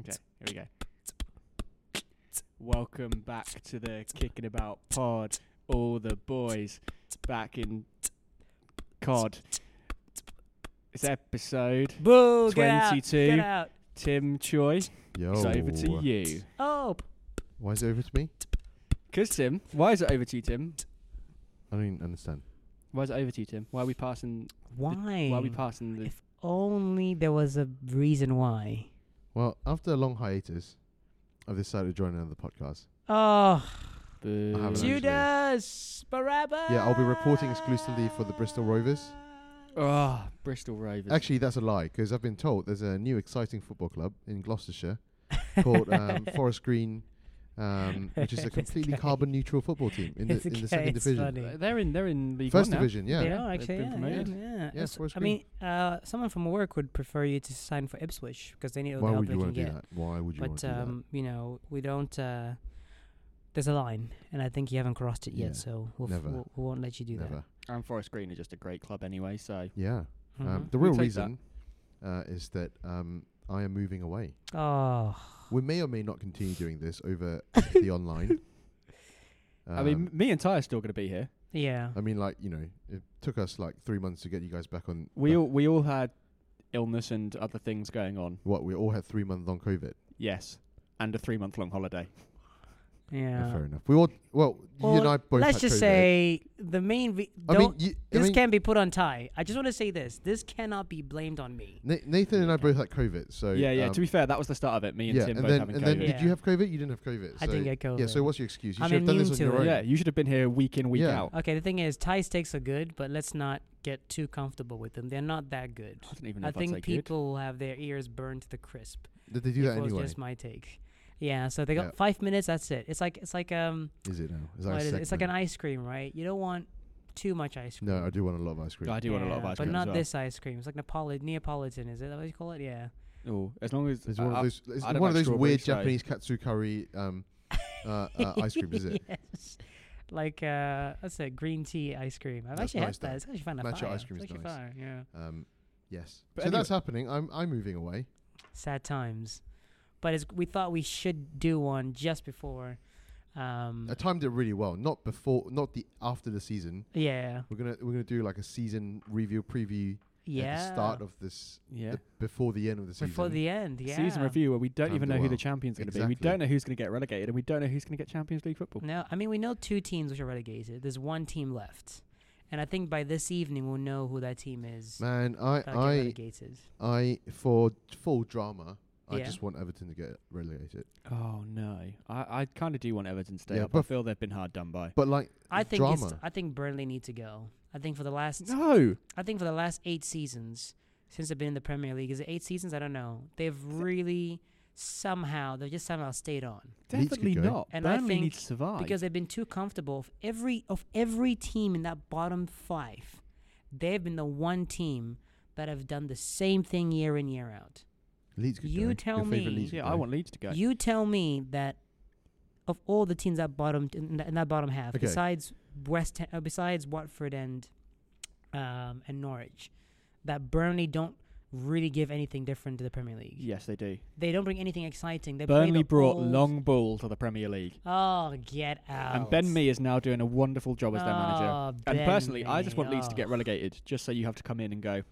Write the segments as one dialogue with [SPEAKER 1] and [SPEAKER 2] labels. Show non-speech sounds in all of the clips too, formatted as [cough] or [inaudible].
[SPEAKER 1] Okay, here we go. Welcome back to the Kicking About Pod. All the boys back in COD. It's episode
[SPEAKER 2] Boo! Get
[SPEAKER 1] 22.
[SPEAKER 2] out!
[SPEAKER 1] Tim Choi, it's
[SPEAKER 3] Yo.
[SPEAKER 1] over to you.
[SPEAKER 2] Oh,
[SPEAKER 3] Why is it over to me?
[SPEAKER 1] Because, Tim, why is it over to you, Tim?
[SPEAKER 3] I don't understand.
[SPEAKER 1] Why is it over to you, Tim? Why are we passing?
[SPEAKER 2] why?
[SPEAKER 1] Why are we passing
[SPEAKER 3] [laughs]
[SPEAKER 1] the?
[SPEAKER 2] If only there was a reason why.
[SPEAKER 3] Well, after a long hiatus, I've decided to join another podcast.
[SPEAKER 2] Oh,
[SPEAKER 3] I haven't
[SPEAKER 1] Boo.
[SPEAKER 3] actually.
[SPEAKER 2] Judas Barabbas.
[SPEAKER 3] Yeah, I'll be reporting exclusively for the Bristol Rovers.
[SPEAKER 2] Oh,
[SPEAKER 1] Ah, Bristol Rovers.
[SPEAKER 3] Actually, that's a lie because I've been told there's a new exciting football club in Gloucestershire called um, Forest Green, um, which is a
[SPEAKER 2] This
[SPEAKER 3] completely
[SPEAKER 2] guy-
[SPEAKER 3] carbon neutral football team in the,
[SPEAKER 2] This
[SPEAKER 3] in the
[SPEAKER 2] guy
[SPEAKER 3] second
[SPEAKER 2] is
[SPEAKER 3] division.
[SPEAKER 2] funny.
[SPEAKER 1] Uh, they're in. They're in League One
[SPEAKER 3] First
[SPEAKER 1] now.
[SPEAKER 3] division, yeah.
[SPEAKER 2] They
[SPEAKER 1] Yeah,
[SPEAKER 2] are
[SPEAKER 1] they've
[SPEAKER 2] actually.
[SPEAKER 1] been
[SPEAKER 2] Yeah, yeah,
[SPEAKER 1] promoted.
[SPEAKER 2] yeah.
[SPEAKER 3] Yeah,
[SPEAKER 2] It's-
[SPEAKER 3] Forest
[SPEAKER 2] I mean,
[SPEAKER 3] Green.
[SPEAKER 2] uh, someone from work would prefer you to sign for Ipswich because they need all
[SPEAKER 3] Why
[SPEAKER 2] the help
[SPEAKER 3] would
[SPEAKER 2] they
[SPEAKER 3] you
[SPEAKER 2] can
[SPEAKER 3] want to do
[SPEAKER 2] get.
[SPEAKER 3] that? Why would you want
[SPEAKER 2] But
[SPEAKER 3] to do
[SPEAKER 2] um, you know, we don't. Uh, there's a line, and I think you haven't crossed it yet,
[SPEAKER 3] Yeah.
[SPEAKER 2] so we'll, f-
[SPEAKER 3] Never.
[SPEAKER 2] we'll we won't let you
[SPEAKER 3] that?
[SPEAKER 2] do
[SPEAKER 3] Never.
[SPEAKER 1] And Forest Green are just a great club anyway. So
[SPEAKER 3] Yeah.
[SPEAKER 2] that.
[SPEAKER 3] Um,
[SPEAKER 2] Mhm.
[SPEAKER 3] the
[SPEAKER 1] We
[SPEAKER 3] real
[SPEAKER 1] take that.
[SPEAKER 3] reason uh, is that um, I am moving away.
[SPEAKER 2] oh,
[SPEAKER 3] We may or may not continue doing this
[SPEAKER 2] [laughs]
[SPEAKER 3] over the online.
[SPEAKER 1] I mean,
[SPEAKER 3] Um,
[SPEAKER 1] m- me and Ty are still going to be here.
[SPEAKER 2] yeah.
[SPEAKER 3] I mean, like you know, it took us like three months to get you guys back on.
[SPEAKER 1] We
[SPEAKER 3] back-
[SPEAKER 1] all we all had illness and other things going on.
[SPEAKER 3] what we all had three months on COVID.
[SPEAKER 1] Yes, and a three month long holiday.
[SPEAKER 3] Yeah,
[SPEAKER 2] Yeah.
[SPEAKER 3] fair enough. We all well, you and
[SPEAKER 2] Well,
[SPEAKER 3] I both.
[SPEAKER 2] Let's
[SPEAKER 3] had
[SPEAKER 2] just
[SPEAKER 3] COVID.
[SPEAKER 2] say the main. Re-
[SPEAKER 3] I
[SPEAKER 2] don't.
[SPEAKER 3] mean, you, I
[SPEAKER 2] this
[SPEAKER 3] mean,
[SPEAKER 2] can be put on tie. I just want to say this. This cannot be blamed on me.
[SPEAKER 3] Na- Nathan and I both had COVID. So
[SPEAKER 1] yeah, yeah.
[SPEAKER 3] um,
[SPEAKER 1] to be fair, that was the start of it. Me and
[SPEAKER 3] yeah,
[SPEAKER 1] Tim
[SPEAKER 3] and
[SPEAKER 1] both
[SPEAKER 3] then
[SPEAKER 1] having
[SPEAKER 3] and
[SPEAKER 1] COVID.
[SPEAKER 3] then
[SPEAKER 2] Yeah.
[SPEAKER 3] did you have COVID? You didn't have COVID.
[SPEAKER 2] I
[SPEAKER 3] so-
[SPEAKER 2] didn't get COVID.
[SPEAKER 3] Yeah. So what's your excuse? You
[SPEAKER 2] I'm
[SPEAKER 3] should have done this
[SPEAKER 2] immune
[SPEAKER 3] on
[SPEAKER 2] to
[SPEAKER 3] your
[SPEAKER 2] it.
[SPEAKER 3] own.
[SPEAKER 1] yeah, you should have been here week in, week
[SPEAKER 3] Yeah.
[SPEAKER 1] out.
[SPEAKER 2] Okay, the thing is, Thai steaks are good, but let's not get too comfortable with them. They're not that good.
[SPEAKER 1] I don't even know
[SPEAKER 2] I
[SPEAKER 1] if
[SPEAKER 2] think
[SPEAKER 1] that's that good.
[SPEAKER 2] people will have their ears burned to the crisp.
[SPEAKER 3] Did they do that
[SPEAKER 2] it was
[SPEAKER 3] anyway?
[SPEAKER 2] just my take. Yeah, so they got
[SPEAKER 3] Yeah.
[SPEAKER 2] five minutes. That's it. It's like it's like um,
[SPEAKER 3] Is it now? Is that
[SPEAKER 2] what
[SPEAKER 3] a
[SPEAKER 2] is it? it's like an
[SPEAKER 3] segment?
[SPEAKER 2] ice cream, right? You don't want too much ice cream.
[SPEAKER 3] No, I do want a lot of ice cream.
[SPEAKER 1] I do want a lot of
[SPEAKER 2] Yeah,
[SPEAKER 1] ice
[SPEAKER 2] but
[SPEAKER 1] cream.
[SPEAKER 2] not
[SPEAKER 1] as well.
[SPEAKER 2] this ice cream. It's like Napoli- Neapolitan, is it? That what you call it? Yeah.
[SPEAKER 1] Oh, as long as
[SPEAKER 3] It's
[SPEAKER 1] I-
[SPEAKER 3] one
[SPEAKER 1] I-
[SPEAKER 3] of those. It's
[SPEAKER 1] I don't
[SPEAKER 3] one of
[SPEAKER 1] like
[SPEAKER 3] those weird
[SPEAKER 1] strawberry
[SPEAKER 3] Japanese katsu curry um, uh,
[SPEAKER 2] [laughs]
[SPEAKER 3] uh, ice creams, is it?
[SPEAKER 2] yes. Like uh, that's a green tea ice cream. I've
[SPEAKER 3] That's
[SPEAKER 2] actually
[SPEAKER 3] nice,
[SPEAKER 2] had that.
[SPEAKER 3] though.
[SPEAKER 2] It's actually fun.
[SPEAKER 3] Matcha
[SPEAKER 2] fire.
[SPEAKER 3] ice cream
[SPEAKER 2] It's
[SPEAKER 3] is
[SPEAKER 2] actually
[SPEAKER 3] nice.
[SPEAKER 2] fire, Yeah.
[SPEAKER 3] Um, yes.
[SPEAKER 1] But
[SPEAKER 3] so
[SPEAKER 1] anyway-
[SPEAKER 3] that's happening. I'm I'm moving away.
[SPEAKER 2] Sad times, but it's, we thought we should do one just before. Um,
[SPEAKER 3] I timed it really well. Not before, not the after the season.
[SPEAKER 2] yeah.
[SPEAKER 3] We're gonna we're gonna do like a season review preview
[SPEAKER 2] Yeah.
[SPEAKER 3] at the start of this
[SPEAKER 1] Yeah.
[SPEAKER 3] the- before the end of the season.
[SPEAKER 2] before the end. Yeah.
[SPEAKER 1] Season review where we don't
[SPEAKER 3] Time
[SPEAKER 1] even
[SPEAKER 3] to
[SPEAKER 1] know who the
[SPEAKER 3] well.
[SPEAKER 1] champion's going to be. We
[SPEAKER 3] Exactly.
[SPEAKER 1] don't know who's going to get relegated, and we don't know who's going to get Champions League football.
[SPEAKER 2] No, I mean we know two teams which are relegated. There's one team left, and I think by this evening we'll know who that team is.
[SPEAKER 3] Man, I
[SPEAKER 2] that get
[SPEAKER 3] I
[SPEAKER 2] relegated.
[SPEAKER 3] I for full drama. I
[SPEAKER 2] Yeah.
[SPEAKER 3] just want Everton to get relegated.
[SPEAKER 1] Oh no, I, I kind of do want Everton to stay
[SPEAKER 3] Yeah,
[SPEAKER 1] up. I
[SPEAKER 3] but-
[SPEAKER 1] feel they've been hard done by.
[SPEAKER 3] But like
[SPEAKER 2] I think
[SPEAKER 3] drama.
[SPEAKER 2] it's, I think Burnley need to go. I think for the last
[SPEAKER 1] No,
[SPEAKER 2] I think for the last eight seasons since they've been in the Premier League, is it eight seasons? I don't know. They've really somehow they've just somehow stayed on
[SPEAKER 3] Leeds could
[SPEAKER 1] definitely
[SPEAKER 3] go.
[SPEAKER 1] not.
[SPEAKER 2] And I
[SPEAKER 1] Burnley
[SPEAKER 2] think
[SPEAKER 1] need to survive
[SPEAKER 2] because they've been too comfortable. Of every of every team in that bottom five, they've been the one team that have done the same thing year in year out.
[SPEAKER 3] Leeds could
[SPEAKER 2] you
[SPEAKER 3] go.
[SPEAKER 2] tell
[SPEAKER 3] Your favourite
[SPEAKER 2] me-
[SPEAKER 3] Leeds could
[SPEAKER 1] yeah, I
[SPEAKER 3] go.
[SPEAKER 1] want Leeds to go.
[SPEAKER 2] You tell me that of all the teams that bottom in that, in that bottom half,
[SPEAKER 3] Okay.
[SPEAKER 2] besides West, Ham, uh, besides Watford and um, and Norwich, that Burnley don't really give anything different to the Premier League.
[SPEAKER 1] yes, they do.
[SPEAKER 2] They don't bring anything exciting. They play
[SPEAKER 1] Burnley
[SPEAKER 2] the
[SPEAKER 1] brought
[SPEAKER 2] old-
[SPEAKER 1] long ball to the Premier League,
[SPEAKER 2] Oh, get out!
[SPEAKER 1] and Ben Mee is now doing a wonderful job as their manager.
[SPEAKER 2] Oh,
[SPEAKER 1] And
[SPEAKER 2] Ben
[SPEAKER 1] personally, I just want Leeds to
[SPEAKER 2] Mee.
[SPEAKER 1] get relegated, just so you have to come in and go.
[SPEAKER 2] I just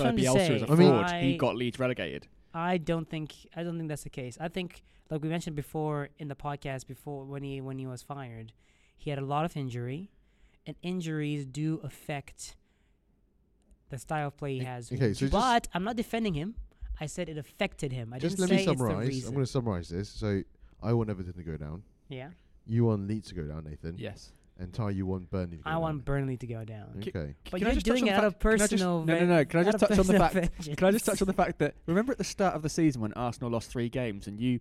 [SPEAKER 1] Marcelo
[SPEAKER 2] wanted to
[SPEAKER 1] Bielsa is a
[SPEAKER 2] say,
[SPEAKER 3] I mean-
[SPEAKER 1] fraud. He
[SPEAKER 2] I-
[SPEAKER 1] got Leeds relegated.
[SPEAKER 2] I don't think I don't think that's the case. I think like we mentioned before in the podcast before when he when he was fired, he had a lot of injury, and injuries do affect the style of play he
[SPEAKER 3] Okay,
[SPEAKER 2] has.
[SPEAKER 3] so just-
[SPEAKER 2] but I'm not defending him. I said it affected him. I
[SPEAKER 3] just
[SPEAKER 2] didn't
[SPEAKER 3] let me
[SPEAKER 2] say it's the
[SPEAKER 3] summarize. I'm
[SPEAKER 2] reason.
[SPEAKER 3] going to summarize this. So I want Everton to go down.
[SPEAKER 2] yeah,
[SPEAKER 3] You want Leeds to go down, Nathan.
[SPEAKER 1] Yes.
[SPEAKER 3] And Ty, you want Burnley. To go
[SPEAKER 2] I
[SPEAKER 3] down.
[SPEAKER 2] want Burnley to go down.
[SPEAKER 1] Ki-
[SPEAKER 3] Okay.
[SPEAKER 2] But
[SPEAKER 1] Can I
[SPEAKER 2] you're
[SPEAKER 1] just touch
[SPEAKER 2] doing
[SPEAKER 1] on
[SPEAKER 2] it
[SPEAKER 1] the
[SPEAKER 2] out of
[SPEAKER 1] fact- can I just-
[SPEAKER 2] personal.
[SPEAKER 1] no, no, no.
[SPEAKER 2] [laughs]
[SPEAKER 1] Can I just touch on the fact? Can I just touch on the fact that remember at the start of the season when Arsenal lost three games and you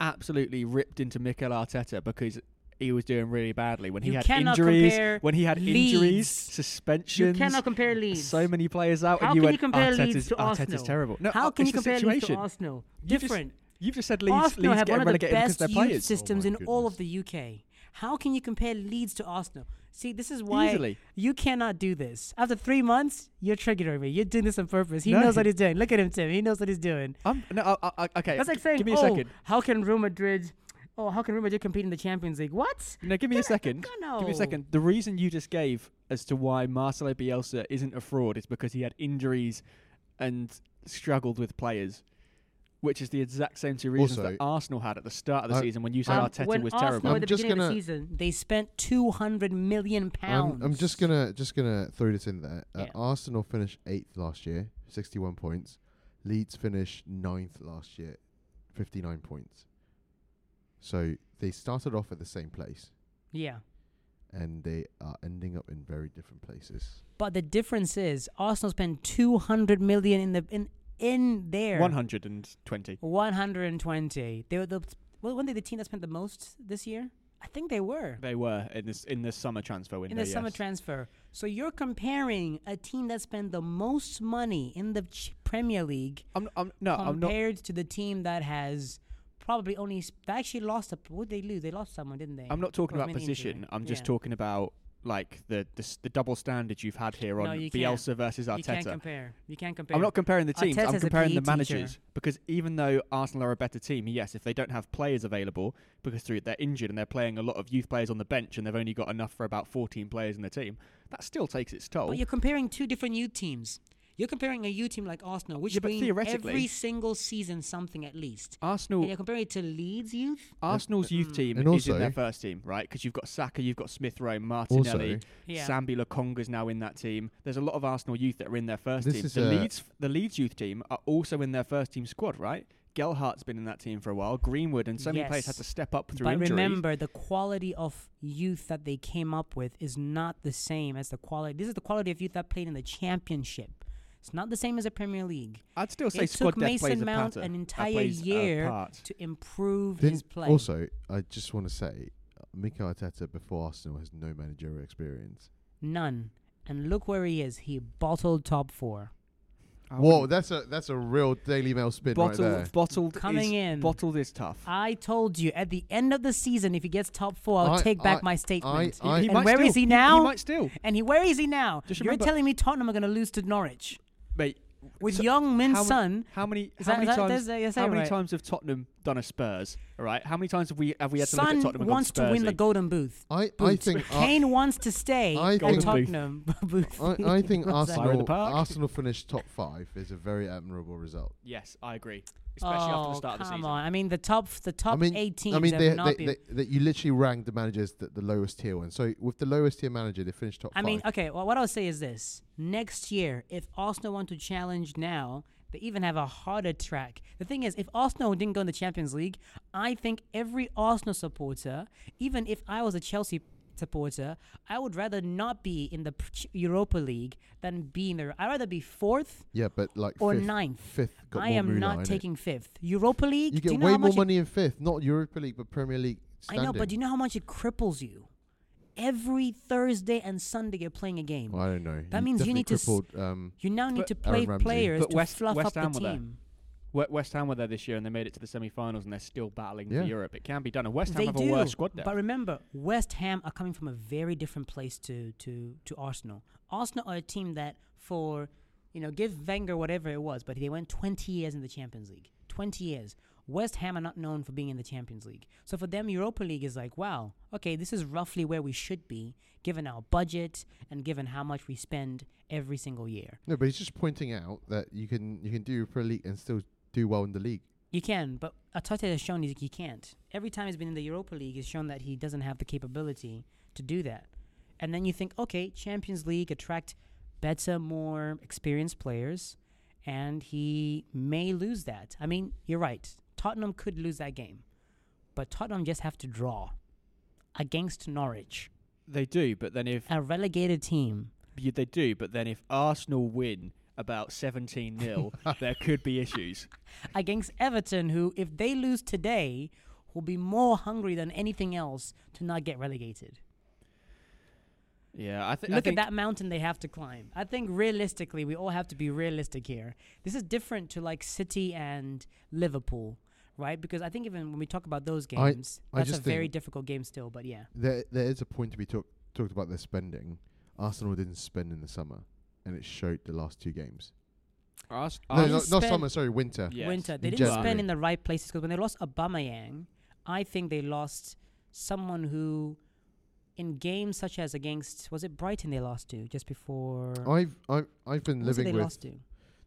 [SPEAKER 1] absolutely ripped into Mikel Arteta because he was doing really badly when he
[SPEAKER 2] You
[SPEAKER 1] had
[SPEAKER 2] cannot
[SPEAKER 1] injuries,
[SPEAKER 2] compare
[SPEAKER 1] when he had injuries,
[SPEAKER 2] Leeds.
[SPEAKER 1] suspensions,
[SPEAKER 2] [laughs] You cannot compare Leeds.
[SPEAKER 1] so many players out,
[SPEAKER 2] How
[SPEAKER 1] and you
[SPEAKER 2] can
[SPEAKER 1] went
[SPEAKER 2] you compare
[SPEAKER 1] Arteta's,
[SPEAKER 2] Leeds to
[SPEAKER 1] Arteta's
[SPEAKER 2] Arsenal?
[SPEAKER 1] terrible. No,
[SPEAKER 2] How
[SPEAKER 1] uh,
[SPEAKER 2] can
[SPEAKER 1] it's
[SPEAKER 2] you
[SPEAKER 1] the
[SPEAKER 2] compare Leeds
[SPEAKER 1] situation.
[SPEAKER 2] to Arsenal?
[SPEAKER 1] You just-
[SPEAKER 2] Different.
[SPEAKER 1] You've just said Leeds,
[SPEAKER 2] Arsenal
[SPEAKER 1] Leeds
[SPEAKER 2] have
[SPEAKER 1] get
[SPEAKER 2] one of the
[SPEAKER 1] relegated because
[SPEAKER 2] best
[SPEAKER 1] they're
[SPEAKER 2] youth
[SPEAKER 1] players.
[SPEAKER 2] systems
[SPEAKER 3] Oh
[SPEAKER 2] in
[SPEAKER 3] my
[SPEAKER 2] all of
[SPEAKER 3] goodness.
[SPEAKER 2] the UK. How can you compare Leeds to Arsenal? See, this is why
[SPEAKER 1] Easily.
[SPEAKER 2] you cannot do this. After three months, you're triggering me. You're doing this on purpose. He
[SPEAKER 1] No.
[SPEAKER 2] knows what he's doing. Look at him, Tim. He knows what he's doing.
[SPEAKER 1] I'm, Um, no, I, I, okay.
[SPEAKER 2] That's like saying,
[SPEAKER 1] give me a
[SPEAKER 2] oh,
[SPEAKER 1] second.
[SPEAKER 2] how can Real Madrid, oh, how can Real Madrid compete in the Champions League? What?
[SPEAKER 1] No, give me a
[SPEAKER 2] Gonna-
[SPEAKER 1] second. Give me
[SPEAKER 2] gonna-
[SPEAKER 1] a second. The reason you just gave as to why Marcelo Bielsa isn't a fraud is because he had injuries and struggled with players, which is the exact same two reasons
[SPEAKER 3] Also-
[SPEAKER 1] that Arsenal had at the start of the
[SPEAKER 3] I-
[SPEAKER 1] season when you said
[SPEAKER 2] Um,
[SPEAKER 1] Arteta
[SPEAKER 2] when
[SPEAKER 1] was
[SPEAKER 2] Arsenal
[SPEAKER 1] terrible.
[SPEAKER 2] at
[SPEAKER 3] I'm
[SPEAKER 2] the
[SPEAKER 3] just
[SPEAKER 2] beginning of the
[SPEAKER 3] gonna-
[SPEAKER 2] season, they spent 200 million
[SPEAKER 3] I'm,
[SPEAKER 2] pounds.
[SPEAKER 3] I'm just gonna just gonna throw this in there. Uh,
[SPEAKER 2] Yeah.
[SPEAKER 3] Arsenal finished eighth last year, sixty-one points. Leeds finished ninth last year, fifty-nine points. So they started off at the same place,
[SPEAKER 2] Yeah.
[SPEAKER 3] and they are ending up in very different places.
[SPEAKER 2] But the difference is Arsenal spent 200 million in the in in there.
[SPEAKER 1] 120.
[SPEAKER 2] 120. They were the well, weren't they the team that spent the most this year? I think they were
[SPEAKER 1] They were in this in the summer transfer window.
[SPEAKER 2] in the summer
[SPEAKER 1] yes.
[SPEAKER 2] transfer. So you're comparing a team that spent the most money in the Ch- Premier League
[SPEAKER 1] I'm, I'm, no, Uh, I'm not.
[SPEAKER 2] compared to the team that has probably only sp- they actually lost a what did they lose? They lost someone, didn't they?
[SPEAKER 1] I'm not talking
[SPEAKER 2] Well, I
[SPEAKER 1] about
[SPEAKER 2] mean, injury.
[SPEAKER 1] position. I'm just
[SPEAKER 2] Yeah.
[SPEAKER 1] talking about like the, the s- the double standard you've had here on
[SPEAKER 2] No, you can't.
[SPEAKER 1] Bielsa versus
[SPEAKER 2] You can't
[SPEAKER 1] Arteta.
[SPEAKER 2] compare. You can't compare.
[SPEAKER 1] I'm not comparing the teams. I'm
[SPEAKER 2] Arteta's a
[SPEAKER 1] comparing the
[SPEAKER 2] PE teacher.
[SPEAKER 1] managers because even though Arsenal are a better team, yes, if they don't have players available because they're they're injured and they're playing a lot of youth players on the bench and they've only got enough for about 14 players in the team, that still takes its toll.
[SPEAKER 2] But you're comparing two different U teams. You're comparing a U team like Arsenal, which
[SPEAKER 1] Yeah, but
[SPEAKER 2] win
[SPEAKER 1] theoretically-
[SPEAKER 2] every single season something at least. And
[SPEAKER 1] Arsenal,
[SPEAKER 2] you're comparing it to Leeds youth.
[SPEAKER 1] Arsenal's youth team
[SPEAKER 3] Mm. and
[SPEAKER 1] is in their
[SPEAKER 3] also-
[SPEAKER 1] first team, right? Because you've got Saka, you've got Smith Rowe, Martinelli,
[SPEAKER 3] Also-
[SPEAKER 2] Yeah.
[SPEAKER 1] Sambi Lokonga's now in that team. There's a lot of Arsenal youth that are in their first
[SPEAKER 3] This
[SPEAKER 1] team.
[SPEAKER 3] is
[SPEAKER 1] the
[SPEAKER 3] a-
[SPEAKER 1] Leeds, the Leeds youth team are also in their first team squad, right? Gelhart's been in that team for a while. Greenwood and so many players
[SPEAKER 2] Yes.
[SPEAKER 1] had to step up through
[SPEAKER 2] But
[SPEAKER 1] injuries.
[SPEAKER 2] remember, the quality of youth that they came up with is not the same as the quality. This is the quality of youth that played in the championship. It's not the same as the Premier League.
[SPEAKER 1] I'd still say
[SPEAKER 2] it
[SPEAKER 1] squad
[SPEAKER 2] took
[SPEAKER 1] depth
[SPEAKER 2] Mason
[SPEAKER 1] plays a
[SPEAKER 2] Mount
[SPEAKER 1] patter-
[SPEAKER 2] an
[SPEAKER 1] uh,
[SPEAKER 2] entire
[SPEAKER 1] plays a
[SPEAKER 2] year
[SPEAKER 1] part.
[SPEAKER 2] to improve his
[SPEAKER 3] Didn't-
[SPEAKER 2] play.
[SPEAKER 3] also, I just want to say, uh, Mikel Arteta before Arsenal has no managerial experience.
[SPEAKER 2] None. And look where he is. He bottled top four.
[SPEAKER 3] Whoa, that's a that's a real Daily Mail spin
[SPEAKER 1] bottled,
[SPEAKER 3] right there.
[SPEAKER 1] bottled
[SPEAKER 2] Coming
[SPEAKER 1] is,
[SPEAKER 2] in. Uh,
[SPEAKER 1] Bottled is tough.
[SPEAKER 2] I told you at the end of the season, if he gets top four, I'll
[SPEAKER 3] I-
[SPEAKER 2] take back
[SPEAKER 3] I-
[SPEAKER 2] my statement.
[SPEAKER 3] I-
[SPEAKER 2] and
[SPEAKER 1] might
[SPEAKER 2] where is
[SPEAKER 1] still-
[SPEAKER 2] he now?
[SPEAKER 1] He might still,
[SPEAKER 2] and he, where is he now?
[SPEAKER 1] Just
[SPEAKER 2] You're
[SPEAKER 1] remember-
[SPEAKER 2] telling me Tottenham are going to lose to Norwich
[SPEAKER 1] mate.
[SPEAKER 2] with
[SPEAKER 1] so
[SPEAKER 2] Young Min
[SPEAKER 1] how,
[SPEAKER 2] Sun.
[SPEAKER 1] how many?
[SPEAKER 2] Is
[SPEAKER 1] how
[SPEAKER 2] that-
[SPEAKER 1] many
[SPEAKER 2] is that-
[SPEAKER 1] times?
[SPEAKER 2] that's- that's
[SPEAKER 1] how
[SPEAKER 2] it,
[SPEAKER 1] many
[SPEAKER 2] right?
[SPEAKER 1] times have Tottenham done a Spurs? All right. How many times have we have we had to look at
[SPEAKER 2] Sun
[SPEAKER 1] Tottenham and gone
[SPEAKER 2] wants to win the
[SPEAKER 1] Spursy?
[SPEAKER 2] golden booth.
[SPEAKER 3] I I
[SPEAKER 2] Boots.
[SPEAKER 3] think Ar-
[SPEAKER 2] Kane wants to stay
[SPEAKER 3] I
[SPEAKER 2] at
[SPEAKER 3] Golden
[SPEAKER 1] booth.
[SPEAKER 2] Tottenham. [laughs] booth.
[SPEAKER 3] I,
[SPEAKER 2] [laughs]
[SPEAKER 3] I think
[SPEAKER 2] What's that?
[SPEAKER 1] Fire in the
[SPEAKER 3] Arsenal
[SPEAKER 1] park.
[SPEAKER 3] Arsenal finished top five is a very admirable result.
[SPEAKER 1] Yes, I agree. Especially after the
[SPEAKER 2] Oh,
[SPEAKER 1] start of the
[SPEAKER 2] come
[SPEAKER 1] season.
[SPEAKER 2] on! I mean, the top, the top
[SPEAKER 3] I mean,
[SPEAKER 2] eight teams
[SPEAKER 3] I mean,
[SPEAKER 2] have
[SPEAKER 3] they,
[SPEAKER 2] not
[SPEAKER 3] they,
[SPEAKER 2] been.
[SPEAKER 3] they, they, you literally ranked the managers the, the lowest tier one. So with the lowest tier manager, they finished top
[SPEAKER 2] I
[SPEAKER 3] five.
[SPEAKER 2] mean, okay. Well, what I'll say is this: next year, if Arsenal want to challenge now, they even have a harder track. The thing is, if Arsenal didn't go in the Champions League, I think every Arsenal supporter, even if I was a Chelsea supporter, I would rather not be in the P- Europa League than be in there. I'd rather be fourth.
[SPEAKER 3] yeah, but like
[SPEAKER 2] or
[SPEAKER 3] fifth,
[SPEAKER 2] ninth.
[SPEAKER 3] Fifth got
[SPEAKER 2] I
[SPEAKER 3] more
[SPEAKER 2] am
[SPEAKER 3] moolah in
[SPEAKER 2] not
[SPEAKER 3] it.
[SPEAKER 2] taking fifth. Europa League.
[SPEAKER 3] You
[SPEAKER 2] do
[SPEAKER 3] get
[SPEAKER 2] know
[SPEAKER 3] way
[SPEAKER 2] how
[SPEAKER 3] more
[SPEAKER 2] much it-
[SPEAKER 3] money in fifth, not Europa League, but Premier League. Standing.
[SPEAKER 2] I know, but do you know how much it cripples you? Every Thursday and Sunday, you're playing a game.
[SPEAKER 3] Well, I don't know.
[SPEAKER 2] That means you
[SPEAKER 3] definitely
[SPEAKER 2] need to s-
[SPEAKER 3] crippled, um,
[SPEAKER 2] You now need
[SPEAKER 1] But-
[SPEAKER 2] to play
[SPEAKER 3] Aaron Ramsey.
[SPEAKER 2] players
[SPEAKER 1] But
[SPEAKER 2] to
[SPEAKER 1] West-
[SPEAKER 2] fluff
[SPEAKER 1] West
[SPEAKER 2] up
[SPEAKER 1] Ham
[SPEAKER 2] the
[SPEAKER 1] were there.
[SPEAKER 2] team.
[SPEAKER 1] We- West Ham were there this year and they made it to the semi-finals and they're still battling
[SPEAKER 3] Yeah.
[SPEAKER 1] for Europe. It can be done. And West Ham
[SPEAKER 2] they
[SPEAKER 1] have
[SPEAKER 2] do,
[SPEAKER 1] a worse squad depth.
[SPEAKER 2] but remember, West Ham are coming from a very different place to to to Arsenal. Arsenal are a team that, for you know, give Wenger whatever it was, but they went 20 years in the Champions League. 20 years. West Ham are not known for being in the Champions League, so for them, Europa League is like, wow, okay, this is roughly where we should be given our budget and given how much we spend every single year.
[SPEAKER 3] no, but he's just pointing out that you can you can do Europa League and still do well in the league.
[SPEAKER 2] You can, but Arteta has shown he, he can't. Every time he's been in the Europa League, he's shown that he doesn't have the capability to do that. And then you think, okay, Champions League attract better, more experienced players, and he may lose that. I mean, you're right. Tottenham could lose that game, but Tottenham just have to draw against Norwich,
[SPEAKER 1] they do, but then if
[SPEAKER 2] a relegated team.
[SPEAKER 1] Yeah, they do, but then if Arsenal win about 17
[SPEAKER 3] [laughs]
[SPEAKER 1] 0, there could be issues.
[SPEAKER 2] against Everton, who, if they lose today, will be more hungry than anything else to not get relegated.
[SPEAKER 1] Yeah, I, think. I
[SPEAKER 2] Look at
[SPEAKER 1] think
[SPEAKER 2] that mountain they have to climb. I think realistically, we all have to be realistic here. This is different to like City and Liverpool. right? Because I think even when we talk about those
[SPEAKER 3] I-
[SPEAKER 2] games,
[SPEAKER 3] I
[SPEAKER 2] that's a
[SPEAKER 3] just
[SPEAKER 2] very
[SPEAKER 3] think-
[SPEAKER 2] difficult game still. But yeah,
[SPEAKER 3] There, there is a point to be talk, talked about their spending. Arsenal didn't spend in the summer, and it showed the last two games.
[SPEAKER 1] Ars-
[SPEAKER 3] No,
[SPEAKER 1] Ars-
[SPEAKER 2] didn't
[SPEAKER 3] not, not
[SPEAKER 2] spend-
[SPEAKER 3] summer. Sorry, winter.
[SPEAKER 1] yes.
[SPEAKER 2] winter they
[SPEAKER 3] in
[SPEAKER 2] didn't spend
[SPEAKER 3] January.
[SPEAKER 2] in the right places because when they lost Aubameyang, I think they lost someone who, in games such as against was it Brighton they lost to just before.
[SPEAKER 3] I've I've I've been
[SPEAKER 2] who was it
[SPEAKER 3] living
[SPEAKER 2] they
[SPEAKER 3] with
[SPEAKER 2] lost to.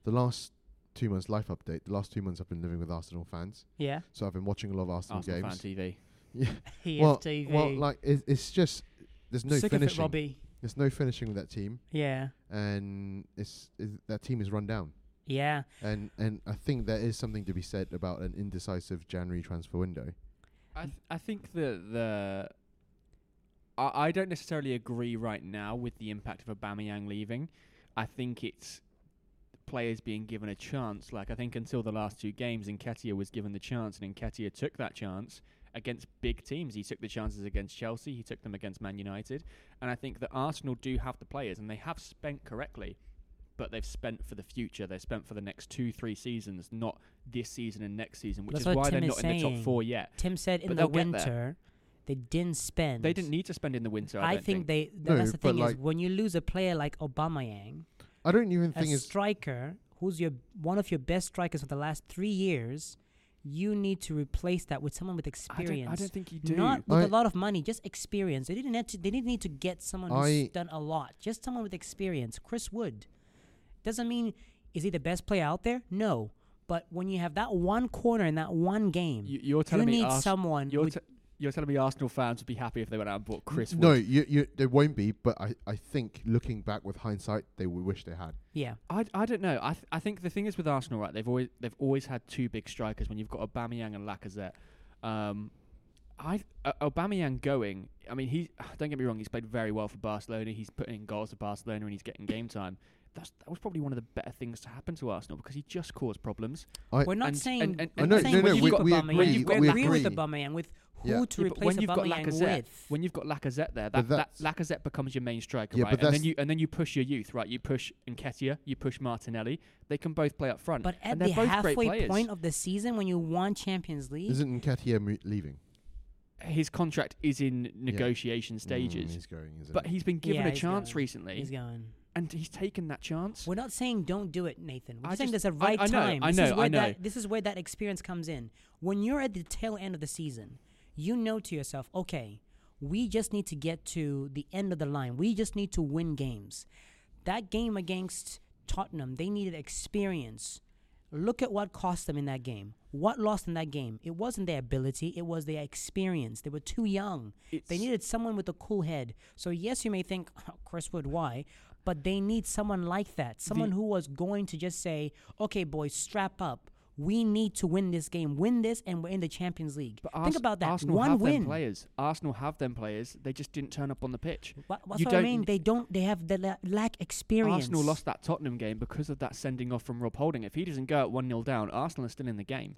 [SPEAKER 3] the last two months life update. The last two months I've been living with Arsenal fans,
[SPEAKER 2] Yeah, [laughs] E
[SPEAKER 3] so I've been watching a lot of Arsenal,
[SPEAKER 1] Arsenal fan TV.
[SPEAKER 3] games. [laughs] Yeah.
[SPEAKER 2] he
[SPEAKER 3] well,
[SPEAKER 2] TV.
[SPEAKER 3] well, like it, it's just there's no
[SPEAKER 2] Sick of it,
[SPEAKER 3] finishing.
[SPEAKER 2] Robbie.
[SPEAKER 3] There's no finishing with that team,
[SPEAKER 2] Yeah,
[SPEAKER 3] and it's, is that team is run down.
[SPEAKER 2] yeah.
[SPEAKER 3] And and I think there is something to be said about an indecisive January transfer window.
[SPEAKER 1] I th- I think the the I, I don't necessarily agree right now with the impact of Aubameyang leaving. I think it's players being given a chance. Like I think until the last two games, Nketiah was given the chance, and Nketiah took that chance against big teams. He took the chances against Chelsea. He took them against Man United. And I think that Arsenal do have the players, and they have spent correctly. But they've spent for the future. They've spent for the next two, three seasons, not this season and next season, which
[SPEAKER 2] That's
[SPEAKER 1] is
[SPEAKER 2] what
[SPEAKER 1] why
[SPEAKER 2] Tim
[SPEAKER 1] they're
[SPEAKER 2] is
[SPEAKER 1] not in the
[SPEAKER 2] saying.
[SPEAKER 1] top four yet.
[SPEAKER 2] Tim said in
[SPEAKER 1] But
[SPEAKER 2] the
[SPEAKER 1] they'll get there.
[SPEAKER 2] winter they didn't spend.
[SPEAKER 1] They didn't need to spend in the winter. I,
[SPEAKER 2] I
[SPEAKER 1] don't
[SPEAKER 2] think, they. th-
[SPEAKER 3] No,
[SPEAKER 2] that's the
[SPEAKER 3] but
[SPEAKER 2] thing is
[SPEAKER 3] like-
[SPEAKER 2] when you lose a player like Aubameyang,
[SPEAKER 3] I don't even
[SPEAKER 2] a
[SPEAKER 3] think it's
[SPEAKER 2] striker who's your one of your best strikers for the last three years, you need to replace that with someone with
[SPEAKER 1] I don't,
[SPEAKER 2] experience.
[SPEAKER 1] I don't think you do.
[SPEAKER 2] Not with a
[SPEAKER 3] I-
[SPEAKER 2] lot of money, just experience. They didn't have to, they didn't need to get someone who's
[SPEAKER 3] I-
[SPEAKER 2] done a lot. Just someone with experience. Chris Wood doesn't mean is he the best player out there? No, but when you have that one corner in that one game,
[SPEAKER 1] you, you're
[SPEAKER 2] you
[SPEAKER 1] telling me
[SPEAKER 2] need
[SPEAKER 1] Ars-
[SPEAKER 2] someone.
[SPEAKER 1] you're,
[SPEAKER 2] with-
[SPEAKER 1] t- you're telling me Arsenal fans would be happy if they went out and bought Chris.
[SPEAKER 3] No,
[SPEAKER 1] Wood.
[SPEAKER 3] you you they won't be. But I I think looking back with hindsight, they would wish they had.
[SPEAKER 2] yeah,
[SPEAKER 1] I, I don't know. I th- I think the thing is with Arsenal, right? They've always they've always had two big strikers. When you've got Aubameyang and Lacazette, um, I uh, Aubameyang going. I mean, he [sighs] don't get me wrong. He's played very well for Barcelona. He's putting in goals for Barcelona and he's getting game time. That's that was probably one of the better things to happen to Arsenal because he just caused problems.
[SPEAKER 3] I-
[SPEAKER 2] we're not
[SPEAKER 1] and-
[SPEAKER 2] saying.
[SPEAKER 1] and- and-
[SPEAKER 2] we're
[SPEAKER 1] I
[SPEAKER 2] not
[SPEAKER 1] know,
[SPEAKER 2] saying
[SPEAKER 1] no,
[SPEAKER 2] when
[SPEAKER 1] no,
[SPEAKER 2] you've
[SPEAKER 1] we-
[SPEAKER 2] got
[SPEAKER 3] we
[SPEAKER 2] Aubameyang,
[SPEAKER 1] agree,
[SPEAKER 2] we
[SPEAKER 1] we
[SPEAKER 2] agree with
[SPEAKER 3] agree.
[SPEAKER 2] Aubameyang with who
[SPEAKER 3] Yeah.
[SPEAKER 2] to
[SPEAKER 1] Yeah, but
[SPEAKER 2] replace
[SPEAKER 1] when you've got
[SPEAKER 2] Aubameyang
[SPEAKER 1] Lacazette,
[SPEAKER 2] with.
[SPEAKER 1] when you've got Lacazette there,
[SPEAKER 3] But
[SPEAKER 1] that, that
[SPEAKER 3] that's-
[SPEAKER 1] Lacazette becomes your main striker,
[SPEAKER 3] Yeah,
[SPEAKER 1] right?
[SPEAKER 3] but
[SPEAKER 1] and
[SPEAKER 3] that's-
[SPEAKER 1] then you and then you push your youth, right? You push Nketiah, you push Martinelli. They can both play up front,
[SPEAKER 2] but at
[SPEAKER 1] and
[SPEAKER 2] the
[SPEAKER 1] they're both great
[SPEAKER 2] halfway
[SPEAKER 1] players.
[SPEAKER 2] point of the season, when you won Champions League,
[SPEAKER 3] Isn't Nketiah mo- leaving?
[SPEAKER 1] His contract is in negotiation
[SPEAKER 3] Mm,
[SPEAKER 1] stages,
[SPEAKER 3] he's going. Isn't
[SPEAKER 1] but
[SPEAKER 3] he?
[SPEAKER 1] he's been given
[SPEAKER 2] Yeah,
[SPEAKER 1] a
[SPEAKER 2] he's
[SPEAKER 1] chance
[SPEAKER 2] going.
[SPEAKER 1] recently,
[SPEAKER 2] he's gone.
[SPEAKER 1] and he's taken that chance.
[SPEAKER 2] We're not saying don't do it, Nathan.
[SPEAKER 1] I
[SPEAKER 2] We're just saying
[SPEAKER 1] just-
[SPEAKER 2] there's a right
[SPEAKER 1] I know,
[SPEAKER 2] time.
[SPEAKER 1] I
[SPEAKER 2] this is
[SPEAKER 1] know, I
[SPEAKER 2] where
[SPEAKER 1] know.
[SPEAKER 2] That, this is where that experience comes in. When you're at the tail end of the season, you know to yourself, okay, we just need to get to the end of the line. We just need to win games. That game against Tottenham, they needed experience. Look at what cost them in that game. What lost in that game? It wasn't their ability, it was their experience. They were too young. They
[SPEAKER 1] It's-
[SPEAKER 2] needed someone with a cool head. So, yes, you may think, Chris Wood, why? But they need someone like that. Someone who was going to just say, okay, boys, strap up. We need to win this game. Win this, and we're in the Champions League.
[SPEAKER 1] But
[SPEAKER 2] Think
[SPEAKER 1] Ars-
[SPEAKER 2] about that.
[SPEAKER 1] Arsenal
[SPEAKER 2] One
[SPEAKER 1] have
[SPEAKER 2] win.
[SPEAKER 1] them players. Arsenal have them players. They just didn't turn up on the pitch.
[SPEAKER 2] Wha- what's
[SPEAKER 1] You
[SPEAKER 2] what I
[SPEAKER 1] don't
[SPEAKER 2] mean?
[SPEAKER 1] n-
[SPEAKER 2] They don't. They have the la- lack experience.
[SPEAKER 1] Arsenal lost that Tottenham game because of that sending off from Rob Holding. If he doesn't go at one 0 down, Arsenal are still in the game.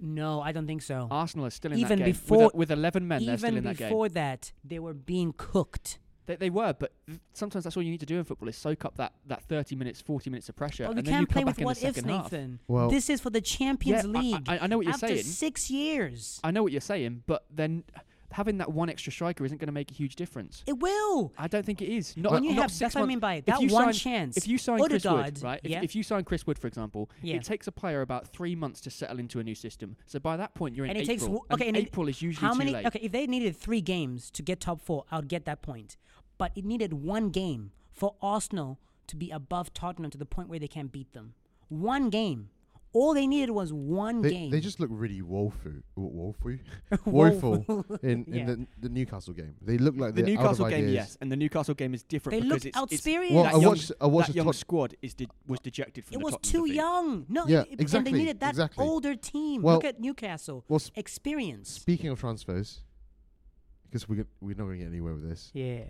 [SPEAKER 2] No, I don't think so.
[SPEAKER 1] Arsenal are still in
[SPEAKER 2] Oh. Even
[SPEAKER 1] that game.
[SPEAKER 2] before-
[SPEAKER 1] with, with 11 men, they're still
[SPEAKER 2] Even
[SPEAKER 1] in that game.
[SPEAKER 2] before that, they were being cooked.
[SPEAKER 1] They, they were, but th- sometimes that's all you need to do in football is soak up that, that 30 minutes, 40 minutes of pressure,
[SPEAKER 2] but we
[SPEAKER 1] and then you
[SPEAKER 2] Oh, can't
[SPEAKER 1] come
[SPEAKER 2] play
[SPEAKER 1] back
[SPEAKER 2] with
[SPEAKER 1] in the
[SPEAKER 2] what ifs,
[SPEAKER 1] second half.
[SPEAKER 2] Nathan.
[SPEAKER 3] Well-
[SPEAKER 2] this is for the Champions
[SPEAKER 1] Yeah, I- I-
[SPEAKER 2] League.
[SPEAKER 1] I, know what you're
[SPEAKER 2] After
[SPEAKER 1] saying.
[SPEAKER 2] six years,
[SPEAKER 1] I know what you're saying, but then having that one extra striker isn't going to make a huge difference.
[SPEAKER 2] it will.
[SPEAKER 1] I don't think it is. Not,
[SPEAKER 2] when
[SPEAKER 1] not
[SPEAKER 2] you have,
[SPEAKER 1] six
[SPEAKER 2] that's what I
[SPEAKER 1] months-
[SPEAKER 2] mean by it.
[SPEAKER 1] if
[SPEAKER 2] That
[SPEAKER 1] you
[SPEAKER 2] one
[SPEAKER 1] sign-
[SPEAKER 2] chance.
[SPEAKER 1] If you sign Chris Wood,
[SPEAKER 2] Odegaard,
[SPEAKER 1] right? If,
[SPEAKER 2] yeah.
[SPEAKER 1] if you sign Chris Wood, for example,
[SPEAKER 2] Yeah.
[SPEAKER 1] it takes a player about three months to settle into a new system. So by that point, you're in
[SPEAKER 2] and it
[SPEAKER 1] April.
[SPEAKER 2] takes w- okay.
[SPEAKER 1] and
[SPEAKER 2] and it-
[SPEAKER 1] April is usually
[SPEAKER 2] how
[SPEAKER 1] too
[SPEAKER 2] many?
[SPEAKER 1] late.
[SPEAKER 2] Okay, if they needed three games to get top four, I'd get that point. But it needed one game for Arsenal to be above Tottenham to the point where they can beat them. One game. All they needed was one
[SPEAKER 3] they,
[SPEAKER 2] game.
[SPEAKER 3] they just look really woeful, wo-
[SPEAKER 1] [laughs]
[SPEAKER 3] woeful, woeful in, in
[SPEAKER 2] Yeah.
[SPEAKER 3] the, the Newcastle game. They look like
[SPEAKER 1] The
[SPEAKER 3] they're out
[SPEAKER 1] Newcastle
[SPEAKER 3] of
[SPEAKER 1] game,
[SPEAKER 3] ideas.
[SPEAKER 1] yes, and the Newcastle game is different
[SPEAKER 2] They
[SPEAKER 1] because
[SPEAKER 2] looked
[SPEAKER 1] it's, it's
[SPEAKER 2] outsperience.
[SPEAKER 3] Well,
[SPEAKER 1] that
[SPEAKER 3] I
[SPEAKER 1] young-
[SPEAKER 3] watched I watched
[SPEAKER 1] that
[SPEAKER 3] the
[SPEAKER 1] young
[SPEAKER 3] Tot-
[SPEAKER 1] squad is de- was dejected from
[SPEAKER 2] it
[SPEAKER 1] the
[SPEAKER 2] was
[SPEAKER 1] Tottenham
[SPEAKER 2] too
[SPEAKER 1] defeat.
[SPEAKER 2] young. No,
[SPEAKER 3] Yeah,
[SPEAKER 2] it- and they
[SPEAKER 3] exactly,
[SPEAKER 2] needed that
[SPEAKER 3] exactly.
[SPEAKER 2] older team.
[SPEAKER 3] Well-
[SPEAKER 2] Look at Newcastle.
[SPEAKER 3] well, s-
[SPEAKER 2] Experience.
[SPEAKER 3] Speaking of transfers, because we're we're not going to get anywhere with this.
[SPEAKER 2] Yeah.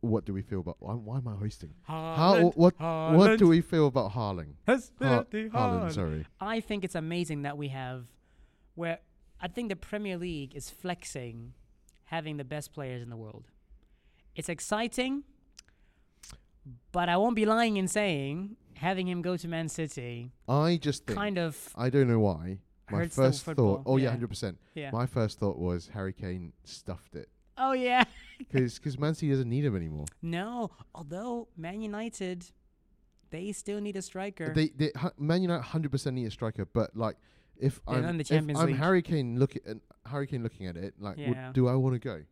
[SPEAKER 3] What do we feel about? Why, why am I hosting? How what what do we feel about Harling? Har- Haaland, sorry.
[SPEAKER 2] I think it's amazing that we have where I think the Premier League is flexing having the best players in the world. It's exciting, but I won't be lying in saying having him go to Man City
[SPEAKER 3] I just think
[SPEAKER 2] kind of
[SPEAKER 3] I don't know why. My
[SPEAKER 2] hurts the
[SPEAKER 3] first
[SPEAKER 2] football,
[SPEAKER 3] thought. Oh yeah,
[SPEAKER 2] yeah.
[SPEAKER 3] hundred percent.
[SPEAKER 2] Yeah.
[SPEAKER 3] My first thought was Harry Kane
[SPEAKER 2] [laughs]
[SPEAKER 3] stuffed it
[SPEAKER 2] oh yeah.
[SPEAKER 3] because because Man City doesn't need him anymore.
[SPEAKER 2] No, although Man United, they still need a striker.
[SPEAKER 3] They, they hu- Man United hundred percent need a striker, but like if
[SPEAKER 2] They're
[SPEAKER 3] I'm
[SPEAKER 2] not in the
[SPEAKER 3] if
[SPEAKER 2] Champions
[SPEAKER 3] I'm
[SPEAKER 2] League.
[SPEAKER 3] Harry Kane look at Harry Kane looking at it, like would-
[SPEAKER 2] Yeah.
[SPEAKER 3] do I want to go?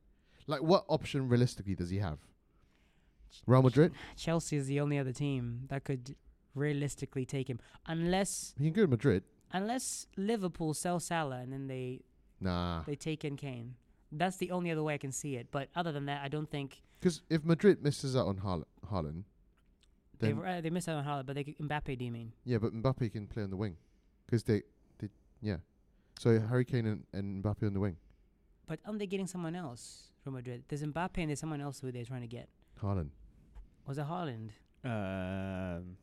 [SPEAKER 3] Like what option realistically does he have? Real Madrid?
[SPEAKER 2] Chelsea is the only other team that could realistically take him, unless
[SPEAKER 3] He can go to Madrid.
[SPEAKER 2] unless Liverpool sell Salah and then they
[SPEAKER 3] Nah,
[SPEAKER 2] they take in Kane. That's the only other way I can see it. But other than that, I don't think
[SPEAKER 3] because if Madrid misses out on Haal- Haaland,
[SPEAKER 2] they
[SPEAKER 3] then
[SPEAKER 2] were, uh, they missed out on Haaland, but they could, Mbappe. Do you mean?
[SPEAKER 3] yeah, but Mbappe can play on the wing because they they yeah. So Harry Kane and, and Mbappe on the wing.
[SPEAKER 2] But aren't they getting someone else from Madrid? There's Mbappe and there's someone else who they're trying to get.
[SPEAKER 3] Haaland.
[SPEAKER 2] Was it Haaland?
[SPEAKER 1] Um,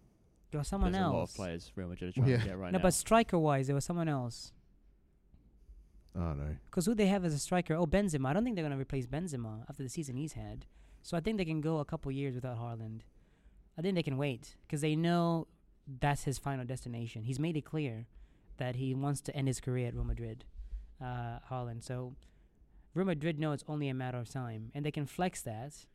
[SPEAKER 2] There was someone
[SPEAKER 1] there's
[SPEAKER 2] else.
[SPEAKER 1] a lot of players Real Madrid are trying
[SPEAKER 3] Yeah.
[SPEAKER 1] to get right
[SPEAKER 2] no,
[SPEAKER 1] now.
[SPEAKER 2] but striker wise, there was someone else.
[SPEAKER 3] Oh no.
[SPEAKER 2] Because who they have as a striker? Oh, Benzema. I don't think they're going to replace Benzema after the season he's had. So I think they can go a couple years without Haaland. I think they can wait because they know that's his final destination. He's made it clear that he wants to end his career at Real Madrid, uh, Haaland. So Real Madrid know it's only a matter of time, and they can flex that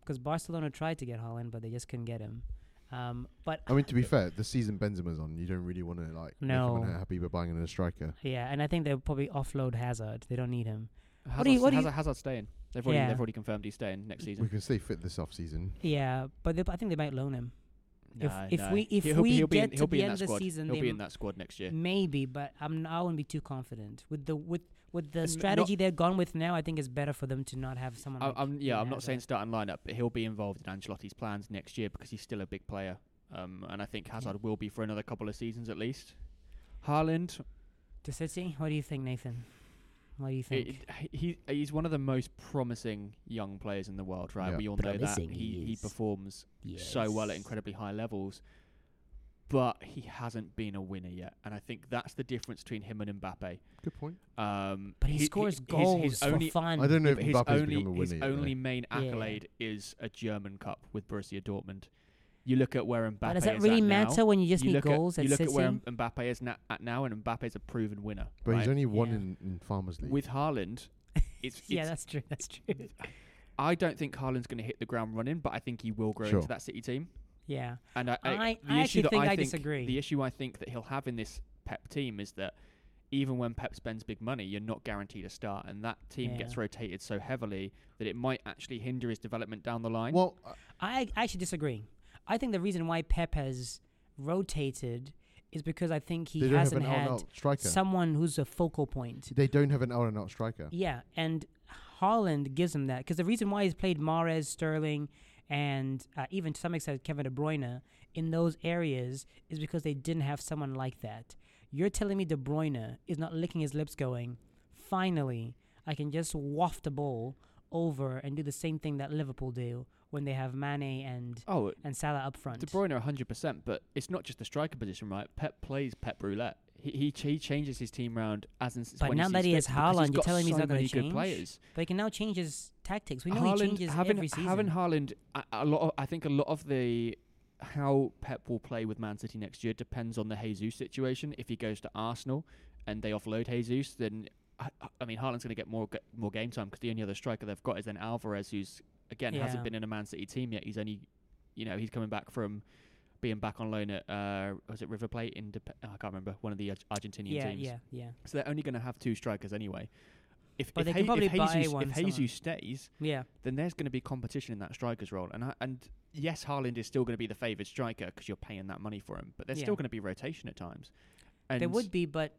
[SPEAKER 2] because Barcelona tried to get Haaland, but they just couldn't get him. Um, but
[SPEAKER 3] I mean, to be fair, the season Benzema's on, you don't really want to like
[SPEAKER 2] No.
[SPEAKER 3] make him unhappy by buying in a striker.
[SPEAKER 2] yeah, and I think they'll probably offload Hazard. They don't need him.
[SPEAKER 1] Hazard,
[SPEAKER 2] What do you- what do you-
[SPEAKER 1] Hazard, Hazard's staying. They've already,
[SPEAKER 2] Yeah.
[SPEAKER 1] they've already confirmed he's staying next season.
[SPEAKER 3] We can stay fit this off season.
[SPEAKER 2] Yeah, but they, I think they might loan him. If-
[SPEAKER 1] Nah,
[SPEAKER 2] if
[SPEAKER 1] no.
[SPEAKER 2] we- if
[SPEAKER 1] he'll, he'll
[SPEAKER 2] we
[SPEAKER 1] be, he'll be in,
[SPEAKER 2] get to
[SPEAKER 1] he'll be
[SPEAKER 2] the
[SPEAKER 1] in
[SPEAKER 2] end
[SPEAKER 1] that
[SPEAKER 2] of the
[SPEAKER 1] squad.
[SPEAKER 2] season,
[SPEAKER 1] he'll
[SPEAKER 2] they
[SPEAKER 1] be in
[SPEAKER 2] m-
[SPEAKER 1] that squad next year.
[SPEAKER 2] Maybe, but I'm I wouldn't be too confident with the with with the
[SPEAKER 1] It's n-
[SPEAKER 2] strategy they're gone with now. I think it's better for them to not have someone.
[SPEAKER 1] I,
[SPEAKER 2] like
[SPEAKER 1] I'm yeah,
[SPEAKER 2] Eden
[SPEAKER 1] I'm not saying
[SPEAKER 2] Hazard.
[SPEAKER 1] starting lineup, but he'll be involved in Ancelotti's plans next year because he's still a big player. Um, and I think Hazard will be for another couple of seasons at least. Haaland,
[SPEAKER 2] to City. What do you think, Nathan? What do you think?
[SPEAKER 1] it, he he's one of the most promising young players in the world, right?
[SPEAKER 3] Yeah.
[SPEAKER 1] We all know
[SPEAKER 2] Promising
[SPEAKER 1] that
[SPEAKER 2] he
[SPEAKER 1] he, he
[SPEAKER 2] is.
[SPEAKER 1] performs so well at incredibly high levels. But he hasn't been a winner yet, and I think that's the difference between him and Mbappe.
[SPEAKER 3] Good point.
[SPEAKER 1] Um,
[SPEAKER 2] But he
[SPEAKER 1] his-
[SPEAKER 2] scores
[SPEAKER 1] his-
[SPEAKER 2] goals
[SPEAKER 1] His,
[SPEAKER 2] for
[SPEAKER 1] only
[SPEAKER 2] fun.
[SPEAKER 3] I don't
[SPEAKER 1] Yeah,
[SPEAKER 3] know if
[SPEAKER 1] but his
[SPEAKER 3] Mbappe's
[SPEAKER 1] only,
[SPEAKER 3] become a winner.
[SPEAKER 1] his
[SPEAKER 3] yet, though.
[SPEAKER 1] only main
[SPEAKER 2] Yeah.
[SPEAKER 1] accolade is a German Cup with Borussia Dortmund. You look at where Mbappe
[SPEAKER 2] But does
[SPEAKER 1] is
[SPEAKER 2] that
[SPEAKER 1] at
[SPEAKER 2] really
[SPEAKER 1] now,
[SPEAKER 2] matter when you just
[SPEAKER 1] you
[SPEAKER 2] need
[SPEAKER 1] look
[SPEAKER 2] goals
[SPEAKER 1] at,
[SPEAKER 2] at
[SPEAKER 1] you look
[SPEAKER 2] City?
[SPEAKER 1] at where M- Mbappe is na- at now, and Mbappe is a proven winner.
[SPEAKER 3] but he's
[SPEAKER 1] right?
[SPEAKER 3] only one
[SPEAKER 2] Yeah.
[SPEAKER 3] in, in Farmers League.
[SPEAKER 1] with Haaland,
[SPEAKER 2] [laughs]
[SPEAKER 1] it's,
[SPEAKER 2] yeah,
[SPEAKER 1] it's
[SPEAKER 2] that's true. That's true. [laughs]
[SPEAKER 1] I don't think Haaland's going to hit the ground running, but I think he will grow
[SPEAKER 3] Sure.
[SPEAKER 1] into that City team.
[SPEAKER 2] yeah,
[SPEAKER 1] And I, I,
[SPEAKER 2] I-
[SPEAKER 1] the
[SPEAKER 2] I actually
[SPEAKER 1] issue that
[SPEAKER 2] think
[SPEAKER 1] I,
[SPEAKER 2] I
[SPEAKER 1] think
[SPEAKER 2] disagree.
[SPEAKER 1] the issue I think that he'll have in this Pep team is that even when Pep spends big money, you're not guaranteed a start, and that team gets
[SPEAKER 2] Yeah.
[SPEAKER 1] rotated so heavily that it might actually hinder his development down the line.
[SPEAKER 3] well, uh,
[SPEAKER 2] I I actually disagree. I think the reason why Pep has rotated is because I think he
[SPEAKER 3] they don't have
[SPEAKER 2] hasn't
[SPEAKER 3] an
[SPEAKER 2] had
[SPEAKER 3] out-and-out striker.
[SPEAKER 2] someone who's a focal point.
[SPEAKER 3] They don't have an out-and-out striker.
[SPEAKER 2] Yeah, and Haaland gives him that because the reason why he's played Mares, Sterling, and uh, even to some extent Kevin De Bruyne in those areas is because they didn't have someone like that. You're telling me De Bruyne is not licking his lips, going, "Finally, I can just waft the ball over and do the same thing that Liverpool do when they have Mane and
[SPEAKER 1] oh,
[SPEAKER 2] and Salah up front."
[SPEAKER 1] De Bruyne 100%, but it's not just the striker position, right? Pep plays Pep roulette. He he, ch- he changes his team round as and
[SPEAKER 2] But
[SPEAKER 1] when
[SPEAKER 2] now
[SPEAKER 1] he
[SPEAKER 2] that
[SPEAKER 1] sees
[SPEAKER 2] he
[SPEAKER 1] fit
[SPEAKER 2] has
[SPEAKER 1] because
[SPEAKER 2] Haaland, you're
[SPEAKER 1] got
[SPEAKER 2] telling me he's
[SPEAKER 1] so
[SPEAKER 2] not gonna
[SPEAKER 1] many good
[SPEAKER 2] change?
[SPEAKER 1] players.
[SPEAKER 2] but he can now change his tactics. We know
[SPEAKER 1] Haaland-
[SPEAKER 2] he changes
[SPEAKER 1] having,
[SPEAKER 2] every season.
[SPEAKER 1] Having Haaland, a, a lot of, I think a lot of the how Pep will play with Man City next year depends on the Jesus situation. If he goes to Arsenal and they offload Jesus, then I, I mean Haaland's going to get more g- more game time because the only other striker they've got is then Alvarez, who's again
[SPEAKER 2] Yeah.
[SPEAKER 1] hasn't been in a Man City team yet. He's only, you know, he's coming back from being back on loan at uh, was it River Plate in Dep- oh, I can't remember one of the Arg- Argentinian
[SPEAKER 2] yeah,
[SPEAKER 1] teams.
[SPEAKER 2] yeah, yeah,
[SPEAKER 1] So they're only going to have two strikers anyway. If
[SPEAKER 2] But
[SPEAKER 1] if,
[SPEAKER 2] they
[SPEAKER 1] He-
[SPEAKER 2] can probably
[SPEAKER 1] if
[SPEAKER 2] buy
[SPEAKER 1] Jesus,
[SPEAKER 2] one
[SPEAKER 1] if
[SPEAKER 2] somewhere.
[SPEAKER 1] Jesus stays,
[SPEAKER 2] yeah.
[SPEAKER 1] then there's going to be competition in that striker's role. And I, and yes, Haaland is still going to be the favoured striker because you're paying that money for him, but there's
[SPEAKER 2] Yeah.
[SPEAKER 1] still going to be rotation at times. And
[SPEAKER 2] there would be, but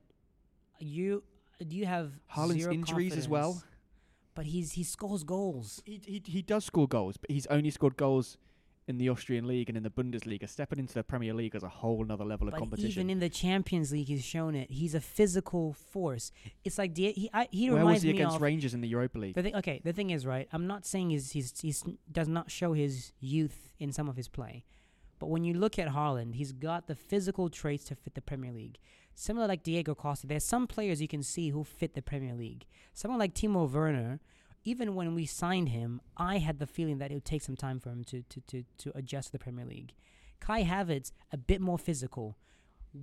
[SPEAKER 2] you do you have
[SPEAKER 1] Haaland's
[SPEAKER 2] zero
[SPEAKER 1] injuries as well.
[SPEAKER 2] confidence, But he's he scores goals.
[SPEAKER 1] he, he he does score goals, but he's only scored goals in the Austrian league and in the Bundesliga. Stepping into the Premier League is a whole nother level of
[SPEAKER 2] But
[SPEAKER 1] competition.
[SPEAKER 2] even in the Champions League, he's shown it. He's a physical force. It's like Di- he I, he
[SPEAKER 1] Where was
[SPEAKER 2] reminds
[SPEAKER 1] he
[SPEAKER 2] me
[SPEAKER 1] against
[SPEAKER 2] of.
[SPEAKER 1] Rangers in the Europa League?
[SPEAKER 2] The thing, okay, the thing is, right. I'm not saying he's, he's he's does not show his youth in some of his play, but when you look at Haaland, he's got the physical traits to fit the Premier League. Similar like Diego Costa, there's some players you can see who fit the Premier League. Someone like Timo Werner, even when we signed him, I had the feeling that it would take some time for him to to to, to adjust to the Premier League. Kai Havertz, a bit more physical,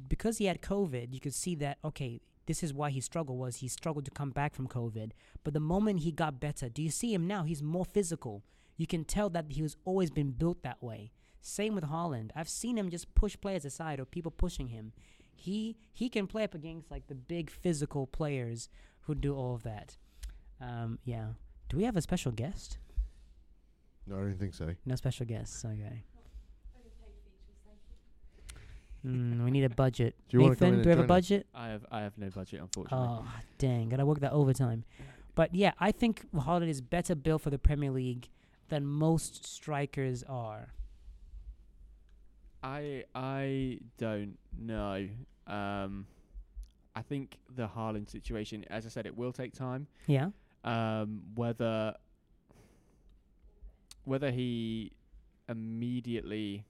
[SPEAKER 2] because he had COVID, you could see that okay, this is why he struggled was he struggled to come back from COVID. But the moment he got better, do you see him now? He's more physical. You can tell that he was always been built that way. Same with Holland. I've seen him just push players aside or people pushing him. He he can play up against like the big physical players who do all of that. Um, yeah. Do we have a special guest?
[SPEAKER 3] No, I don't think so.
[SPEAKER 2] No special guests. Okay. Mm, we need a budget.
[SPEAKER 3] Do you wanna come in
[SPEAKER 2] Nathan,
[SPEAKER 3] and
[SPEAKER 2] do we have a
[SPEAKER 3] join us?
[SPEAKER 2] budget?
[SPEAKER 1] I have I have no budget, unfortunately.
[SPEAKER 2] Oh, dang. Gotta work that overtime. But yeah, I think Holland is better built for the Premier League than most strikers are.
[SPEAKER 1] I I don't know. Um, I think the Haaland situation, as I said, it will take time.
[SPEAKER 2] Yeah.
[SPEAKER 1] Um, whether whether he immediately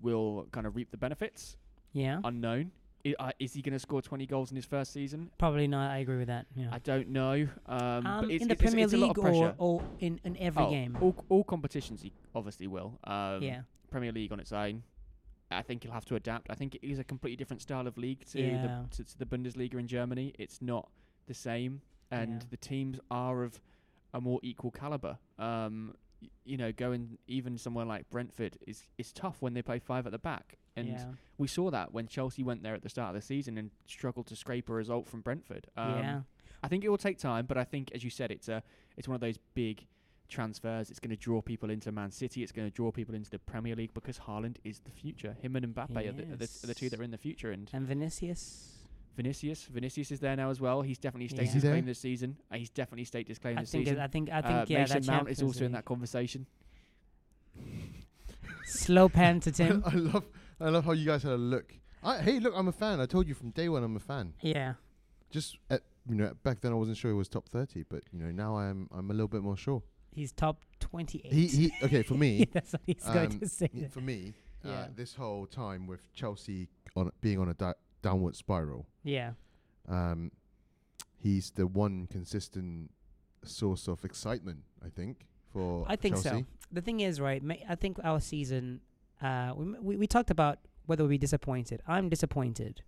[SPEAKER 1] will kind of reap the benefits,
[SPEAKER 2] Yeah.
[SPEAKER 1] unknown. I, uh, is he going to score 20 goals in his first season?
[SPEAKER 2] Probably not. I agree with that. Yeah.
[SPEAKER 1] I don't know. Um,
[SPEAKER 2] Um,
[SPEAKER 1] but it's,
[SPEAKER 2] in
[SPEAKER 1] it's-
[SPEAKER 2] the
[SPEAKER 1] it's-
[SPEAKER 2] Premier
[SPEAKER 1] it's a lot
[SPEAKER 2] League
[SPEAKER 1] of pressure.
[SPEAKER 2] or, or in, in every
[SPEAKER 1] Oh,
[SPEAKER 2] game.
[SPEAKER 1] All, all competitions, he obviously will. Um,
[SPEAKER 2] yeah.
[SPEAKER 1] Premier League on its own. I think he'll have to adapt. I think it is a completely different style of league to
[SPEAKER 2] Yeah.
[SPEAKER 1] the to, to the Bundesliga in Germany. It's not the same, and
[SPEAKER 2] Yeah.
[SPEAKER 1] the teams are of a more equal caliber. Um, y- you know, going even somewhere like Brentford is is tough when they play five at the back, and
[SPEAKER 2] yeah.
[SPEAKER 1] we saw that when Chelsea went there at the start of the season and struggled to scrape a result from Brentford. Um,
[SPEAKER 2] yeah.
[SPEAKER 1] I think it will take time, but I think, as you said, it's a it's one of those big transfers. It's going to draw people into Man City. It's going to draw people into the Premier League because Haaland is the future. Him and Mbappe are, the, are, the, are the two that are in the future. And
[SPEAKER 2] And Vinicius.
[SPEAKER 1] Vinicius, Vinicius is there now as well. He's definitely staked
[SPEAKER 2] Yeah.
[SPEAKER 1] his
[SPEAKER 3] Is he
[SPEAKER 1] claim
[SPEAKER 3] there?
[SPEAKER 1] this season. Uh, he's definitely staked his claim
[SPEAKER 2] I
[SPEAKER 1] this
[SPEAKER 2] think, it,
[SPEAKER 1] season.
[SPEAKER 2] I think I think
[SPEAKER 1] Uh,
[SPEAKER 2] yeah.
[SPEAKER 1] Mason
[SPEAKER 2] that
[SPEAKER 1] Mount is
[SPEAKER 2] Champions
[SPEAKER 1] also in
[SPEAKER 2] League.
[SPEAKER 1] that conversation.
[SPEAKER 2] [laughs] slow pan to Tim.
[SPEAKER 1] [laughs]
[SPEAKER 3] [laughs] I love, I love how you guys had a look. I, hey, look, I'm a fan. I told you from day one, I'm a fan.
[SPEAKER 2] yeah.
[SPEAKER 3] Just at, you know, back then I wasn't sure he was top 30, but you know, now I'm, I'm a little bit more sure.
[SPEAKER 2] He's top twenty-eight.
[SPEAKER 3] He, he, okay, for me,
[SPEAKER 2] [laughs] That's what he's going
[SPEAKER 3] um,
[SPEAKER 2] to say.
[SPEAKER 3] y- for me, uh,
[SPEAKER 2] Yeah.
[SPEAKER 3] this whole time with Chelsea on being on a di- downward spiral,
[SPEAKER 2] Yeah.
[SPEAKER 3] um, he's the one consistent source of excitement. I think for
[SPEAKER 2] I think
[SPEAKER 3] Chelsea.
[SPEAKER 2] so. The thing is, right? ma- I think our season. Uh, we, m- we we talked about whether we be disappointed. I'm disappointed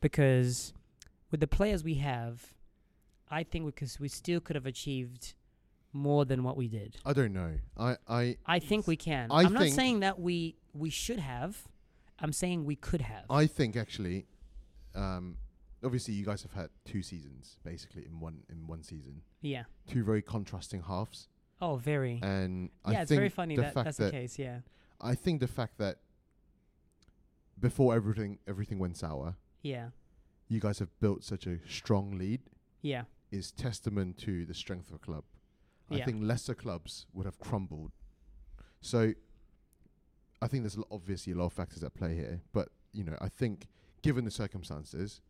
[SPEAKER 2] because with the players we have, I think because we still could have achieved more than what we did.
[SPEAKER 3] I don't know. I, I,
[SPEAKER 2] I think we can.
[SPEAKER 3] I
[SPEAKER 2] I'm not
[SPEAKER 3] think-
[SPEAKER 2] saying that we we should have. I'm saying we could have.
[SPEAKER 3] I think actually, um, obviously you guys have had two seasons basically in one in one season,
[SPEAKER 2] yeah.
[SPEAKER 3] two very contrasting halves,
[SPEAKER 2] Oh, very.
[SPEAKER 3] and
[SPEAKER 2] yeah,
[SPEAKER 3] I
[SPEAKER 2] it's
[SPEAKER 3] think
[SPEAKER 2] very funny
[SPEAKER 3] the
[SPEAKER 2] that
[SPEAKER 3] fact
[SPEAKER 2] that's
[SPEAKER 3] that
[SPEAKER 2] the case. Yeah.
[SPEAKER 3] I think the fact that before everything everything went sour,
[SPEAKER 2] Yeah.
[SPEAKER 3] you guys have built such a strong lead
[SPEAKER 2] Yeah.
[SPEAKER 3] is testament to the strength of a club. I
[SPEAKER 2] Yeah.
[SPEAKER 3] think lesser clubs would have crumbled. So I think there's a lot- obviously a lot of factors at play here, but you know, I think given the circumstances,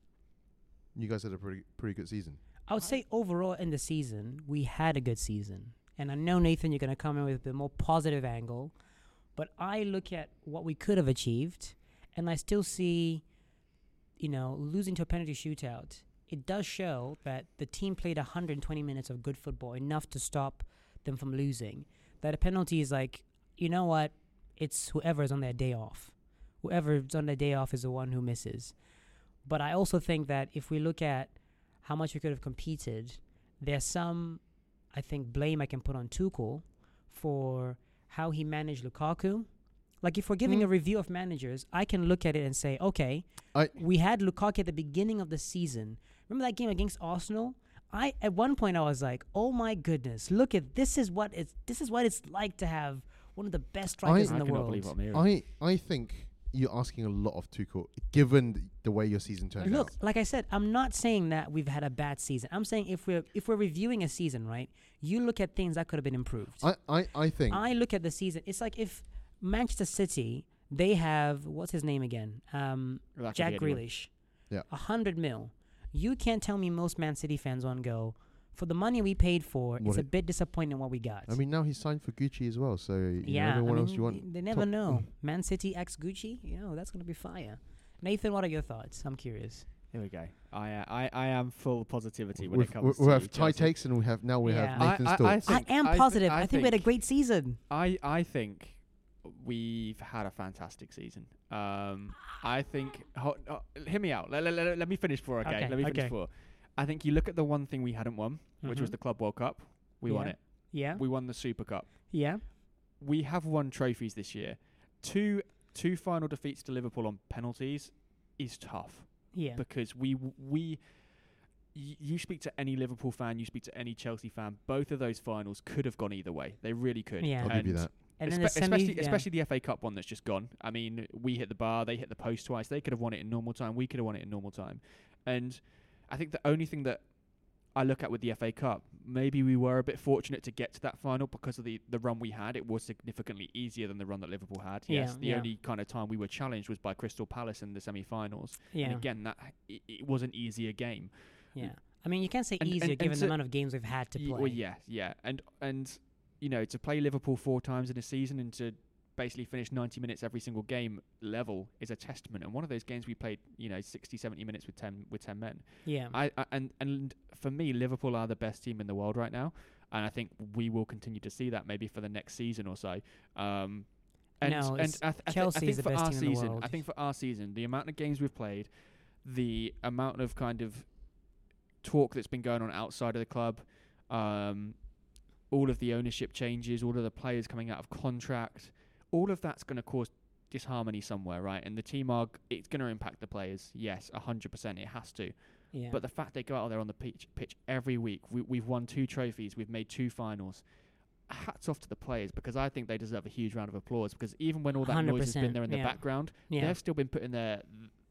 [SPEAKER 3] you guys had a pretty pretty good season.
[SPEAKER 2] I would say overall in the season, we had a good season. And I know, Nathan, you're going to come in with a more positive angle. But I look at what we could have achieved, and I still see, you know, losing to a penalty shootout. It does show that the team played 120 minutes of good football, enough to stop them from losing. That a penalty is like, you know what? It's whoever's on their day off. Whoever's on their day off is the one who misses. But I also think that if we look at how much we could have competed. There's some, I think, blame I can put on Tuchel for how he managed Lukaku. Like if we're giving
[SPEAKER 3] Mm.
[SPEAKER 2] a review of managers, I can look at it and say, okay,
[SPEAKER 3] I-
[SPEAKER 2] we had Lukaku at the beginning of the season. Remember that game against Arsenal? I at one point I was like, oh my goodness, look at this is what it's this is what it's like to have one of the best strikers
[SPEAKER 1] I
[SPEAKER 2] in the
[SPEAKER 1] cannot
[SPEAKER 2] world.
[SPEAKER 1] believe what I'm hearing.
[SPEAKER 3] I I think you're asking a lot of Tuchel given th- the way your season turned
[SPEAKER 2] Look,
[SPEAKER 3] out.
[SPEAKER 2] like I said, I'm not saying that we've had a bad season. I'm saying if we're if we're reviewing a season, right, you look at things that could have been improved.
[SPEAKER 3] I, I, I think
[SPEAKER 2] I look at the season. It's like if Manchester City they have what's his name again, um,
[SPEAKER 1] Well, that could
[SPEAKER 2] Jack
[SPEAKER 1] be anyone.
[SPEAKER 2] Grealish,
[SPEAKER 3] Yeah.
[SPEAKER 2] a hundred mil. You can't tell me most Man City fans won't go for the money we paid for.
[SPEAKER 3] What
[SPEAKER 2] it's a
[SPEAKER 3] it-
[SPEAKER 2] bit disappointing what we got.
[SPEAKER 3] I mean now he's signed for Gucci as well, so you
[SPEAKER 2] yeah,
[SPEAKER 3] know, everyone
[SPEAKER 2] I
[SPEAKER 3] else you
[SPEAKER 2] mean,
[SPEAKER 3] want.
[SPEAKER 2] They never
[SPEAKER 3] top- Mm.
[SPEAKER 2] know. Man City ex Gucci, you know that's gonna be fire. Nathan, what are your thoughts? I'm curious.
[SPEAKER 1] Here we go. I, uh, I I am full positivity when
[SPEAKER 3] We've-
[SPEAKER 1] it
[SPEAKER 3] we
[SPEAKER 1] comes.
[SPEAKER 3] we
[SPEAKER 1] to
[SPEAKER 3] have Ty
[SPEAKER 1] Chelsea.
[SPEAKER 3] takes and we have now we
[SPEAKER 2] Yeah.
[SPEAKER 3] have Nathan's thoughts.
[SPEAKER 2] I
[SPEAKER 1] think-
[SPEAKER 2] am
[SPEAKER 1] I thi-
[SPEAKER 2] positive.
[SPEAKER 1] I
[SPEAKER 2] I, think we had a
[SPEAKER 1] think-
[SPEAKER 2] great season.
[SPEAKER 1] I I think we've had a fantastic season. Um, I think. Ho- ho- hear me out. Let, let, let, let me finish for okay.
[SPEAKER 2] Okay,
[SPEAKER 1] Let me
[SPEAKER 2] okay.
[SPEAKER 1] finish for. I think you look at the one thing we hadn't won, which was
[SPEAKER 2] Mhm.
[SPEAKER 1] the Club World Cup. We won
[SPEAKER 2] Yeah.
[SPEAKER 1] it.
[SPEAKER 2] Yeah.
[SPEAKER 1] We won the Super Cup.
[SPEAKER 2] Yeah.
[SPEAKER 1] We have won trophies this year. Two two final defeats to Liverpool on penalties is tough
[SPEAKER 2] Yeah.
[SPEAKER 1] because we we y- you speak to any Liverpool fan, you speak to any Chelsea fan, both of those finals could have gone either way. They really could.
[SPEAKER 2] Yeah.
[SPEAKER 3] I'll give you
[SPEAKER 1] And
[SPEAKER 3] that.
[SPEAKER 2] And then
[SPEAKER 1] Espe-
[SPEAKER 2] the semi,
[SPEAKER 1] especially,
[SPEAKER 2] yeah.
[SPEAKER 1] especially the FA Cup one that's just gone. I mean, we hit the bar, they hit the post twice. They could have won it in normal time. We could have won it in normal time. And I think the only thing that I look at with the FA Cup, maybe we were a bit fortunate to get to that final because of the, the run we had. It was significantly easier than the run that Liverpool had. Yes,
[SPEAKER 2] Yeah,
[SPEAKER 1] the
[SPEAKER 2] yeah.
[SPEAKER 1] only kind of time we were challenged was by Crystal Palace in the semi-finals.
[SPEAKER 2] yeah.
[SPEAKER 1] And again, that it, it was an easier game.
[SPEAKER 2] yeah. I mean, you can't say
[SPEAKER 1] and-
[SPEAKER 2] easier
[SPEAKER 1] and- and
[SPEAKER 2] given
[SPEAKER 1] to-
[SPEAKER 2] the amount of games we've had to
[SPEAKER 1] Ye-
[SPEAKER 2] play.
[SPEAKER 1] Well, yeah, yeah, and and you know to play Liverpool four times in a season and to basically finish 90 minutes every single game level is a testament. And one of those games we played, you know, 60, 70 minutes with 10 with 10 men.
[SPEAKER 2] Yeah.
[SPEAKER 1] I, I and and for me, Liverpool are the best team in the world right now, and I think we will continue to see that maybe for the next season or so. Um, and
[SPEAKER 2] No,
[SPEAKER 1] and
[SPEAKER 2] it's-
[SPEAKER 1] I, th- I, thi-
[SPEAKER 2] Chelsea
[SPEAKER 1] I think
[SPEAKER 2] is the
[SPEAKER 1] for
[SPEAKER 2] best
[SPEAKER 1] our
[SPEAKER 2] team in the
[SPEAKER 1] season,
[SPEAKER 2] world.
[SPEAKER 1] I think for our season, the amount of games we've played, the amount of kind of talk that's been going on outside of the club, um, all of the ownership changes, all of the players coming out of contract, all of that's going to cause disharmony somewhere, right? And the team are it's going to impact the players. Yes, hundred percent, it has to.
[SPEAKER 2] yeah.
[SPEAKER 1] But the fact they go out there on the pitch, pitch every week, we, we've won two trophies, we've made two finals. Hats off to the players because I think they deserve a huge round of applause because even when all that noise has
[SPEAKER 2] 100%,
[SPEAKER 1] been there in the
[SPEAKER 2] yeah.
[SPEAKER 1] background,
[SPEAKER 2] yeah.
[SPEAKER 1] they've still been putting their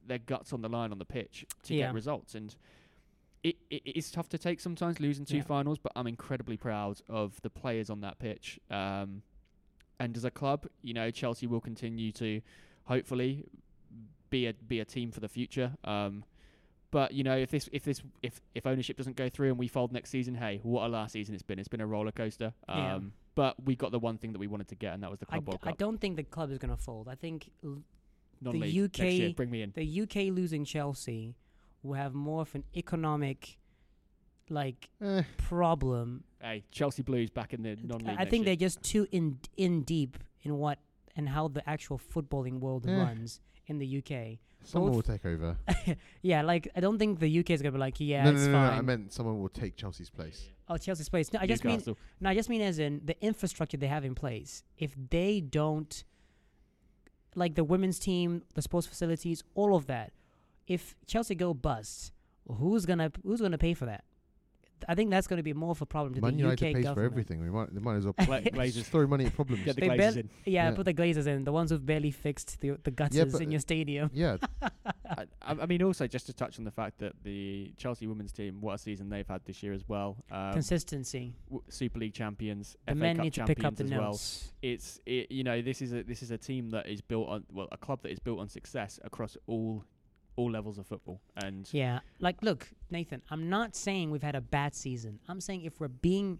[SPEAKER 1] their guts on the line on the pitch to
[SPEAKER 2] Yeah.
[SPEAKER 1] get results. And it, it it's tough to take sometimes losing two
[SPEAKER 2] Yeah.
[SPEAKER 1] finals, but I'm incredibly proud of the players on that pitch. Um, and as a club, you know Chelsea will continue to hopefully be a be a team for the future. Um, but you know if this if this if if ownership doesn't go through and we fold next season, hey, what a last season it's been! It's been a roller coaster. Um,
[SPEAKER 2] Yeah.
[SPEAKER 1] But we got the one thing that we wanted to get, and that was the
[SPEAKER 2] I,
[SPEAKER 1] Club World
[SPEAKER 2] d- I
[SPEAKER 1] Cup.
[SPEAKER 2] don't think the club is going to fold. I think l-
[SPEAKER 1] Non-league
[SPEAKER 2] the
[SPEAKER 1] next year,
[SPEAKER 2] UK
[SPEAKER 1] bring me in.
[SPEAKER 2] the UK losing Chelsea will have more of an economic like
[SPEAKER 3] Eh,
[SPEAKER 2] problem.
[SPEAKER 1] Hey, Chelsea Blues back in the non-league.
[SPEAKER 2] I- I
[SPEAKER 1] next
[SPEAKER 2] think
[SPEAKER 1] year.
[SPEAKER 2] they're just too in in deep in what and how the actual footballing world
[SPEAKER 3] Yeah.
[SPEAKER 2] runs in the UK.
[SPEAKER 3] someone
[SPEAKER 2] Both-
[SPEAKER 3] will take over.
[SPEAKER 2] Yeah, like I don't think the UK is gonna be like, yeah,
[SPEAKER 3] no, no,
[SPEAKER 2] it's
[SPEAKER 3] no, no,
[SPEAKER 2] fine.
[SPEAKER 3] no. I meant someone will take Chelsea's place.
[SPEAKER 2] oh, Chelsea's place. No, I just mean
[SPEAKER 1] Newcastle.
[SPEAKER 2] no, I just mean as in the infrastructure they have in place. If they don't, like the women's team, the sports facilities, all of that. If Chelsea go bust, who's gonna who's gonna pay for that? I think that's gonna be more of a problem to
[SPEAKER 3] Man
[SPEAKER 2] the
[SPEAKER 3] United
[SPEAKER 2] UK
[SPEAKER 3] pays
[SPEAKER 2] government.
[SPEAKER 3] for everything. We might, they might
[SPEAKER 2] [laughs]
[SPEAKER 3] as well
[SPEAKER 1] Gla-
[SPEAKER 3] just
[SPEAKER 1] Glazers.
[SPEAKER 3] throw money at problems.
[SPEAKER 1] Get the
[SPEAKER 2] They
[SPEAKER 1] Glazers
[SPEAKER 2] bet-
[SPEAKER 1] in.
[SPEAKER 2] Yeah,
[SPEAKER 3] Yeah.
[SPEAKER 2] put the Glazers in, the ones who've barely fixed the the gutters
[SPEAKER 3] but,
[SPEAKER 2] in
[SPEAKER 3] uh,
[SPEAKER 2] your stadium. [laughs]
[SPEAKER 3] yeah,
[SPEAKER 1] [laughs] I, I I mean, also just to touch on the fact that the Chelsea women's team, what a season they've had this year as well.
[SPEAKER 3] Uh,
[SPEAKER 1] Um,
[SPEAKER 2] Consistency.
[SPEAKER 1] w- Super League champions,
[SPEAKER 2] The
[SPEAKER 1] FA
[SPEAKER 2] men
[SPEAKER 1] Cup
[SPEAKER 2] need to
[SPEAKER 1] champions
[SPEAKER 2] pick up the
[SPEAKER 1] as well.
[SPEAKER 2] notes.
[SPEAKER 1] It's it, you know this is a this is a team that is built on well a club that is built on success across all all levels of football and
[SPEAKER 2] Yeah. Like, look, Nathan, I'm not saying we've had a bad season. I'm saying if we're being,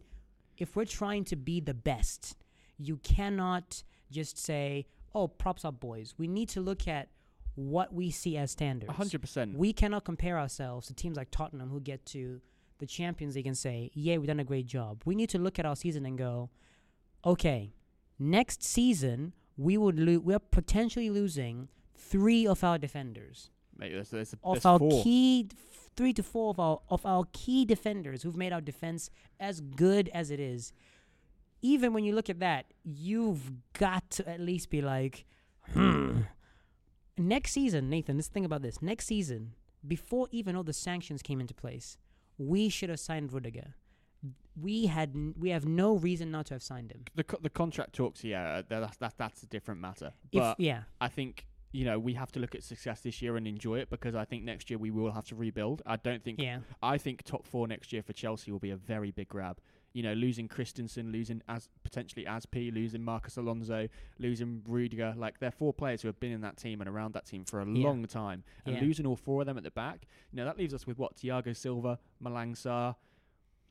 [SPEAKER 2] if we're trying to be the best, you cannot just say, oh, props up, boys. We need to look at what we see as standards.
[SPEAKER 1] a hundred percent.
[SPEAKER 2] We cannot compare ourselves to teams like Tottenham who get to the Champions League and say, yeah, we've done a great job. We need to look at our season and go, okay, next season, we would lose, we're potentially losing three of our defenders
[SPEAKER 1] Mate, there's, there's,
[SPEAKER 2] of
[SPEAKER 1] there's
[SPEAKER 2] our
[SPEAKER 1] four.
[SPEAKER 2] key f- three to four of our of our key defenders who've made our defense as good as it is. Even when you look at that, you've got to at least be like, hmm. Next season, Nathan, let's think about this. Next season, before even all the sanctions came into place, we should have signed Rudiger. We had n- we have no reason not to have signed him.
[SPEAKER 1] The, co- the contract talks, yeah, that- that's that, that's a different matter.
[SPEAKER 2] If
[SPEAKER 1] But
[SPEAKER 2] yeah,
[SPEAKER 1] I think you know we have to look at success this year and enjoy it because I think next year we will have to rebuild. I don't think
[SPEAKER 2] yeah,
[SPEAKER 1] I think top four next year for Chelsea will be a very big grab. You know, losing Christensen, losing as potentially Aspi, losing Marcus Alonso, losing Rudiger. Like they're four players who have been in that team and around that team for a
[SPEAKER 2] Yeah.
[SPEAKER 1] long time, and
[SPEAKER 2] Yeah.
[SPEAKER 1] losing all four of them at the back. You know, that leaves us with what Thiago Silva, Malang Sarr,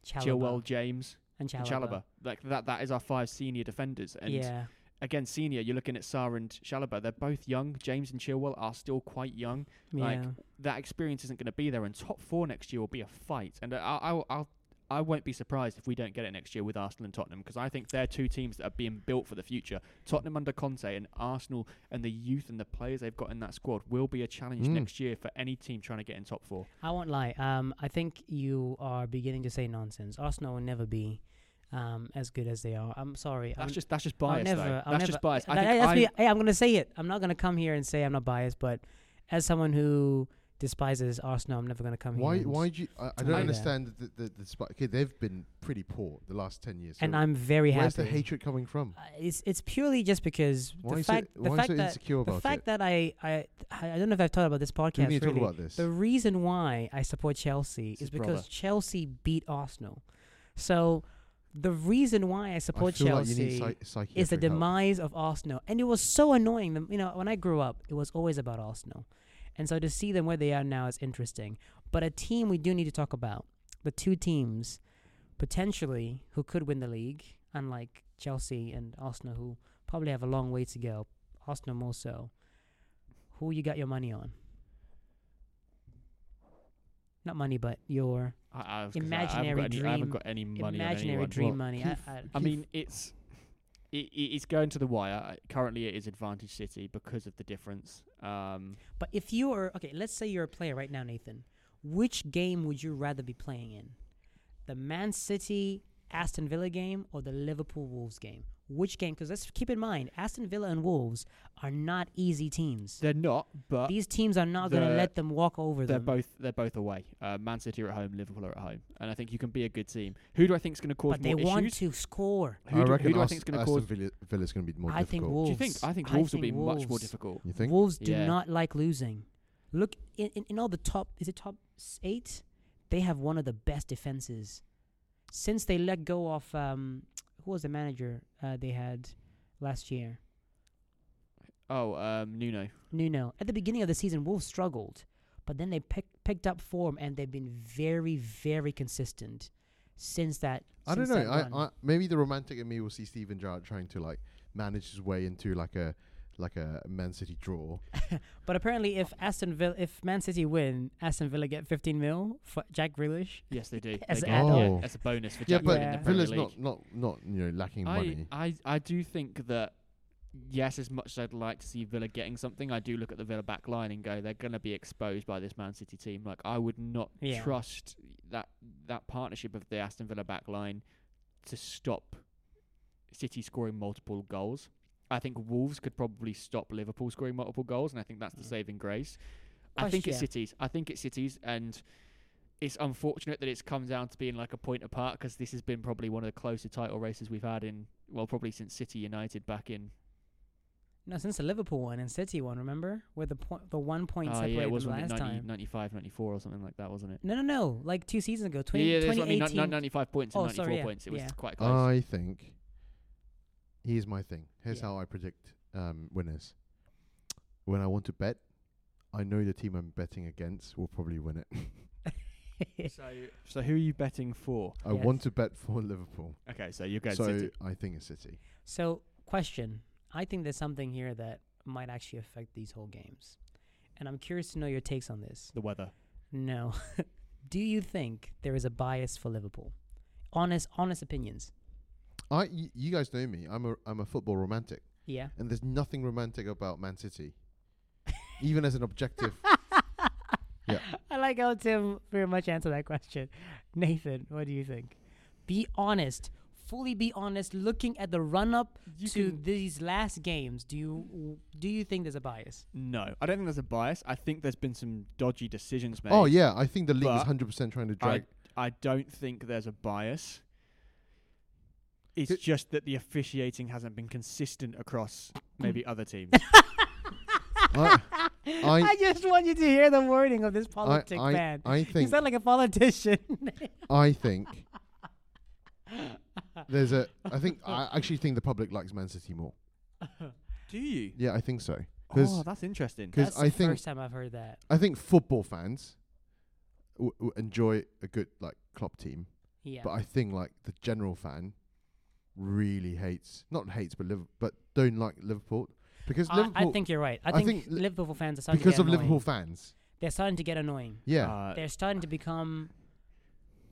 [SPEAKER 2] Chalaba
[SPEAKER 1] Chilwell James,
[SPEAKER 2] and
[SPEAKER 1] and
[SPEAKER 2] Chalaba.
[SPEAKER 1] Chalaba. Like that, that is our five senior defenders. And
[SPEAKER 2] yeah,
[SPEAKER 1] again, senior, you're looking at Sarr and Chalaba. They're both young. James and Chilwell are still quite young
[SPEAKER 2] yeah.
[SPEAKER 1] like, that experience isn't going to be there, and top four next year will be a fight. And I, I, I'll, I won't be surprised if we don't get it next year with Arsenal and Tottenham because I think they're two teams that are being built for the future. Tottenham under Conte and Arsenal and the youth and the players they've got in that squad will be a challenge
[SPEAKER 3] Mm.
[SPEAKER 1] next year for any team trying to get in top four.
[SPEAKER 2] I won't lie. Um, I think you are beginning to say nonsense. Arsenal will never be um, as good as they are. I'm sorry.
[SPEAKER 1] That's
[SPEAKER 2] I'm,
[SPEAKER 1] just that's just
[SPEAKER 2] Um, I'll
[SPEAKER 1] bias.
[SPEAKER 2] never-
[SPEAKER 1] though.
[SPEAKER 2] I'll
[SPEAKER 1] That's just
[SPEAKER 2] never-
[SPEAKER 1] bias. I
[SPEAKER 2] that-
[SPEAKER 1] think
[SPEAKER 2] that's
[SPEAKER 1] I,
[SPEAKER 2] me- hey, I'm gonna say it. I'm not gonna come here and say I'm not biased, but as someone who despises Arsenal, I'm never gonna come
[SPEAKER 3] Why?
[SPEAKER 2] here. and-
[SPEAKER 3] Why do you? I, I
[SPEAKER 2] to
[SPEAKER 3] don't
[SPEAKER 2] me.
[SPEAKER 3] understand the the, the spike. Okay, they've been pretty poor the last ten years.
[SPEAKER 2] And
[SPEAKER 3] so
[SPEAKER 2] I'm very
[SPEAKER 3] where's
[SPEAKER 2] happy.
[SPEAKER 3] the hatred coming from?
[SPEAKER 2] Uh, It's it's purely just because
[SPEAKER 3] Why
[SPEAKER 2] the
[SPEAKER 3] is
[SPEAKER 2] fact
[SPEAKER 3] it?
[SPEAKER 2] the
[SPEAKER 3] why
[SPEAKER 2] fact
[SPEAKER 3] is it
[SPEAKER 2] that
[SPEAKER 3] insecure
[SPEAKER 2] the
[SPEAKER 3] about
[SPEAKER 2] fact
[SPEAKER 3] it?
[SPEAKER 2] that I, I I don't know if I've talked about this
[SPEAKER 3] Do
[SPEAKER 2] podcast.
[SPEAKER 3] we need to
[SPEAKER 2] really.
[SPEAKER 3] talk about this?
[SPEAKER 2] The reason why I support Chelsea
[SPEAKER 1] It's
[SPEAKER 2] is
[SPEAKER 1] his
[SPEAKER 2] because
[SPEAKER 1] brother.
[SPEAKER 2] Chelsea beat Arsenal. So the reason why I
[SPEAKER 3] I
[SPEAKER 2] support
[SPEAKER 3] feel like you
[SPEAKER 2] Chelsea
[SPEAKER 3] need psych-
[SPEAKER 2] is the
[SPEAKER 3] psychiatric help.
[SPEAKER 2] demise of Arsenal. And it was so annoying. Them, you know, when I grew up, it was always about Arsenal. And so to see them where they are now is interesting. But a team we do need to talk about the two teams potentially who could win the league, unlike Chelsea and Arsenal, who probably have a long way to go. Arsenal more so. Who you got your money on? Not money, but your
[SPEAKER 1] I, I was gonna say, I
[SPEAKER 2] imaginary
[SPEAKER 1] haven't got any, I haven't
[SPEAKER 2] dream-
[SPEAKER 1] got any money. on
[SPEAKER 2] imaginary
[SPEAKER 1] anyone.
[SPEAKER 2] dream
[SPEAKER 3] Well,
[SPEAKER 2] money.
[SPEAKER 3] Keith-
[SPEAKER 1] [laughs]
[SPEAKER 2] I, [laughs] I,
[SPEAKER 1] I
[SPEAKER 3] Keith-
[SPEAKER 1] mean, it's it, it- it's going to the wire. Uh, Currently, it is advantage City because of the difference. Um,
[SPEAKER 2] But if you were okay, let's say you're a player right now, Nathan. Which game would you rather be playing in? The Man City Aston Villa game or the Liverpool Wolves game? Which game? Because let's keep in mind, Aston Villa and Wolves are not easy teams.
[SPEAKER 1] they're not, but
[SPEAKER 2] These teams are not going to
[SPEAKER 1] the-
[SPEAKER 2] let them walk over
[SPEAKER 1] they're
[SPEAKER 2] them.
[SPEAKER 1] both they're both away. Uh, Man City are at home, Liverpool are at home, and I think you can be a good team. Who do I think is going to cause
[SPEAKER 2] but they
[SPEAKER 1] more
[SPEAKER 2] want
[SPEAKER 1] issues?
[SPEAKER 2] to score.
[SPEAKER 1] Who
[SPEAKER 3] I
[SPEAKER 1] do,
[SPEAKER 3] reckon
[SPEAKER 1] who do I
[SPEAKER 3] Ars-
[SPEAKER 1] think is going to
[SPEAKER 3] Aston
[SPEAKER 1] cause?
[SPEAKER 3] Villa, Villa's going to be more
[SPEAKER 2] I think
[SPEAKER 3] difficult.
[SPEAKER 1] Do
[SPEAKER 2] Wolves.
[SPEAKER 1] you think? I think Wolves will
[SPEAKER 2] think
[SPEAKER 1] be much more
[SPEAKER 2] Wolves.
[SPEAKER 1] difficult.
[SPEAKER 3] you think?
[SPEAKER 2] Wolves do
[SPEAKER 1] Yeah.
[SPEAKER 2] not like losing. Look in, in, in all the top is it top s- eight? They have one of the best defenses since they let go of um, who was the manager uh, they had last year.
[SPEAKER 1] Oh, um, Nuno.
[SPEAKER 2] Nuno. At the beginning of the season, Wolves struggled, but then they pick, picked up form and they've been very very consistent since that.
[SPEAKER 3] I don't
[SPEAKER 2] since
[SPEAKER 3] know.
[SPEAKER 2] that
[SPEAKER 3] I,
[SPEAKER 2] run.
[SPEAKER 3] I maybe the romantic in me will see Steven Gerrard trying to like manage his way into like a like a Man City draw.
[SPEAKER 2] but apparently, if Aston Villa, if Man City win, Aston Villa get 15 mil for Jack Grealish.
[SPEAKER 1] Yes,
[SPEAKER 2] [laughs]
[SPEAKER 1] they do.
[SPEAKER 2] As
[SPEAKER 1] they
[SPEAKER 2] an
[SPEAKER 1] get- yeah,
[SPEAKER 3] adult.
[SPEAKER 1] as a bonus for
[SPEAKER 3] yeah,
[SPEAKER 1] Jack
[SPEAKER 3] but
[SPEAKER 1] in the
[SPEAKER 2] Yeah.
[SPEAKER 1] Premier
[SPEAKER 3] Villa's
[SPEAKER 1] League.
[SPEAKER 3] not not not you know lacking
[SPEAKER 1] I,
[SPEAKER 3] money.
[SPEAKER 1] I I do think that yes, as much as I'd like to see Villa getting something, I do look at the Villa back line and go, they're gonna be exposed by this Man City team. Like I would not
[SPEAKER 2] Yeah.
[SPEAKER 1] trust that that partnership of the Aston Villa back line to stop City scoring multiple goals. I think Wolves could probably stop Liverpool scoring multiple goals, and I think that's the
[SPEAKER 2] Mm.
[SPEAKER 1] saving grace. I think it's
[SPEAKER 2] Question.
[SPEAKER 1] cities. I think it's cities, and it's unfortunate that it's come down to being like a point apart because this has been probably one of the closer title races we've had in well, probably since City United back in.
[SPEAKER 2] No, since the Liverpool one and City one, remember? Where the point, the one point
[SPEAKER 1] Oh
[SPEAKER 2] separated
[SPEAKER 1] yeah, it was
[SPEAKER 2] them
[SPEAKER 1] wasn't it
[SPEAKER 2] last
[SPEAKER 1] 90,
[SPEAKER 2] time.
[SPEAKER 1] 95, 94 or something like that, wasn't it?
[SPEAKER 2] No, no, no. Like two seasons ago, 20,
[SPEAKER 1] yeah, yeah, that's what I mean,
[SPEAKER 2] 2018.
[SPEAKER 1] nin- nin- 95 points
[SPEAKER 2] Oh,
[SPEAKER 1] and 94
[SPEAKER 2] sorry, yeah,
[SPEAKER 1] points. It was
[SPEAKER 2] yeah.
[SPEAKER 1] quite close.
[SPEAKER 3] I think. Here's my thing. Here's
[SPEAKER 2] Yeah.
[SPEAKER 3] how I predict um, winners. When I want to bet, I know the team I'm betting against will probably win it.
[SPEAKER 1] so, so who are you betting for?
[SPEAKER 3] I
[SPEAKER 2] Yes.
[SPEAKER 3] want to bet for Liverpool,
[SPEAKER 1] Okay, so you're going
[SPEAKER 3] so
[SPEAKER 1] City.
[SPEAKER 3] I think it's City.
[SPEAKER 2] [laughs] so, question. I think there's something here that might actually affect these whole games. And I'm curious to know your takes on this.
[SPEAKER 1] The weather.
[SPEAKER 2] No. [laughs] Do you think there is a bias for Liverpool? Honest, honest opinions.
[SPEAKER 3] I y- you guys know me. I'm a I'm a football romantic.
[SPEAKER 2] Yeah.
[SPEAKER 3] and there's nothing romantic about Man
[SPEAKER 2] [laughs]
[SPEAKER 3] City, even as an objective. [laughs] Yeah.
[SPEAKER 2] I like how Tim very much answered that question. Nathan, what do you think? Be honest. Fully be honest. Looking at the run up
[SPEAKER 1] You
[SPEAKER 2] to
[SPEAKER 1] can-
[SPEAKER 2] these last games, do you do you think there's a bias?
[SPEAKER 1] No, I don't think there's a bias. I think there's been some dodgy decisions made.
[SPEAKER 3] Oh yeah, I think the league is
[SPEAKER 1] But
[SPEAKER 3] hundred percent trying to drag.
[SPEAKER 1] I, I don't think there's a bias. It's
[SPEAKER 3] Could-
[SPEAKER 1] just that the officiating hasn't been consistent across maybe other teams.
[SPEAKER 3] [laughs] [laughs]
[SPEAKER 2] [laughs]
[SPEAKER 3] I,
[SPEAKER 2] I, just want you to hear the wording of this
[SPEAKER 3] I,
[SPEAKER 2] politic
[SPEAKER 3] I,
[SPEAKER 2] man.
[SPEAKER 3] I
[SPEAKER 2] You
[SPEAKER 3] think
[SPEAKER 2] sound like a
[SPEAKER 3] [laughs]
[SPEAKER 2] politician. [laughs]
[SPEAKER 3] I think there's a. I think I actually think the public likes Man City more.
[SPEAKER 1] [laughs] Do you?
[SPEAKER 3] Yeah, I think so.
[SPEAKER 1] Oh,
[SPEAKER 3] Because
[SPEAKER 1] that's interesting.
[SPEAKER 3] Cause
[SPEAKER 2] That's
[SPEAKER 3] I
[SPEAKER 2] the
[SPEAKER 3] think-
[SPEAKER 2] first time I've heard that.
[SPEAKER 3] I think football fans w- w- enjoy a good like Klopp team,
[SPEAKER 2] Yeah.
[SPEAKER 3] but I think like the general fan really hates not hates but Liv- but don't like Liverpool because
[SPEAKER 2] I, I
[SPEAKER 3] Liverpool
[SPEAKER 2] think you're right. I,
[SPEAKER 3] I
[SPEAKER 2] think,
[SPEAKER 3] think Li-
[SPEAKER 2] Liverpool fans are starting
[SPEAKER 3] because
[SPEAKER 2] to
[SPEAKER 3] of
[SPEAKER 2] get annoying.
[SPEAKER 3] Liverpool fans. Uh,
[SPEAKER 2] They're starting to get annoying.
[SPEAKER 3] Yeah.
[SPEAKER 1] Uh,
[SPEAKER 2] They're starting to become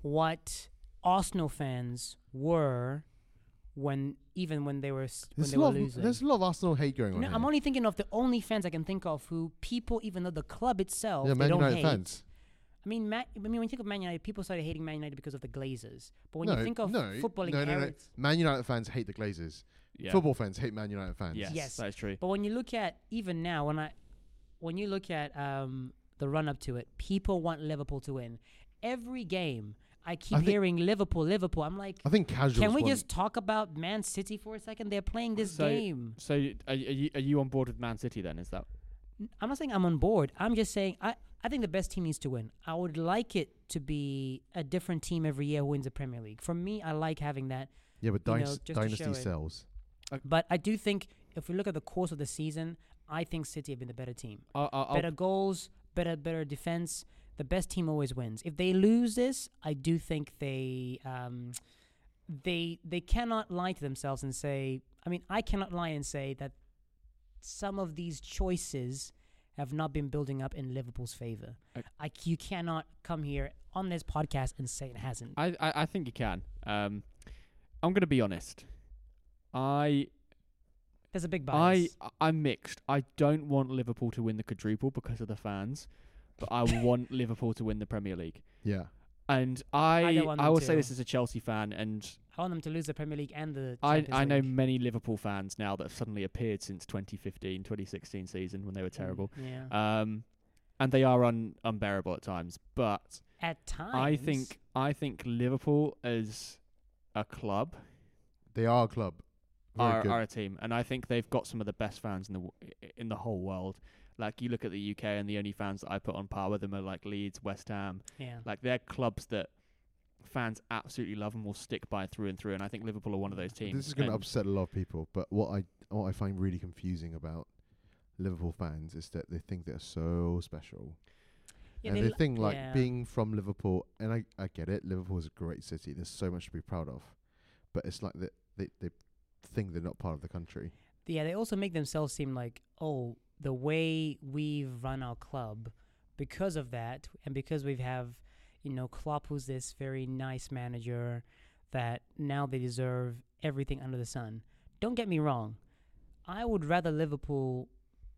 [SPEAKER 2] what Arsenal fans were when even when they were s- when
[SPEAKER 3] There's
[SPEAKER 2] they
[SPEAKER 3] a
[SPEAKER 2] were
[SPEAKER 3] lot. Of,
[SPEAKER 2] losing.
[SPEAKER 3] there's a lot of Arsenal hate going on.
[SPEAKER 2] No,
[SPEAKER 3] here.
[SPEAKER 2] I'm only thinking of the only fans I can think of who people, even though the club itself,
[SPEAKER 3] yeah,
[SPEAKER 2] they
[SPEAKER 3] Man
[SPEAKER 2] don't
[SPEAKER 3] United
[SPEAKER 2] hate.
[SPEAKER 3] fans.
[SPEAKER 2] I mean, Ma- I mean, when you think of Man United, people started hating Man United because of the Glazers. But when
[SPEAKER 3] no,
[SPEAKER 2] you think of
[SPEAKER 3] no,
[SPEAKER 2] footballing
[SPEAKER 3] no, no, no.
[SPEAKER 2] heritage-
[SPEAKER 3] Man United fans hate the Glazers.
[SPEAKER 1] Yeah.
[SPEAKER 3] Football fans hate Man United fans.
[SPEAKER 1] Yes,
[SPEAKER 2] Yes.
[SPEAKER 1] that is true.
[SPEAKER 2] but when you look at even now, when I, when you look at um, the run up to it, people want Liverpool to win. Every game, I keep
[SPEAKER 3] think-
[SPEAKER 2] hearing Liverpool, Liverpool. I'm like,
[SPEAKER 3] I think casuals.
[SPEAKER 2] can we
[SPEAKER 3] want-
[SPEAKER 2] just talk about Man City for a second? They're playing this
[SPEAKER 1] So-
[SPEAKER 2] game.
[SPEAKER 1] So y- are, y- are you are you on board with Man City then? Is that
[SPEAKER 2] N- I'm not saying I'm on board. I'm just saying I, I think the best team needs to win. I would like it to be a different team every year who wins the Premier League. For me, I like having that.
[SPEAKER 3] Yeah, but
[SPEAKER 2] you know,
[SPEAKER 3] dynasty,
[SPEAKER 2] just to show
[SPEAKER 3] dynasty
[SPEAKER 2] it.
[SPEAKER 3] sells.
[SPEAKER 2] But I do think if we look at the course of the season, I think City have been the better team.
[SPEAKER 1] I'll, I'll, I'll-
[SPEAKER 2] better goals, better better defense. The best team always wins. If they lose this, I do think they um, they they cannot lie to themselves and say. I mean, I cannot lie and say that some of these choices have not been building up in Liverpool's favor.
[SPEAKER 1] I-
[SPEAKER 2] Like you cannot come here on this podcast and say it hasn't.
[SPEAKER 1] I, I I think you can. Um, I'm gonna be honest. I
[SPEAKER 2] There's a big
[SPEAKER 1] I
[SPEAKER 2] bias.
[SPEAKER 1] I'm mixed. I don't want Liverpool to win the quadruple because of the fans, but I
[SPEAKER 2] [laughs]
[SPEAKER 1] want Liverpool to win the Premier League.
[SPEAKER 3] Yeah.
[SPEAKER 1] And I
[SPEAKER 2] I don't want
[SPEAKER 1] I,
[SPEAKER 2] them
[SPEAKER 1] will say
[SPEAKER 2] to.
[SPEAKER 1] this as a Chelsea fan, and
[SPEAKER 2] I, want them to lose the Premier League and the.
[SPEAKER 1] I
[SPEAKER 2] Champions
[SPEAKER 1] I know
[SPEAKER 2] League.
[SPEAKER 1] many Liverpool fans now that have suddenly appeared since 2015 2016 season when they
[SPEAKER 2] Mm.
[SPEAKER 1] were terrible.
[SPEAKER 2] Yeah.
[SPEAKER 1] Um, and they are un, unbearable at times, but
[SPEAKER 2] At times.
[SPEAKER 1] I think I think Liverpool as a club
[SPEAKER 3] They are a club. Very
[SPEAKER 1] are,
[SPEAKER 3] good.
[SPEAKER 1] are a team, and I think they've got some of the best fans in the w- in the whole world. Like you look at the UK, and the only fans that I put on par with them are like Leeds, West Ham.
[SPEAKER 2] Yeah.
[SPEAKER 1] Like they're clubs that fans absolutely love and will stick by through and through. And I think Liverpool are one of those teams.
[SPEAKER 3] This is going to
[SPEAKER 1] and
[SPEAKER 3] upset a lot of people, but what I what I find really confusing about Liverpool fans is that they think they're so special,
[SPEAKER 2] Yeah,
[SPEAKER 3] and
[SPEAKER 2] they
[SPEAKER 3] they
[SPEAKER 2] l-
[SPEAKER 3] think like
[SPEAKER 2] yeah.
[SPEAKER 3] being from Liverpool. And I I get it. Liverpool is a great city. There's so much to be proud of, but it's like that they they think they're not part of the country.
[SPEAKER 2] Yeah, they also make themselves seem like, oh, the way we've run our club, because of that, and because we have, you know, Klopp, who's this very nice manager, that now they deserve everything under the sun. Don't get me wrong, I would rather Liverpool,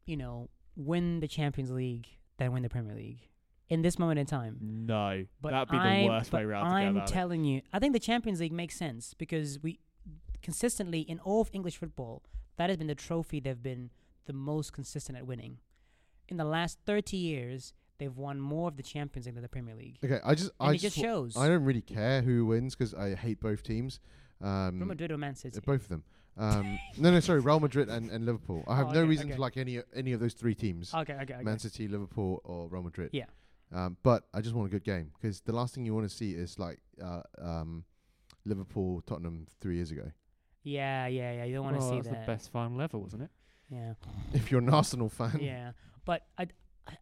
[SPEAKER 2] you know, win the Champions League than win the Premier League in this moment in time.
[SPEAKER 1] no,
[SPEAKER 2] But
[SPEAKER 1] that'd be
[SPEAKER 2] I'm,
[SPEAKER 1] the worst
[SPEAKER 2] but
[SPEAKER 1] way round to go
[SPEAKER 2] I'm
[SPEAKER 1] about it.
[SPEAKER 2] telling you, I think the Champions League makes sense because we consistently in all of English football that has been the trophy they've been the most consistent at winning. In the last 30 years, they've won more of the Champions League than the Premier League.
[SPEAKER 3] Okay, I just
[SPEAKER 2] And
[SPEAKER 3] I
[SPEAKER 2] it just
[SPEAKER 3] wa-
[SPEAKER 2] shows.
[SPEAKER 3] I don't really care who wins 'cause I hate both teams.
[SPEAKER 2] Real
[SPEAKER 3] Um,
[SPEAKER 2] Madrid or Man City.
[SPEAKER 3] Uh, both of them. Um, no, no, sorry, Real Madrid and, and Liverpool. I have
[SPEAKER 2] Oh,
[SPEAKER 3] no
[SPEAKER 2] okay,
[SPEAKER 3] reason
[SPEAKER 2] okay.
[SPEAKER 3] to like any any of those three teams:
[SPEAKER 2] Okay, okay, okay.
[SPEAKER 3] Man City, Liverpool, or Real Madrid.
[SPEAKER 2] Yeah.
[SPEAKER 3] Um, but I just want a good game because the last thing you want to see is like uh, um, Liverpool, Tottenham three years ago. [laughs]
[SPEAKER 2] Yeah, yeah, yeah. You don't want to
[SPEAKER 1] well,
[SPEAKER 2] see
[SPEAKER 1] Oh, that's
[SPEAKER 2] that.
[SPEAKER 1] the best final ever, wasn't it?
[SPEAKER 3] [laughs]
[SPEAKER 2] Yeah.
[SPEAKER 3] If you're an Arsenal fan,
[SPEAKER 2] yeah, but I, I-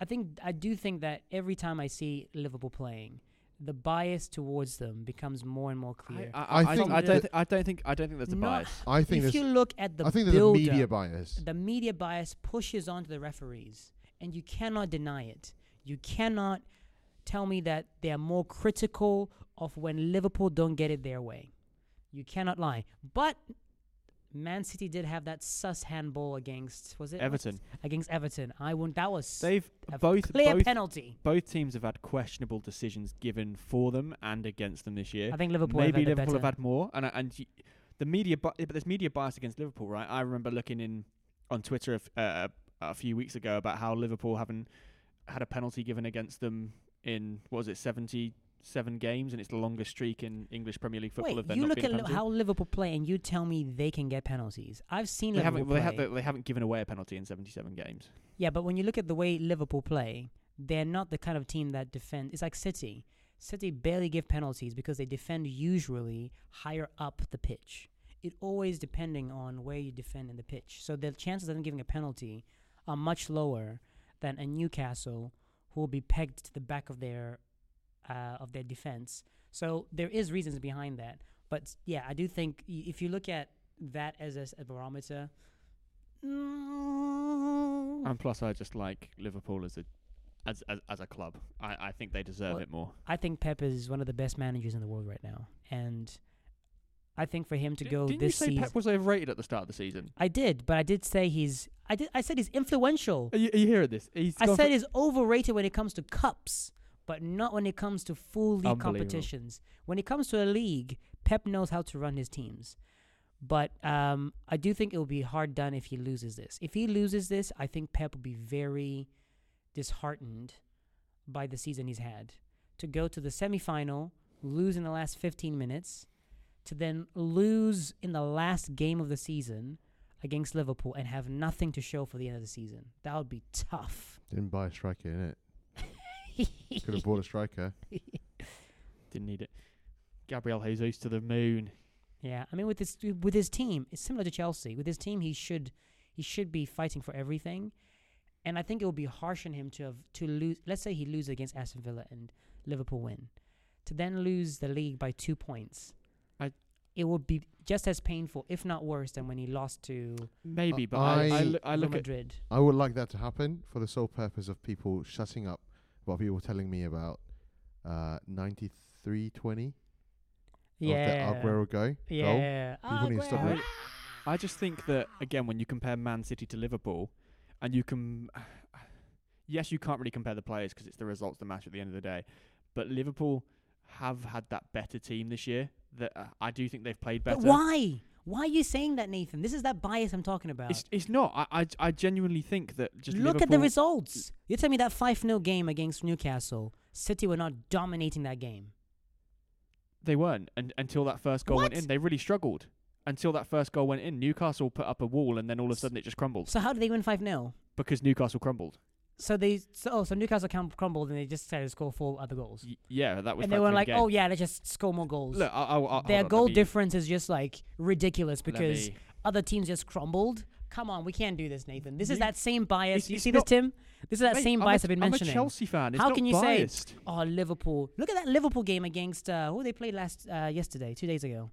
[SPEAKER 2] I think I do think that every time I see Liverpool playing, the bias towards them becomes more and more clear.
[SPEAKER 3] I
[SPEAKER 1] I,
[SPEAKER 3] think
[SPEAKER 1] I
[SPEAKER 2] that-
[SPEAKER 1] don't thi- I don't think I don't think there's a
[SPEAKER 2] No,
[SPEAKER 1] bias.
[SPEAKER 3] I think
[SPEAKER 2] if you
[SPEAKER 3] there's
[SPEAKER 2] look at the
[SPEAKER 3] I think there's a
[SPEAKER 2] build
[SPEAKER 3] media
[SPEAKER 2] up,
[SPEAKER 3] bias.
[SPEAKER 2] the media bias pushes onto the referees, and you cannot deny it. You cannot tell me that they are more critical of when Liverpool don't get it their way. You cannot lie. But Man City did have that sus handball against was it
[SPEAKER 1] Everton.
[SPEAKER 2] against Everton. I wouldn't. That was
[SPEAKER 1] They've
[SPEAKER 2] a
[SPEAKER 1] both
[SPEAKER 2] clear
[SPEAKER 1] both
[SPEAKER 2] penalty.
[SPEAKER 1] both teams have had questionable decisions given for them and against them this year.
[SPEAKER 2] I think Liverpool
[SPEAKER 1] Maybe
[SPEAKER 2] have had
[SPEAKER 1] Liverpool
[SPEAKER 2] a better.
[SPEAKER 1] have had more, and uh, and y- the media, bu- but there's media bias against Liverpool, right? I remember looking in on Twitter a, f- uh, a few weeks ago about how Liverpool haven't had a penalty given against them in what was it 77 games, and it's the longest streak in English Premier League football.
[SPEAKER 2] Wait,
[SPEAKER 1] of them
[SPEAKER 2] you
[SPEAKER 1] not
[SPEAKER 2] look
[SPEAKER 1] being
[SPEAKER 2] at Li-
[SPEAKER 1] penalty.
[SPEAKER 2] how Liverpool play, and you tell me they can get penalties. I've seen
[SPEAKER 1] they
[SPEAKER 2] Liverpool
[SPEAKER 1] haven't they,
[SPEAKER 2] play.
[SPEAKER 1] ha- they, they haven't given away a penalty in 77 games.
[SPEAKER 2] Yeah, but when you look at the way Liverpool play, they're not the kind of team that defend. It's like City. City barely give penalties because they defend usually higher up the pitch. It always depending on where you defend in the pitch. So the chances of them giving a penalty are much lower than a Newcastle who will be pegged to the back of their uh, of their defense. So there is reasons behind that. But yeah, I do think y- if you look at that as a, s- a barometer. mm,
[SPEAKER 1] And plus, I just like Liverpool as a as as, as a club. I, I think they deserve
[SPEAKER 2] Well,
[SPEAKER 1] it more.
[SPEAKER 2] I think Pep is one of the best managers in the world right now, and I think for him to
[SPEAKER 1] Di-
[SPEAKER 2] go
[SPEAKER 1] Didn't
[SPEAKER 2] this
[SPEAKER 1] you say
[SPEAKER 2] season,
[SPEAKER 1] Pep was overrated at the start of the season?
[SPEAKER 2] I did, but I did say he's. I did. I said he's influential.
[SPEAKER 1] Are you, are you hearing this? He's
[SPEAKER 2] I
[SPEAKER 1] gone
[SPEAKER 2] said
[SPEAKER 1] from-
[SPEAKER 2] he's overrated when it comes to cups, but not when it comes to full league
[SPEAKER 1] Unbelievable.
[SPEAKER 2] competitions. When it comes to a league, Pep knows how to run his teams. But um, I do think it will be hard done if he loses this. If he loses this, I think Pep will be very disheartened by the season he's had. To go to the semifinal, lose in the last 15 minutes, to then lose in the last game of the season against Liverpool and have nothing to show for the end of the season. That would be tough.
[SPEAKER 3] Didn't buy a striker in it. Could have bought a striker.
[SPEAKER 1] didn't need it. Gabriel Jesus to the moon.
[SPEAKER 2] [laughs] yeah, I mean with this with his team, it's similar to Chelsea. With his team, he should he should be fighting for everything, and I think it would be harsh on him to have to lose. Let's say he loses against Aston Villa and Liverpool win, to then lose the league by two points.
[SPEAKER 1] I-
[SPEAKER 2] it would be just as painful, if not worse, than when he lost to
[SPEAKER 1] Maybe, but
[SPEAKER 3] I-
[SPEAKER 1] I I, loo- I
[SPEAKER 2] Real
[SPEAKER 1] look at
[SPEAKER 2] Madrid.
[SPEAKER 3] I would like that to happen for the sole purpose of people shutting up about people telling me about uh, 93-20
[SPEAKER 2] yeah,
[SPEAKER 3] of the Aguero go. Goal.
[SPEAKER 2] yeah.
[SPEAKER 3] People need to stop
[SPEAKER 2] Aguero.
[SPEAKER 1] it. I just think that again, when you compare Man City to Liverpool, and you can, [sighs] yes, you can't really compare the players 'cause it's the results that matter at the end of the day. But Liverpool have had that better team this year. That uh, I do think they've played better.
[SPEAKER 2] But why? Why are you saying that, Nathan? This is that bias I'm talking about.
[SPEAKER 1] It's it's not. I I, I genuinely think that just
[SPEAKER 2] Look
[SPEAKER 1] Liverpool,
[SPEAKER 2] at the results. You're telling me that 5 0 game against Newcastle, City were not dominating that game.
[SPEAKER 1] They weren't and, until that first goal went
[SPEAKER 2] What?
[SPEAKER 1] in. They really struggled until that first goal went in. Newcastle put up a wall and then all of a
[SPEAKER 2] S-
[SPEAKER 1] sudden it just crumbled
[SPEAKER 2] So how did they win 5 0?
[SPEAKER 1] because Newcastle crumbled.
[SPEAKER 2] So they so, oh, so Newcastle cam- crumbled and they just decided to score four other goals.
[SPEAKER 1] Y- yeah, that was.
[SPEAKER 2] And they
[SPEAKER 1] that
[SPEAKER 2] were
[SPEAKER 1] kind of
[SPEAKER 2] like,
[SPEAKER 1] game.
[SPEAKER 2] oh, yeah, let's just score more goals.
[SPEAKER 1] Look, I, I, I,
[SPEAKER 2] Their
[SPEAKER 1] hold on,
[SPEAKER 2] goal
[SPEAKER 1] let me-
[SPEAKER 2] difference is just like ridiculous
[SPEAKER 1] let
[SPEAKER 2] because
[SPEAKER 1] me-
[SPEAKER 2] other teams just crumbled. Come on, we can't do this, Nathan. This is
[SPEAKER 1] You-
[SPEAKER 2] that same bias.
[SPEAKER 1] It's-
[SPEAKER 2] you
[SPEAKER 1] it's
[SPEAKER 2] see
[SPEAKER 1] not-
[SPEAKER 2] this, Tim? This is that
[SPEAKER 1] Mate,
[SPEAKER 2] same
[SPEAKER 1] I'm a,
[SPEAKER 2] bias I've been
[SPEAKER 1] I'm
[SPEAKER 2] mentioning.
[SPEAKER 1] a Chelsea fan. It's
[SPEAKER 2] How
[SPEAKER 1] not
[SPEAKER 2] can you say-
[SPEAKER 1] biased.
[SPEAKER 2] Oh, Liverpool! Look at that Liverpool game against uh, who they played last uh, yesterday, two days ago.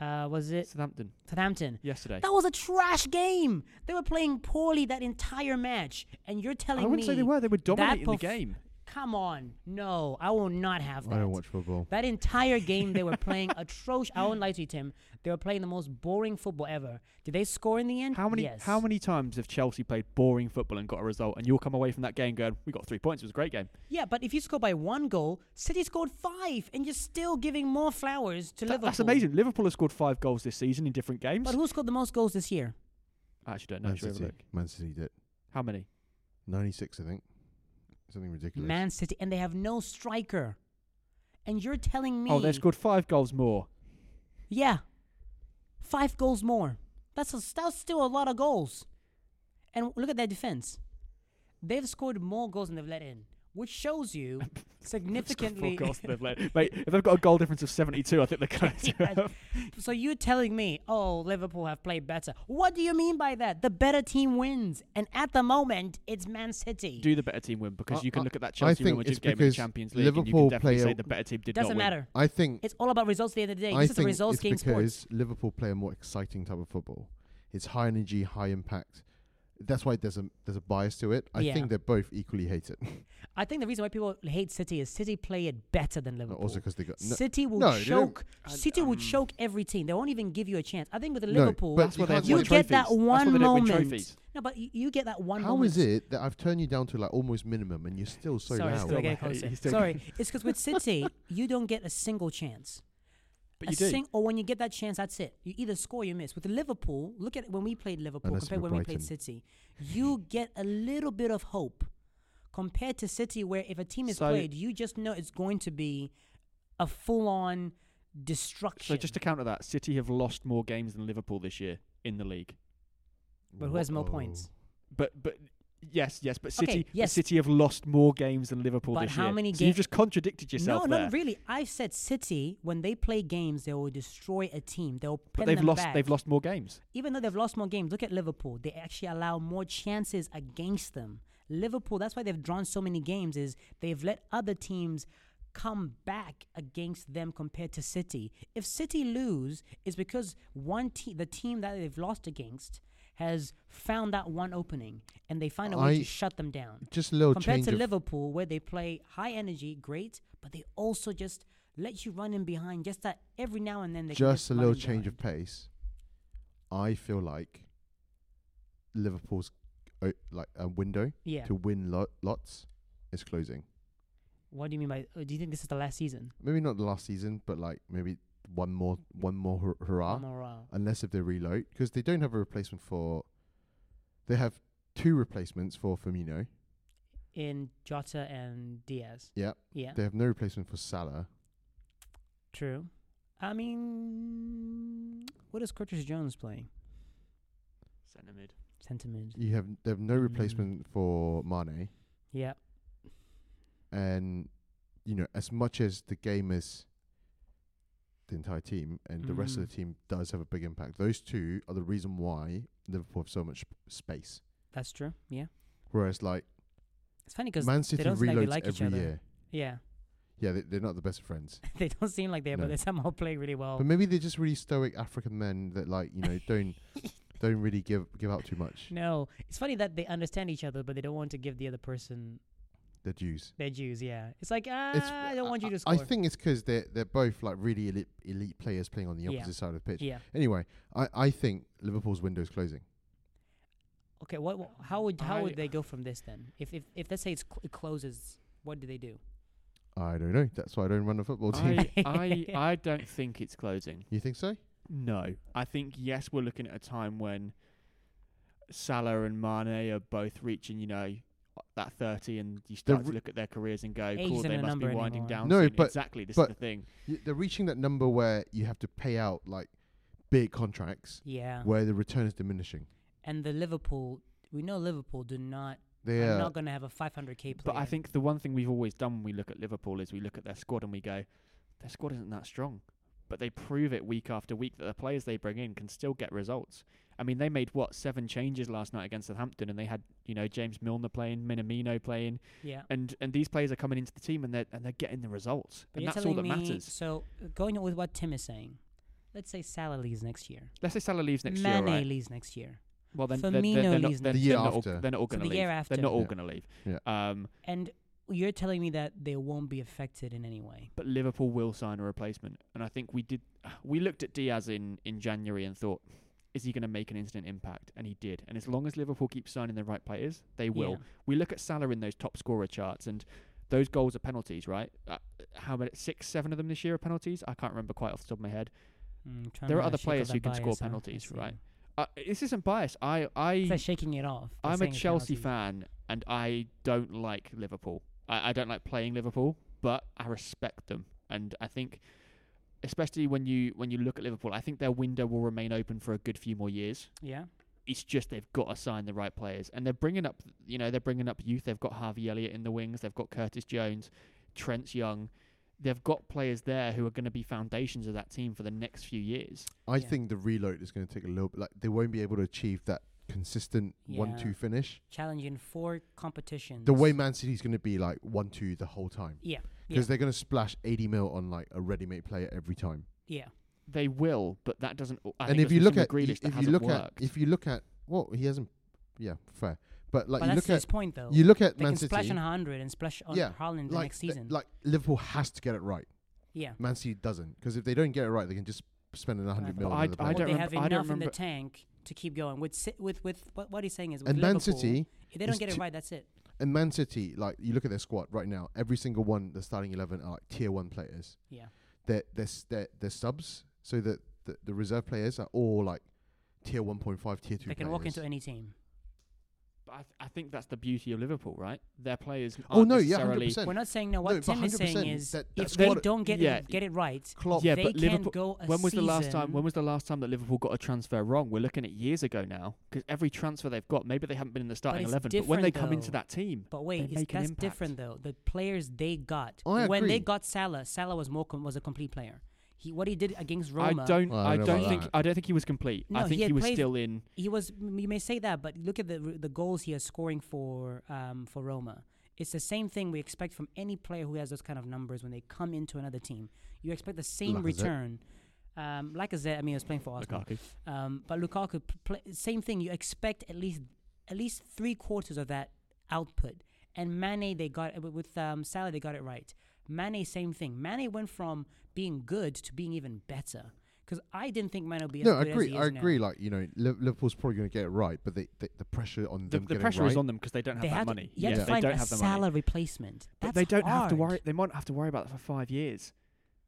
[SPEAKER 2] Uh, was it
[SPEAKER 1] Southampton
[SPEAKER 2] Southampton?
[SPEAKER 1] yesterday?
[SPEAKER 2] That was a trash game. They were playing poorly that entire match, and you're
[SPEAKER 1] I
[SPEAKER 2] telling
[SPEAKER 1] wouldn't
[SPEAKER 2] me
[SPEAKER 1] say they were. They were dominating
[SPEAKER 2] perf-
[SPEAKER 1] the game.
[SPEAKER 2] Come on, no, I will not have that.
[SPEAKER 3] I don't watch football.
[SPEAKER 2] That entire game they were playing [laughs] atrocious. I won't lie to you, Tim. They were playing the most boring football ever. Did they score in the end?
[SPEAKER 1] How many
[SPEAKER 2] Yes.
[SPEAKER 1] how many times have Chelsea played boring football and got a result, and you'll come away from that game going, "We got three points. It was a great game."
[SPEAKER 2] Yeah, but if you score by one goal, City scored five, and you're still giving more flowers to
[SPEAKER 1] That-
[SPEAKER 2] Liverpool.
[SPEAKER 1] that's amazing. Liverpool have scored five goals this season in different games.
[SPEAKER 2] But who scored the most goals this year?
[SPEAKER 1] I actually don't know.
[SPEAKER 3] Man
[SPEAKER 1] Should we have a
[SPEAKER 3] City.
[SPEAKER 1] look?
[SPEAKER 3] Man City did.
[SPEAKER 1] How many?
[SPEAKER 3] 96, I think. Something ridiculous.
[SPEAKER 2] Man City, and they have no striker. And you're telling me?
[SPEAKER 1] Oh, they've scored five goals more.
[SPEAKER 2] Yeah, five goals more. That's a, that's still a lot of goals. And look at their defense. They've scored more goals than they've let in, which shows you
[SPEAKER 1] They've scored
[SPEAKER 2] significantly.
[SPEAKER 1] Four goals they've let. Mate, if they've got a goal difference of seventy-two, I think they're
[SPEAKER 2] [laughs]
[SPEAKER 1] going to.
[SPEAKER 2] Yeah. [laughs] so you're telling me, oh, Liverpool have played better. What do you mean by that? The better team wins, and at the moment, it's Man City.
[SPEAKER 1] do the better team win because
[SPEAKER 3] I-
[SPEAKER 1] you can
[SPEAKER 3] I-
[SPEAKER 1] look at that
[SPEAKER 3] I
[SPEAKER 1] Chelsea Real
[SPEAKER 3] think
[SPEAKER 1] Madrid
[SPEAKER 3] it's
[SPEAKER 1] game in the
[SPEAKER 3] because
[SPEAKER 1] Champions League and you can
[SPEAKER 3] Liverpool
[SPEAKER 1] definitely
[SPEAKER 3] play
[SPEAKER 1] say
[SPEAKER 3] a-
[SPEAKER 1] the better team did
[SPEAKER 2] Doesn't
[SPEAKER 1] not win.
[SPEAKER 2] matter.
[SPEAKER 3] I think
[SPEAKER 2] It's all about results at the end of the day.
[SPEAKER 3] I
[SPEAKER 2] This is a
[SPEAKER 3] think
[SPEAKER 2] results
[SPEAKER 3] it's
[SPEAKER 2] game sport.
[SPEAKER 3] because Liverpool play a more exciting type of football. It's high energy, high impact. That's why there's a there's a bias to it. I
[SPEAKER 2] Yeah.
[SPEAKER 3] think they're both equally hated. [laughs]
[SPEAKER 2] I think the reason why people hate City is City play it better than Liverpool.
[SPEAKER 3] also because they got no,
[SPEAKER 2] City will
[SPEAKER 3] no, they don't-
[SPEAKER 2] choke.
[SPEAKER 1] I-
[SPEAKER 2] City will
[SPEAKER 1] um,
[SPEAKER 2] choke every team. They won't even give you a chance. I think with the
[SPEAKER 3] No,
[SPEAKER 2] Liverpool,
[SPEAKER 3] but That's
[SPEAKER 1] why they haven't
[SPEAKER 2] you
[SPEAKER 1] won
[SPEAKER 2] get
[SPEAKER 1] trophies.
[SPEAKER 2] that
[SPEAKER 1] That's why
[SPEAKER 2] one
[SPEAKER 1] they don't win
[SPEAKER 2] moment.
[SPEAKER 1] trophies.
[SPEAKER 2] No, but you, you get that one
[SPEAKER 3] How
[SPEAKER 2] moment.
[SPEAKER 3] is it that I've turned you down to like almost minimum and you're still so
[SPEAKER 2] Sorry,
[SPEAKER 3] loud?
[SPEAKER 2] still
[SPEAKER 1] Still
[SPEAKER 2] getting
[SPEAKER 1] like-
[SPEAKER 2] closer.
[SPEAKER 1] he's still- [laughs]
[SPEAKER 2] Sorry, it's because with City, you don't get a single chance.
[SPEAKER 1] But
[SPEAKER 2] a
[SPEAKER 1] you do.
[SPEAKER 2] sing- or when you get that chance, that's it. You either score or you miss. With Liverpool, look at when we played Liverpool
[SPEAKER 3] Unless
[SPEAKER 2] compared
[SPEAKER 3] we're
[SPEAKER 2] when we played
[SPEAKER 3] Brighton.
[SPEAKER 2] City. You get a little bit of hope compared to City, where if a team is
[SPEAKER 1] So-
[SPEAKER 2] played, you just know it's going to be a full on destruction.
[SPEAKER 1] So just to counter that, City have lost more games than Liverpool this year in the league.
[SPEAKER 2] but who has more
[SPEAKER 3] Whoa.
[SPEAKER 2] points?
[SPEAKER 1] But but yes, yes, but
[SPEAKER 2] Okay,
[SPEAKER 1] City but
[SPEAKER 2] yes.
[SPEAKER 1] City have lost more games than Liverpool
[SPEAKER 2] But
[SPEAKER 1] this
[SPEAKER 2] how
[SPEAKER 1] year.
[SPEAKER 2] many
[SPEAKER 1] so you've
[SPEAKER 2] ga-
[SPEAKER 1] just contradicted yourself
[SPEAKER 2] no,
[SPEAKER 1] there.
[SPEAKER 2] not really. I've said City when they play games, they will destroy a team. They'll
[SPEAKER 1] But
[SPEAKER 2] pin
[SPEAKER 1] they've
[SPEAKER 2] them
[SPEAKER 1] lost
[SPEAKER 2] back.
[SPEAKER 1] they've lost more games.
[SPEAKER 2] even though they've lost more games, look at Liverpool. They actually allow more chances against them. Liverpool, that's why they've drawn so many games, is they've let other teams come back against them compared to City. If City lose, it's because one te- the team that they've lost against has found that one opening and they find a way
[SPEAKER 3] I-
[SPEAKER 2] to shut them down.
[SPEAKER 3] Just a little
[SPEAKER 2] Compared
[SPEAKER 3] change
[SPEAKER 2] to
[SPEAKER 3] of
[SPEAKER 2] Liverpool, where they play high energy, great, but they also just let you run in behind just that every now and then. They can
[SPEAKER 3] just a
[SPEAKER 2] run
[SPEAKER 3] little
[SPEAKER 2] in
[SPEAKER 3] change of
[SPEAKER 2] behind.
[SPEAKER 3] pace. I feel like Liverpool's o- like a window
[SPEAKER 2] Yeah.
[SPEAKER 3] to win lo- lots is closing.
[SPEAKER 2] What do you mean by? uh, Do you think this is the last season?
[SPEAKER 3] Maybe not the last season, but like maybe one more one more hur- hurrah.
[SPEAKER 2] Morale.
[SPEAKER 3] unless if they reload because they don't have a replacement for. They have two replacements for Firmino.
[SPEAKER 2] in Jota and Diaz.
[SPEAKER 3] Yep.
[SPEAKER 2] Yeah.
[SPEAKER 3] They have no replacement for Salah.
[SPEAKER 2] True. I mean, what is Curtis Jones playing?
[SPEAKER 1] Centre mid.
[SPEAKER 2] Centre mid.
[SPEAKER 3] You have they have no
[SPEAKER 2] Mm.
[SPEAKER 3] replacement for Mane,
[SPEAKER 2] Yeah.
[SPEAKER 3] and you know as much as the game is the entire team and the rest of
[SPEAKER 2] Mm.
[SPEAKER 3] the team does have a big impact. Those two are the reason why Liverpool have so much sp- space.
[SPEAKER 2] That's true. Yeah.
[SPEAKER 3] Whereas like
[SPEAKER 2] It's funny because
[SPEAKER 3] Man
[SPEAKER 2] they
[SPEAKER 3] City
[SPEAKER 2] don't seem like they
[SPEAKER 3] reloads
[SPEAKER 2] like each
[SPEAKER 3] every
[SPEAKER 2] other.
[SPEAKER 3] year.
[SPEAKER 2] yeah, [laughs]
[SPEAKER 3] Yeah, they, they're not the best of friends.
[SPEAKER 2] they don't seem like they,
[SPEAKER 3] No.
[SPEAKER 2] but they somehow play really well.
[SPEAKER 3] But maybe they're just really stoic African men that like you know
[SPEAKER 2] [laughs]
[SPEAKER 3] don't don't really give give out too much.
[SPEAKER 2] No, it's funny that they understand each other, but they don't want to give the other person
[SPEAKER 3] The Jews.
[SPEAKER 2] their dues. Yeah, it's like ah,
[SPEAKER 3] It's-
[SPEAKER 2] I don't want you to score.
[SPEAKER 3] I think it's because they're they're both like really elite, elite players playing on the
[SPEAKER 2] Yeah.
[SPEAKER 3] opposite side of the pitch.
[SPEAKER 2] yeah.
[SPEAKER 3] Anyway, I, I think Liverpool's window is closing.
[SPEAKER 2] Okay. What? what how would how
[SPEAKER 1] I-
[SPEAKER 2] would they go from this then? If if if let's say it's cl- it closes, what do they do?
[SPEAKER 3] I don't know. That's why I don't run a football team.
[SPEAKER 1] I, I I don't think it's closing.
[SPEAKER 3] [laughs] you think so?
[SPEAKER 1] No, I think yes, we're looking at a time when Salah and Mane are both reaching, you know, that thirty, and you start
[SPEAKER 3] re-
[SPEAKER 1] to look at their careers and go,
[SPEAKER 2] Age
[SPEAKER 1] "Cool,
[SPEAKER 2] isn't
[SPEAKER 1] they
[SPEAKER 2] a
[SPEAKER 1] must be
[SPEAKER 2] number
[SPEAKER 1] winding
[SPEAKER 2] anymore.
[SPEAKER 1] down."
[SPEAKER 3] No,
[SPEAKER 1] soon."
[SPEAKER 3] but-
[SPEAKER 1] exactly, this
[SPEAKER 3] but-
[SPEAKER 1] is the thing.
[SPEAKER 3] Y- They're reaching that number where you have to pay out like big contracts
[SPEAKER 2] yeah.
[SPEAKER 3] where the return is diminishing.
[SPEAKER 2] And the Liverpool, we know Liverpool do not.
[SPEAKER 3] They uh,
[SPEAKER 2] are
[SPEAKER 3] are
[SPEAKER 2] not going to have a 500k player.
[SPEAKER 1] But I think the one thing we've always done when we look at Liverpool is we look at their squad and we go, "Their squad isn't that strong," but they prove it week after week that the players they bring in can still get results. I mean, they made what seven changes last night against Southampton, and they had you know James Milner playing, Minamino playing.
[SPEAKER 2] yeah.
[SPEAKER 1] and and these players are coming into the team and they're and they're getting the results
[SPEAKER 2] But
[SPEAKER 1] and
[SPEAKER 2] you're
[SPEAKER 1] that's all
[SPEAKER 2] telling
[SPEAKER 1] that
[SPEAKER 2] me,
[SPEAKER 1] matters
[SPEAKER 2] So uh, going with what Tim is saying, let's say Salah leaves next year.
[SPEAKER 1] let's say Salah leaves next
[SPEAKER 2] Mane
[SPEAKER 1] year right
[SPEAKER 2] leaves next year,
[SPEAKER 1] well then they're, they're,
[SPEAKER 2] Firmino
[SPEAKER 1] they're
[SPEAKER 2] leaves
[SPEAKER 1] not, they're,
[SPEAKER 3] next year.
[SPEAKER 1] they're not all,
[SPEAKER 3] The year
[SPEAKER 1] they're not all going
[SPEAKER 2] So the
[SPEAKER 1] to leave
[SPEAKER 2] year after.
[SPEAKER 1] they're not all
[SPEAKER 3] Yeah.
[SPEAKER 1] going to leave um
[SPEAKER 2] and you're telling me that they won't be affected in any way.
[SPEAKER 1] but Liverpool will sign a replacement and I think we did we looked at Diaz in in January and thought is he going to make an instant impact and he did and as long as Liverpool keep signing the right players they will
[SPEAKER 2] Yeah.
[SPEAKER 1] we look at Salah in those top scorer charts and those goals are penalties right uh, how many six seven of them this year are penalties I can't remember quite off the top of my head
[SPEAKER 2] Mm, trying
[SPEAKER 1] There are
[SPEAKER 2] to
[SPEAKER 1] other
[SPEAKER 2] shake off
[SPEAKER 1] players who
[SPEAKER 2] that
[SPEAKER 1] can score
[SPEAKER 2] bias, huh? I
[SPEAKER 1] penalties,
[SPEAKER 2] see.
[SPEAKER 1] right? uh, this isn't biased. I I
[SPEAKER 2] It's like shaking it off. by
[SPEAKER 1] I'm a
[SPEAKER 2] saying it's
[SPEAKER 1] Chelsea
[SPEAKER 2] penalties.
[SPEAKER 1] fan, and I don't like Liverpool. I, I don't like playing Liverpool, but I respect them, and I think, especially when you when you look at Liverpool, I think their window will remain open for a good few more years.
[SPEAKER 2] Yeah.
[SPEAKER 1] It's just they've got to sign the right players, and they're bringing up you know they're bringing up youth. They've got Harvey Elliott in the wings. They've got Curtis Jones, Trent's young. They've got players there who are going to be foundations of that team for the next few years.
[SPEAKER 3] I
[SPEAKER 2] Yeah.
[SPEAKER 3] think the reload is going to take a little bit. Like they won't be able to achieve that consistent
[SPEAKER 2] Yeah.
[SPEAKER 3] one-two finish.
[SPEAKER 2] Challenging four competitions.
[SPEAKER 3] The way Man City's going to be like one-two the whole time.
[SPEAKER 2] Yeah. Yeah.
[SPEAKER 3] Because they're going to splash 80 mil on like a ready-made player every time.
[SPEAKER 2] Yeah.
[SPEAKER 1] They will, but that doesn't. I
[SPEAKER 3] and
[SPEAKER 1] think
[SPEAKER 3] if
[SPEAKER 1] that's
[SPEAKER 3] you
[SPEAKER 1] with
[SPEAKER 3] look
[SPEAKER 1] some
[SPEAKER 3] at
[SPEAKER 1] Grealish,
[SPEAKER 3] you-
[SPEAKER 1] that
[SPEAKER 3] if you
[SPEAKER 1] hasn't
[SPEAKER 3] look at
[SPEAKER 1] worked.
[SPEAKER 3] if you look at well he hasn't yeah fair but like
[SPEAKER 2] but
[SPEAKER 3] you
[SPEAKER 2] that's
[SPEAKER 3] look
[SPEAKER 2] his
[SPEAKER 3] at
[SPEAKER 2] point though.
[SPEAKER 3] you look at
[SPEAKER 2] they
[SPEAKER 3] Man
[SPEAKER 2] can splash
[SPEAKER 3] City
[SPEAKER 2] on hundred and splash on
[SPEAKER 3] Yeah,
[SPEAKER 2] Haaland the
[SPEAKER 3] like
[SPEAKER 2] next
[SPEAKER 3] th-
[SPEAKER 2] season.
[SPEAKER 3] like Liverpool has to get it right
[SPEAKER 2] yeah.
[SPEAKER 3] Man City doesn't because if they don't get it right they can just spend another hundred
[SPEAKER 2] But
[SPEAKER 3] million
[SPEAKER 1] I-
[SPEAKER 3] on the
[SPEAKER 1] I
[SPEAKER 2] Well,
[SPEAKER 3] player.
[SPEAKER 1] don't
[SPEAKER 2] they have
[SPEAKER 1] remember- I don't
[SPEAKER 2] enough in the
[SPEAKER 1] remember-
[SPEAKER 2] tank to keep going. With si- with with what, what he's saying is, with
[SPEAKER 3] and Man
[SPEAKER 2] Liverpool,
[SPEAKER 3] City
[SPEAKER 2] if they don't
[SPEAKER 3] is
[SPEAKER 2] get it
[SPEAKER 3] two-
[SPEAKER 2] right, that's it.
[SPEAKER 3] and Man City like you look at their squad right now every single one the starting eleven are like tier one players
[SPEAKER 2] Yeah.
[SPEAKER 3] they're they're s- they're, they're subs so that the, the reserve players are all like tier one point five tier two
[SPEAKER 2] They can
[SPEAKER 3] players.
[SPEAKER 2] walk into any team.
[SPEAKER 1] But I, th- I think that's the beauty of Liverpool, right? Their players.
[SPEAKER 3] oh
[SPEAKER 1] aren't
[SPEAKER 3] no yeah hundred
[SPEAKER 1] necessarily
[SPEAKER 3] percent
[SPEAKER 2] We're not saying no. What
[SPEAKER 3] No, but
[SPEAKER 2] Tim is saying
[SPEAKER 3] 100%
[SPEAKER 2] is,
[SPEAKER 3] that- that
[SPEAKER 2] if they
[SPEAKER 3] squad-
[SPEAKER 2] don't get
[SPEAKER 1] yeah.
[SPEAKER 2] it, get it right,
[SPEAKER 3] Klopp
[SPEAKER 1] Yeah,
[SPEAKER 2] they
[SPEAKER 1] but
[SPEAKER 2] can
[SPEAKER 1] Liverpool-
[SPEAKER 2] go a
[SPEAKER 1] When was the last time?
[SPEAKER 2] season-
[SPEAKER 1] When was the last time that Liverpool got a transfer wrong? We're looking at years ago now, because every transfer they've got, maybe they haven't been in the starting
[SPEAKER 2] it's
[SPEAKER 1] eleven, but when they
[SPEAKER 2] different,
[SPEAKER 1] come into
[SPEAKER 2] though.
[SPEAKER 1] that team,
[SPEAKER 2] But wait,
[SPEAKER 1] they
[SPEAKER 2] it's,
[SPEAKER 1] make an
[SPEAKER 2] that's
[SPEAKER 1] impact.
[SPEAKER 2] different though. The players they got
[SPEAKER 3] Oh, I
[SPEAKER 2] when they
[SPEAKER 3] agree.
[SPEAKER 2] got Salah, Salah was more com- was a complete player. He what he did against
[SPEAKER 1] I
[SPEAKER 2] Roma,
[SPEAKER 1] don't.
[SPEAKER 3] Well, I
[SPEAKER 1] I
[SPEAKER 3] don't know
[SPEAKER 1] don't
[SPEAKER 3] about
[SPEAKER 1] think.
[SPEAKER 3] that.
[SPEAKER 1] I don't think he was complete.
[SPEAKER 2] No,
[SPEAKER 1] I
[SPEAKER 2] he
[SPEAKER 1] think
[SPEAKER 2] had
[SPEAKER 1] he was
[SPEAKER 2] played-
[SPEAKER 1] still in.
[SPEAKER 2] he was. m- You may say that, but look at the r- the goals he is scoring for um for Roma. It's the same thing we expect from any player who has those kind of numbers when they come into another team. You expect the same
[SPEAKER 3] Lacazette.
[SPEAKER 2] return. Um, Lacazette, I mean, he was playing for Arsenal.
[SPEAKER 1] Lukaku.
[SPEAKER 2] Um, but Lukaku, p- play, same thing. You expect at least at least three quarters of that output. And Mane, they got with- with um, Salah, they got it right. Mane, same thing. Mane went from being good to being even better. Because I didn't think Mane would be.
[SPEAKER 3] no,
[SPEAKER 2] as
[SPEAKER 3] I
[SPEAKER 2] good As
[SPEAKER 3] agree.
[SPEAKER 2] he
[SPEAKER 3] I
[SPEAKER 2] is now.
[SPEAKER 3] agree. Like you know, Liv- Liverpool's probably going to get it right, but they, they, the pressure on
[SPEAKER 1] The,
[SPEAKER 3] them.
[SPEAKER 1] the
[SPEAKER 3] getting
[SPEAKER 1] pressure
[SPEAKER 3] right,
[SPEAKER 1] is on them because they don't have
[SPEAKER 2] They
[SPEAKER 1] that
[SPEAKER 2] had
[SPEAKER 1] money.
[SPEAKER 2] To, you had
[SPEAKER 1] yeah,
[SPEAKER 2] to find
[SPEAKER 1] they don't
[SPEAKER 2] a
[SPEAKER 1] have the
[SPEAKER 2] Salah
[SPEAKER 1] money.
[SPEAKER 2] replacement. That's
[SPEAKER 1] But they don't have to
[SPEAKER 2] hard.
[SPEAKER 1] worry. They might not have to worry about that for five years,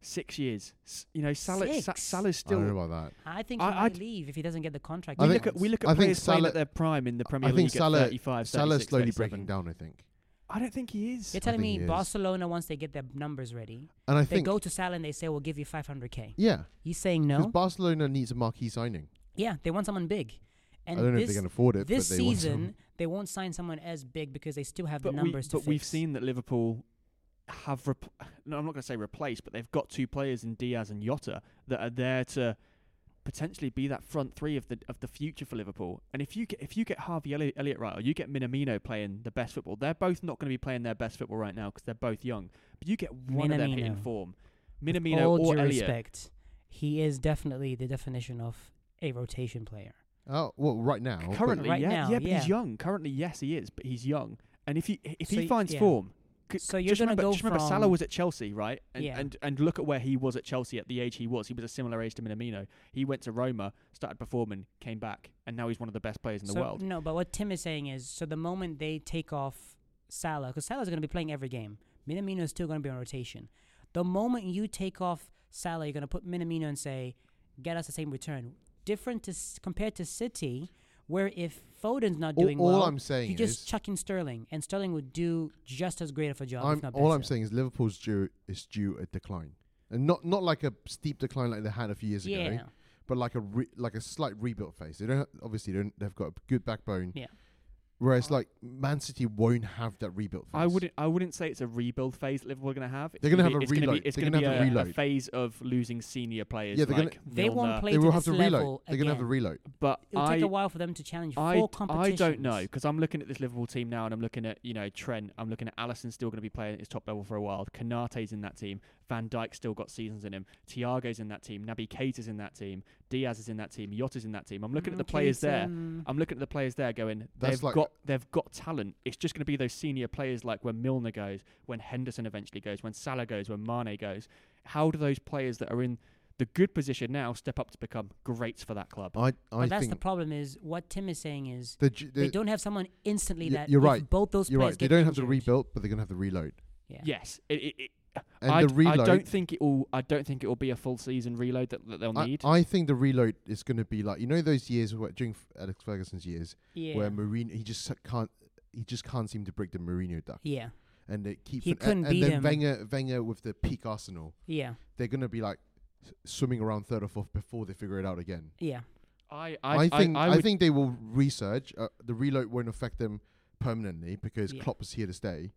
[SPEAKER 1] six years. S- you know, Salah, Sa-
[SPEAKER 2] Six.
[SPEAKER 1] Salah's
[SPEAKER 3] I don't
[SPEAKER 1] still.
[SPEAKER 3] know about
[SPEAKER 2] I think he
[SPEAKER 1] I-
[SPEAKER 2] might
[SPEAKER 1] I'd-
[SPEAKER 2] leave if he doesn't get the contract.
[SPEAKER 3] I
[SPEAKER 1] We
[SPEAKER 2] he
[SPEAKER 3] think-
[SPEAKER 1] look at we look at
[SPEAKER 3] I think
[SPEAKER 1] players playing
[SPEAKER 3] Salah-
[SPEAKER 1] at their prime in the Premier
[SPEAKER 3] I think
[SPEAKER 1] League
[SPEAKER 3] Salah-
[SPEAKER 1] at 35,
[SPEAKER 3] that. Salah's
[SPEAKER 1] 36,
[SPEAKER 3] slowly
[SPEAKER 1] 37.
[SPEAKER 3] breaking down. I think,
[SPEAKER 1] I don't think he is.
[SPEAKER 2] You're telling
[SPEAKER 3] think
[SPEAKER 2] me
[SPEAKER 3] he is.
[SPEAKER 2] Barcelona once they get their numbers ready,
[SPEAKER 3] and I
[SPEAKER 2] they
[SPEAKER 3] think
[SPEAKER 2] go to Salah and they say we'll give you 500k.
[SPEAKER 3] yeah,
[SPEAKER 2] He's saying
[SPEAKER 3] because
[SPEAKER 2] no.
[SPEAKER 3] Barcelona needs a marquee signing.
[SPEAKER 2] yeah, they want someone big. And
[SPEAKER 3] I don't know if
[SPEAKER 2] this,
[SPEAKER 3] they can afford it.
[SPEAKER 2] this
[SPEAKER 3] but they want
[SPEAKER 2] season
[SPEAKER 3] some.
[SPEAKER 2] they won't sign someone as big because they still have
[SPEAKER 1] but
[SPEAKER 2] the numbers
[SPEAKER 1] we,
[SPEAKER 2] to
[SPEAKER 1] but we've
[SPEAKER 2] fix.
[SPEAKER 1] seen that Liverpool have rep- no, I'm not going to say replace, but they've got two players in Diaz and Yotta that are there to potentially be that front three of the of the future for Liverpool. And if you get if you get Harvey Elliott, Elliott right, or you get Minamino playing the best football, they're both not going to be playing their best football right now because they're both young. But you get one of them hitting
[SPEAKER 2] Minamino.
[SPEAKER 1] form,
[SPEAKER 2] With
[SPEAKER 1] Minamino
[SPEAKER 2] all
[SPEAKER 1] or
[SPEAKER 2] due
[SPEAKER 1] Elliott.
[SPEAKER 2] respect, he is definitely the definition of a rotation player.
[SPEAKER 3] [laughs] Oh well, right now. but-
[SPEAKER 1] Currently,
[SPEAKER 2] Right
[SPEAKER 1] yeah,
[SPEAKER 2] now,
[SPEAKER 1] yeah, but
[SPEAKER 2] yeah.
[SPEAKER 1] he's young. Currently, yes, he is, but he's young. And if he if
[SPEAKER 2] So
[SPEAKER 1] he
[SPEAKER 2] y-
[SPEAKER 1] finds
[SPEAKER 2] yeah.
[SPEAKER 1] form, c-
[SPEAKER 2] So you're
[SPEAKER 1] just
[SPEAKER 2] gonna
[SPEAKER 1] remember,
[SPEAKER 2] go
[SPEAKER 1] just remember Salah
[SPEAKER 2] from-
[SPEAKER 1] was at Chelsea, right? And,
[SPEAKER 2] Yeah.
[SPEAKER 1] and and look at where he was at Chelsea at the age he was. He was a similar age to Minamino. He went to Roma, started performing, came back, and now he's one of the best players in the
[SPEAKER 2] so,
[SPEAKER 1] world.
[SPEAKER 2] No, but what Tim is saying is, so the moment they take off Salah, because Salah's going to be playing every game, Minamino is still going to be on rotation. The moment you take off Salah, you're going to put Minamino and say, get us the same return. Different to s- compared to City, where if Foden's not
[SPEAKER 3] All-
[SPEAKER 2] doing
[SPEAKER 3] all
[SPEAKER 2] well,
[SPEAKER 3] I'm saying
[SPEAKER 2] you just
[SPEAKER 3] is-
[SPEAKER 2] chuck in Sterling, and Sterling would do just as great of a job. if
[SPEAKER 3] I'm,
[SPEAKER 2] not
[SPEAKER 3] all I'm
[SPEAKER 2] better.
[SPEAKER 3] saying is Liverpool's due is due a decline, and not not like a steep decline like they had a few years
[SPEAKER 2] yeah,
[SPEAKER 3] ago, but like a re- like a slight rebuild phase. They don't have, obviously don't they've got a good backbone.
[SPEAKER 2] Yeah.
[SPEAKER 3] Whereas like Man City won't have that rebuilt phase.
[SPEAKER 1] I wouldn't I wouldn't say it's a rebuild phase that Liverpool are going to have. It's
[SPEAKER 3] They're gonna
[SPEAKER 1] gonna
[SPEAKER 3] have
[SPEAKER 1] be-
[SPEAKER 3] a
[SPEAKER 1] it's gonna be-
[SPEAKER 3] reload.
[SPEAKER 1] It's
[SPEAKER 3] They're
[SPEAKER 1] going to be
[SPEAKER 3] gonna
[SPEAKER 1] a,
[SPEAKER 3] have a
[SPEAKER 1] a
[SPEAKER 3] reload.
[SPEAKER 1] phase of losing senior players.
[SPEAKER 3] Yeah, they're gonna-
[SPEAKER 1] like
[SPEAKER 2] They won't
[SPEAKER 1] Milner.
[SPEAKER 2] play-
[SPEAKER 3] They
[SPEAKER 2] to
[SPEAKER 3] will have
[SPEAKER 2] this
[SPEAKER 3] to reload.
[SPEAKER 2] level
[SPEAKER 3] They're gonna have to
[SPEAKER 2] again.
[SPEAKER 3] reload.
[SPEAKER 1] But
[SPEAKER 2] It'll
[SPEAKER 1] I
[SPEAKER 2] take a while for them to challenge
[SPEAKER 1] I,
[SPEAKER 2] four
[SPEAKER 1] d- I
[SPEAKER 2] competitions.
[SPEAKER 1] don't know because I'm looking at this Liverpool team now, and I'm looking at you know Trent. I'm looking at Allison's still going to be playing at his top level for a while. Canate's in that team. Van Dyke's still got seasons in him. Thiago's in that team. Naby Keita's in that team. Diaz is in that team. Yotta's in that team. I'm looking at the
[SPEAKER 2] Okay,
[SPEAKER 1] players there.
[SPEAKER 2] so-
[SPEAKER 1] I'm looking at the players there, going
[SPEAKER 3] That's
[SPEAKER 1] they've
[SPEAKER 3] like-
[SPEAKER 1] got they've got talent. It's just going to be those senior players like when Milner goes, when Henderson eventually goes, when Salah goes, when Mane goes. How do those players that are in the good position now step up to become greats for that
[SPEAKER 2] Oh.
[SPEAKER 1] club?
[SPEAKER 3] I I
[SPEAKER 2] But that's
[SPEAKER 3] think
[SPEAKER 2] the problem. Is what Tim is saying is
[SPEAKER 3] the ju-
[SPEAKER 2] they
[SPEAKER 3] the-
[SPEAKER 2] don't have someone instantly
[SPEAKER 3] Y-
[SPEAKER 2] that
[SPEAKER 3] you're
[SPEAKER 2] if
[SPEAKER 3] right.
[SPEAKER 2] both those
[SPEAKER 3] you're
[SPEAKER 2] players
[SPEAKER 3] right. They
[SPEAKER 2] get
[SPEAKER 3] don't have to
[SPEAKER 2] injured-
[SPEAKER 3] rebuild, but they're gonna have to reload.
[SPEAKER 2] Yeah.
[SPEAKER 1] Yes, it, it, it,
[SPEAKER 3] And
[SPEAKER 1] I,
[SPEAKER 3] the reload.
[SPEAKER 1] I don't think it will. I don't think it will be a full season reload that, that they'll
[SPEAKER 3] I,
[SPEAKER 1] need.
[SPEAKER 3] I think the reload is going to be like you know those years where, during F- Alex Ferguson's years
[SPEAKER 2] Yeah.
[SPEAKER 3] where Mourinho he just can't he just can't seem to break the Mourinho duck
[SPEAKER 2] yeah.
[SPEAKER 3] and they keep
[SPEAKER 2] He
[SPEAKER 3] and,
[SPEAKER 2] couldn't
[SPEAKER 3] and
[SPEAKER 2] beat
[SPEAKER 3] then
[SPEAKER 2] him.
[SPEAKER 3] Wenger Wenger with the peak Arsenal
[SPEAKER 2] Yeah.
[SPEAKER 3] they're going to be like s- swimming around third or fourth before they figure it out again.
[SPEAKER 2] Yeah.
[SPEAKER 1] I,
[SPEAKER 3] I,
[SPEAKER 1] I, I
[SPEAKER 3] think I,
[SPEAKER 1] would,
[SPEAKER 3] think they will resurge. Uh, the reload won't affect them permanently because
[SPEAKER 2] Yeah.
[SPEAKER 3] Klopp is here to stay,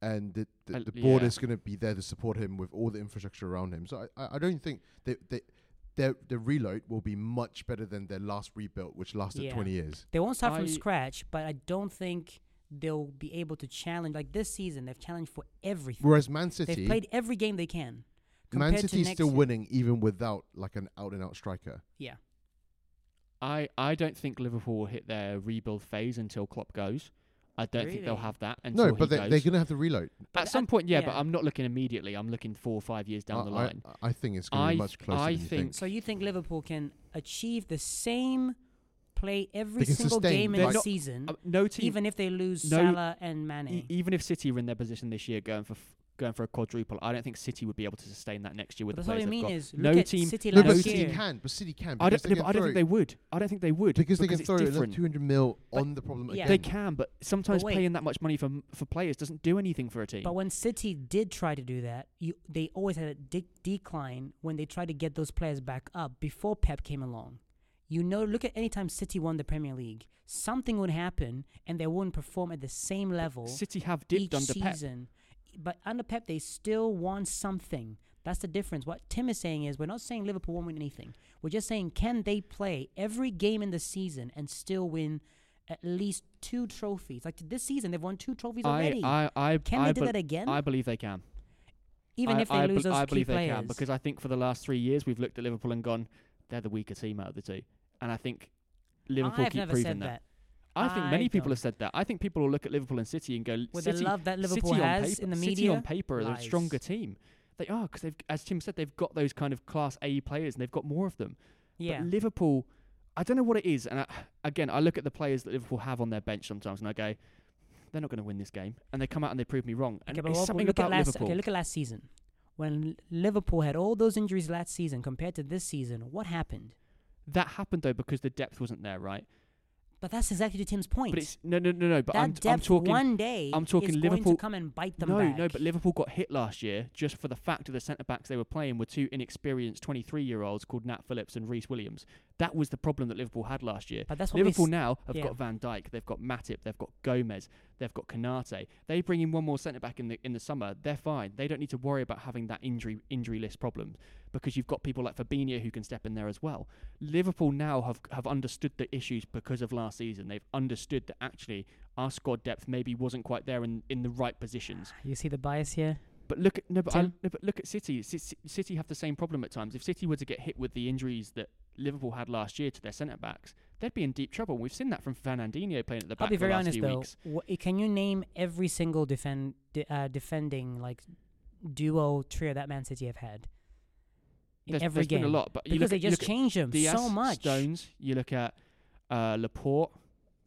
[SPEAKER 3] and the the,
[SPEAKER 1] Uh,
[SPEAKER 3] the board
[SPEAKER 1] yeah.
[SPEAKER 3] is going to be there to support him with all the infrastructure around him. So I, I, I don't think they they. Their, their reload will be much better than their last rebuild, which lasted
[SPEAKER 2] Yeah.
[SPEAKER 3] 20 years.
[SPEAKER 2] They won't start
[SPEAKER 1] I-
[SPEAKER 2] from scratch, but I don't think they'll be able to challenge like this season. They've challenged for everything.
[SPEAKER 3] Whereas Man
[SPEAKER 2] They've
[SPEAKER 3] City,
[SPEAKER 2] played every game they can.
[SPEAKER 3] Man
[SPEAKER 2] compared to
[SPEAKER 3] City's
[SPEAKER 2] next
[SPEAKER 3] still
[SPEAKER 2] year.
[SPEAKER 3] winning even without like an out and out striker.
[SPEAKER 2] Yeah.
[SPEAKER 1] I, I don't think Liverpool will hit their rebuild phase until Klopp goes. I don't think they'll
[SPEAKER 2] Really?
[SPEAKER 1] have that until
[SPEAKER 3] No, but
[SPEAKER 1] he
[SPEAKER 3] they, they're
[SPEAKER 1] goes.
[SPEAKER 3] going to have to reload.
[SPEAKER 1] At
[SPEAKER 2] But
[SPEAKER 1] some
[SPEAKER 2] I-
[SPEAKER 1] point, yeah, But
[SPEAKER 2] yeah.
[SPEAKER 1] I'm not looking immediately. I'm looking four or five years down
[SPEAKER 3] I,
[SPEAKER 1] the
[SPEAKER 3] I-
[SPEAKER 1] line.
[SPEAKER 3] I, think it's going to
[SPEAKER 1] I-
[SPEAKER 3] be much closer.
[SPEAKER 1] I
[SPEAKER 3] than you think.
[SPEAKER 2] So you think Liverpool can achieve the same play every
[SPEAKER 3] They can
[SPEAKER 2] single
[SPEAKER 3] sustain,
[SPEAKER 2] game in
[SPEAKER 1] They're
[SPEAKER 2] the
[SPEAKER 1] not-
[SPEAKER 2] season,
[SPEAKER 1] Uh, no team,
[SPEAKER 2] Mm-hmm. even if they lose
[SPEAKER 1] no-
[SPEAKER 2] Salah and Mane?
[SPEAKER 1] e- even if City were in their position this year, going for f- going for a quadruple, I don't think City would be able to sustain that next year with
[SPEAKER 2] But that's
[SPEAKER 1] the
[SPEAKER 2] what I
[SPEAKER 1] players they've
[SPEAKER 2] mean
[SPEAKER 1] got. no
[SPEAKER 2] is look at
[SPEAKER 1] team,
[SPEAKER 2] City
[SPEAKER 3] No,
[SPEAKER 1] no
[SPEAKER 3] but
[SPEAKER 2] last
[SPEAKER 3] City
[SPEAKER 1] team.
[SPEAKER 2] year.
[SPEAKER 3] can. But City can.
[SPEAKER 1] I
[SPEAKER 3] because
[SPEAKER 1] don't,
[SPEAKER 3] they
[SPEAKER 1] no,
[SPEAKER 3] can
[SPEAKER 1] but I don't
[SPEAKER 3] throw-
[SPEAKER 1] think they would. I don't think they would
[SPEAKER 3] because they can
[SPEAKER 1] it's
[SPEAKER 3] throw another
[SPEAKER 1] different.
[SPEAKER 3] 200 mil
[SPEAKER 1] But-
[SPEAKER 3] on the problem
[SPEAKER 2] Yeah.
[SPEAKER 3] again.
[SPEAKER 1] They can, but sometimes
[SPEAKER 2] wait.
[SPEAKER 1] paying that much money for m- for players doesn't do anything for a team.
[SPEAKER 2] But when City did try to do that, you, they always had a de- decline when they tried to get those players back up before Pep came along. You know, look at any time City won the Premier League, something would happen and they wouldn't perform at the same level
[SPEAKER 1] City have
[SPEAKER 2] each
[SPEAKER 1] dipped under Pep.
[SPEAKER 2] season. But under Pep, they still won something. That's the difference. What Tim is saying is, we're not saying Liverpool won't win anything. We're just saying, can they play every game in the season and still win at least two trophies? Like this season, they've won two trophies
[SPEAKER 1] I,
[SPEAKER 2] already.
[SPEAKER 1] I, I,
[SPEAKER 2] Can
[SPEAKER 1] I
[SPEAKER 2] they do
[SPEAKER 1] bel-
[SPEAKER 2] that again?
[SPEAKER 1] I believe they can.
[SPEAKER 2] even
[SPEAKER 1] I,
[SPEAKER 2] if they
[SPEAKER 1] I
[SPEAKER 2] lose
[SPEAKER 1] bel-
[SPEAKER 2] those
[SPEAKER 1] I
[SPEAKER 2] key
[SPEAKER 1] believe
[SPEAKER 2] players.
[SPEAKER 1] they can because I think for the last three years we've looked at Liverpool and gone, they're the weaker team out of the two, and I think Liverpool
[SPEAKER 2] I've
[SPEAKER 1] keep
[SPEAKER 2] never
[SPEAKER 1] proving
[SPEAKER 2] said that.
[SPEAKER 1] I think
[SPEAKER 2] I
[SPEAKER 1] many people
[SPEAKER 2] don't.
[SPEAKER 1] have said that. I think people will look at Liverpool and City and go,
[SPEAKER 2] With
[SPEAKER 1] City,
[SPEAKER 2] the love that Liverpool
[SPEAKER 1] City on
[SPEAKER 2] has
[SPEAKER 1] paper,
[SPEAKER 2] in the
[SPEAKER 1] City
[SPEAKER 2] media,
[SPEAKER 1] on paper are the
[SPEAKER 2] lies.
[SPEAKER 1] stronger team. They are because they've, as Tim said, they've got those kind of class A players and they've got more of them.
[SPEAKER 2] yeah,
[SPEAKER 1] But Liverpool, I don't know what it is. And I, again, I look at the players that Liverpool have on their bench sometimes, and I go, they're not going to win this game. And they come out and they prove me wrong. And
[SPEAKER 2] Okay, but
[SPEAKER 1] it's
[SPEAKER 2] what-
[SPEAKER 1] something
[SPEAKER 2] look
[SPEAKER 1] about
[SPEAKER 2] at last,
[SPEAKER 1] Liverpool.
[SPEAKER 2] Okay, look at last season. When L- Liverpool had all those injuries last season compared to this season, what happened?
[SPEAKER 1] that happened though because the depth wasn't there, right?
[SPEAKER 2] But that's exactly Tim's point.
[SPEAKER 1] But it's no, no, no, no. But
[SPEAKER 2] that
[SPEAKER 1] I'm,
[SPEAKER 2] depth
[SPEAKER 1] I'm talking.
[SPEAKER 2] one day
[SPEAKER 1] I'm talking
[SPEAKER 2] is
[SPEAKER 1] Liverpool-
[SPEAKER 2] going to come and bite them
[SPEAKER 1] no,
[SPEAKER 2] back.
[SPEAKER 1] no, but Liverpool got hit last year just for the fact that the centre backs they were playing were two inexperienced 23 year olds called Nat Phillips and Reese Williams. That was the problem that Liverpool had last year.
[SPEAKER 2] But that's what we
[SPEAKER 1] Liverpool
[SPEAKER 2] s-
[SPEAKER 1] now have
[SPEAKER 2] yeah.
[SPEAKER 1] got Van Dijk, they've got Matip, they've got Gomez, they've got Kanate. They bring in one more centre back in the in the summer, they're fine. They don't need to worry about having that injury injury list problem because you've got people like Fabinho who can step in there as well. Liverpool now have have understood the issues because of last season. They've understood that actually our squad depth maybe wasn't quite there in, in the right positions.
[SPEAKER 2] you see the bias here.
[SPEAKER 1] But look at no, but, I,
[SPEAKER 2] Tim?
[SPEAKER 1] no, but look at City. Ci- Ci- City have the same problem at times. If City were to get hit with the injuries that Liverpool had last year to their centre backs, they'd be in deep trouble. We've seen that from Fernandinho playing at the back.
[SPEAKER 2] I'll be
[SPEAKER 1] the
[SPEAKER 2] very
[SPEAKER 1] last
[SPEAKER 2] honest
[SPEAKER 1] few
[SPEAKER 2] though.
[SPEAKER 1] Weeks.
[SPEAKER 2] Wha- can you name every single defend de- uh, defending like duo trio that Man City have had in
[SPEAKER 1] There's,
[SPEAKER 2] every
[SPEAKER 1] there's
[SPEAKER 2] game?
[SPEAKER 1] been a lot, but you
[SPEAKER 2] because
[SPEAKER 1] look
[SPEAKER 2] they
[SPEAKER 1] at, you
[SPEAKER 2] just
[SPEAKER 1] look at
[SPEAKER 2] changed them so
[SPEAKER 1] Diaz,
[SPEAKER 2] much.
[SPEAKER 1] Stones. You look at uh, Laporte,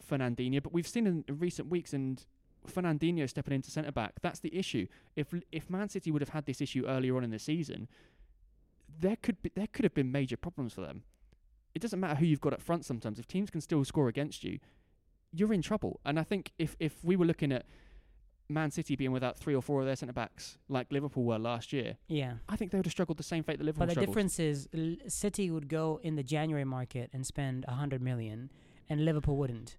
[SPEAKER 1] Fernandinho. But we've seen in recent weeks and Fernandinho stepping into centre back. That's the issue. If if Man City would have had this issue earlier on in the season, there could be there could have been major problems for them. It doesn't matter who you've got up front. Sometimes if teams can still score against you, you're in trouble. And I think if if we were looking at Man City being without three or four of their centre backs like Liverpool were last year,
[SPEAKER 2] Yeah.
[SPEAKER 1] I think they would have struggled the same fate that Liverpool
[SPEAKER 2] But the
[SPEAKER 1] struggled.
[SPEAKER 2] difference is L- City would go in the January market and spend 100 million and Liverpool wouldn't.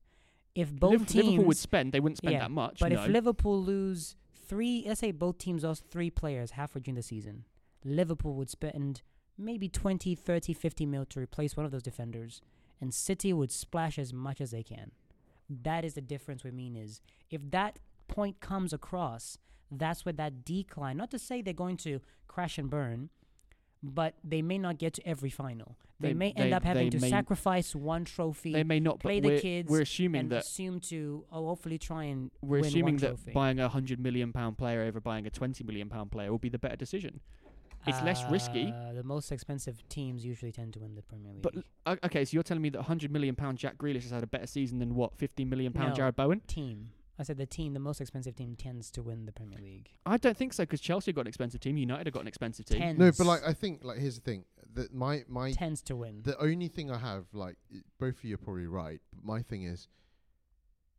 [SPEAKER 2] If both
[SPEAKER 1] Liv-
[SPEAKER 2] teams
[SPEAKER 1] Liverpool would spend. They wouldn't spend
[SPEAKER 2] Yeah,
[SPEAKER 1] that much.
[SPEAKER 2] But
[SPEAKER 1] no.
[SPEAKER 2] if Liverpool lose three, let's say both teams lost three players halfway during the season, Liverpool would spend maybe 20, 30, 50 mil to replace one of those defenders, and City would splash as much as they can. That is the difference we mean is if that point comes across, that's where that decline, not to say they're going to crash and burn, but they may not get to every final. They,
[SPEAKER 1] They-
[SPEAKER 2] may
[SPEAKER 1] they-
[SPEAKER 2] end up having
[SPEAKER 1] they
[SPEAKER 2] to
[SPEAKER 1] may-
[SPEAKER 2] sacrifice one trophy
[SPEAKER 1] they may not
[SPEAKER 2] play
[SPEAKER 1] but
[SPEAKER 2] the
[SPEAKER 1] we're,
[SPEAKER 2] kids
[SPEAKER 1] we're assuming
[SPEAKER 2] and
[SPEAKER 1] that
[SPEAKER 2] assume to oh, hopefully try and
[SPEAKER 1] we're
[SPEAKER 2] win
[SPEAKER 1] assuming
[SPEAKER 2] one
[SPEAKER 1] that
[SPEAKER 2] trophy.
[SPEAKER 1] buying a hundred million pound player over buying a twenty million pound player will be the better decision. it's less risky.
[SPEAKER 2] Uh, The most expensive teams usually tend to win the Premier League.
[SPEAKER 1] But o- okay, so you're telling me that a hundred million pound Jack Grealish has had a better season than what fifteen million pound
[SPEAKER 2] No.
[SPEAKER 1] Jared Bowen?
[SPEAKER 2] team, I said the team, the most expensive team tends to win the Premier League.
[SPEAKER 1] I don't think so because Chelsea got an expensive team, United have got an expensive team.
[SPEAKER 2] Tends,
[SPEAKER 3] No, but like I think like here's the thing that my my
[SPEAKER 2] tends to win.
[SPEAKER 3] the only thing I have like i- both of you are probably right. But my thing is,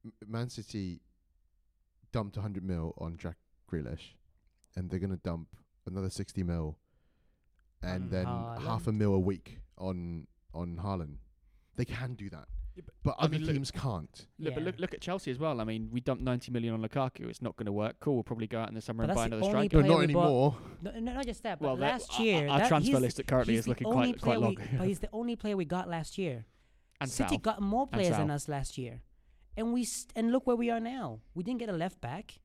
[SPEAKER 3] M- Man City dumped 100 mil on Jack Grealish, and they're gonna dump another 60 mil, and
[SPEAKER 2] On
[SPEAKER 3] then half a
[SPEAKER 2] Haaland.
[SPEAKER 3] mil a week on on Haaland. They can do that,
[SPEAKER 1] Yeah, but-
[SPEAKER 3] but
[SPEAKER 1] I
[SPEAKER 3] other
[SPEAKER 1] mean, look-
[SPEAKER 3] teams can't.
[SPEAKER 1] Look, but
[SPEAKER 2] Yeah.
[SPEAKER 1] look, look at Chelsea as well. I mean, we dumped ninety million on Lukaku. It's not going to work. Cool. We'll probably go out in the summer
[SPEAKER 2] But
[SPEAKER 1] and buy
[SPEAKER 2] that's the
[SPEAKER 1] another
[SPEAKER 2] only
[SPEAKER 1] striker.
[SPEAKER 3] But
[SPEAKER 2] player
[SPEAKER 3] not
[SPEAKER 2] we bought-
[SPEAKER 3] anymore.
[SPEAKER 2] no, no, not just that. But
[SPEAKER 1] well, that-
[SPEAKER 2] last
[SPEAKER 1] our-
[SPEAKER 2] year,
[SPEAKER 1] our,
[SPEAKER 2] that-
[SPEAKER 1] transfer
[SPEAKER 2] he's-
[SPEAKER 1] list currently
[SPEAKER 2] he's
[SPEAKER 1] is
[SPEAKER 2] the
[SPEAKER 1] looking
[SPEAKER 2] only
[SPEAKER 1] quite quite
[SPEAKER 2] player
[SPEAKER 1] long.
[SPEAKER 2] we- but he's the only player we got last year.
[SPEAKER 1] and
[SPEAKER 2] City
[SPEAKER 1] Sal.
[SPEAKER 2] got more players than
[SPEAKER 1] Sal.
[SPEAKER 2] us last year, and we st- and look where we are now. We didn't get a left back,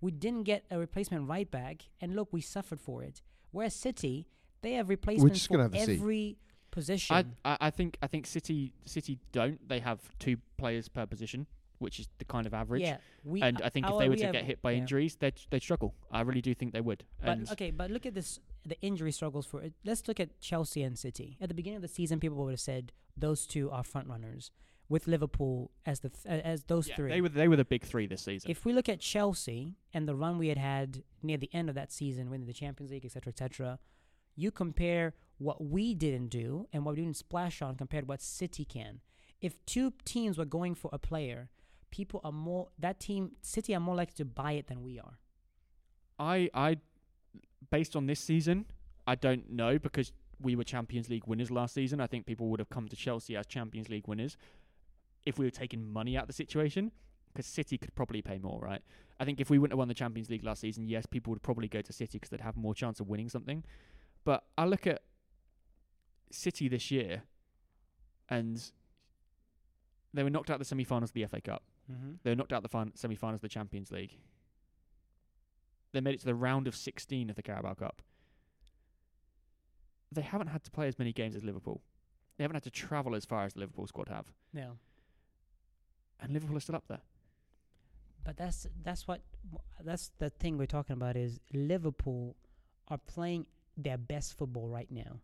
[SPEAKER 2] we didn't get a replacement right back, and look, we suffered for it. Whereas City, they have replacements
[SPEAKER 3] just gonna
[SPEAKER 2] for
[SPEAKER 3] have to see.
[SPEAKER 2] every position.
[SPEAKER 1] I, I I think I think City City don't. They have two players per position, which is the kind of average.
[SPEAKER 2] yeah, we
[SPEAKER 1] and I think if
[SPEAKER 2] our-
[SPEAKER 1] they were
[SPEAKER 2] we
[SPEAKER 1] to
[SPEAKER 2] have-
[SPEAKER 1] get hit by
[SPEAKER 2] yeah.
[SPEAKER 1] injuries, they'd they'd struggle. I really do think they would. And
[SPEAKER 2] But okay, but look at this the injury struggles for it. Let's look at Chelsea and City. At the beginning of the season, people would have said those two are front runners with Liverpool as the th- uh, as those
[SPEAKER 1] yeah,
[SPEAKER 2] three.
[SPEAKER 1] they were they were the big three this season.
[SPEAKER 2] If we look at Chelsea and the run we had had near the end of that season, winning the Champions League, etc., etc., you compare what we didn't do and what we didn't splash on compared to what City can. If two teams were going for a player, people are more that team City are more likely to buy it than we are.
[SPEAKER 1] I I based on this season, I don't know because we were Champions League winners last season. I think people would have come to Chelsea as Champions League winners if we were taking money out of the situation because City could probably pay more, right? I think if we wouldn't have won the Champions League last season, yes, people would probably go to City because they'd have more chance of winning something. But I look at City this year and they were knocked out of the semi-finals of the FA Cup.
[SPEAKER 2] Mm-hmm.
[SPEAKER 1] They were knocked out of the fin- semi-finals of the Champions League. They made it to the round of 16 of the Carabao Cup. They haven't had to play as many games as Liverpool. They haven't had to travel as far as the Liverpool squad have.
[SPEAKER 2] No.
[SPEAKER 1] And Liverpool are still up there.
[SPEAKER 2] But that's that's what that's the thing we're talking about is Liverpool are playing their best football right now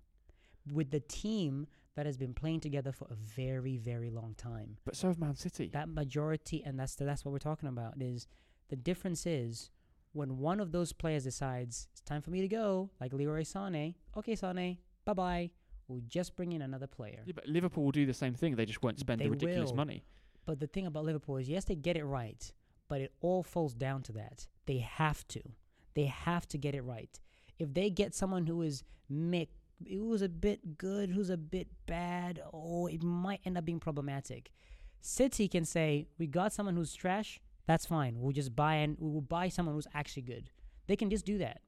[SPEAKER 2] with the team that has been playing together for a very very long time.
[SPEAKER 1] But so have Man City.
[SPEAKER 2] That majority and that's that's what we're talking about is the difference is when one of those players decides it's time for me to go, like Leroy Sané, okay Sané, bye-bye, we'll just bring in another player.
[SPEAKER 1] Yeah, but Liverpool will do the same thing. They just won't spend
[SPEAKER 2] They
[SPEAKER 1] the ridiculous
[SPEAKER 2] will.
[SPEAKER 1] money.
[SPEAKER 2] But the thing about Liverpool is, yes, they get it right, but it all falls down to that. They have to. They have to get it right. If they get someone who is mick, who's a bit good, who's a bit bad, oh, it might end up being problematic. City can say, "We got someone who's trash. That's fine. We'll just buy and we will buy someone who's actually good." They can just do that.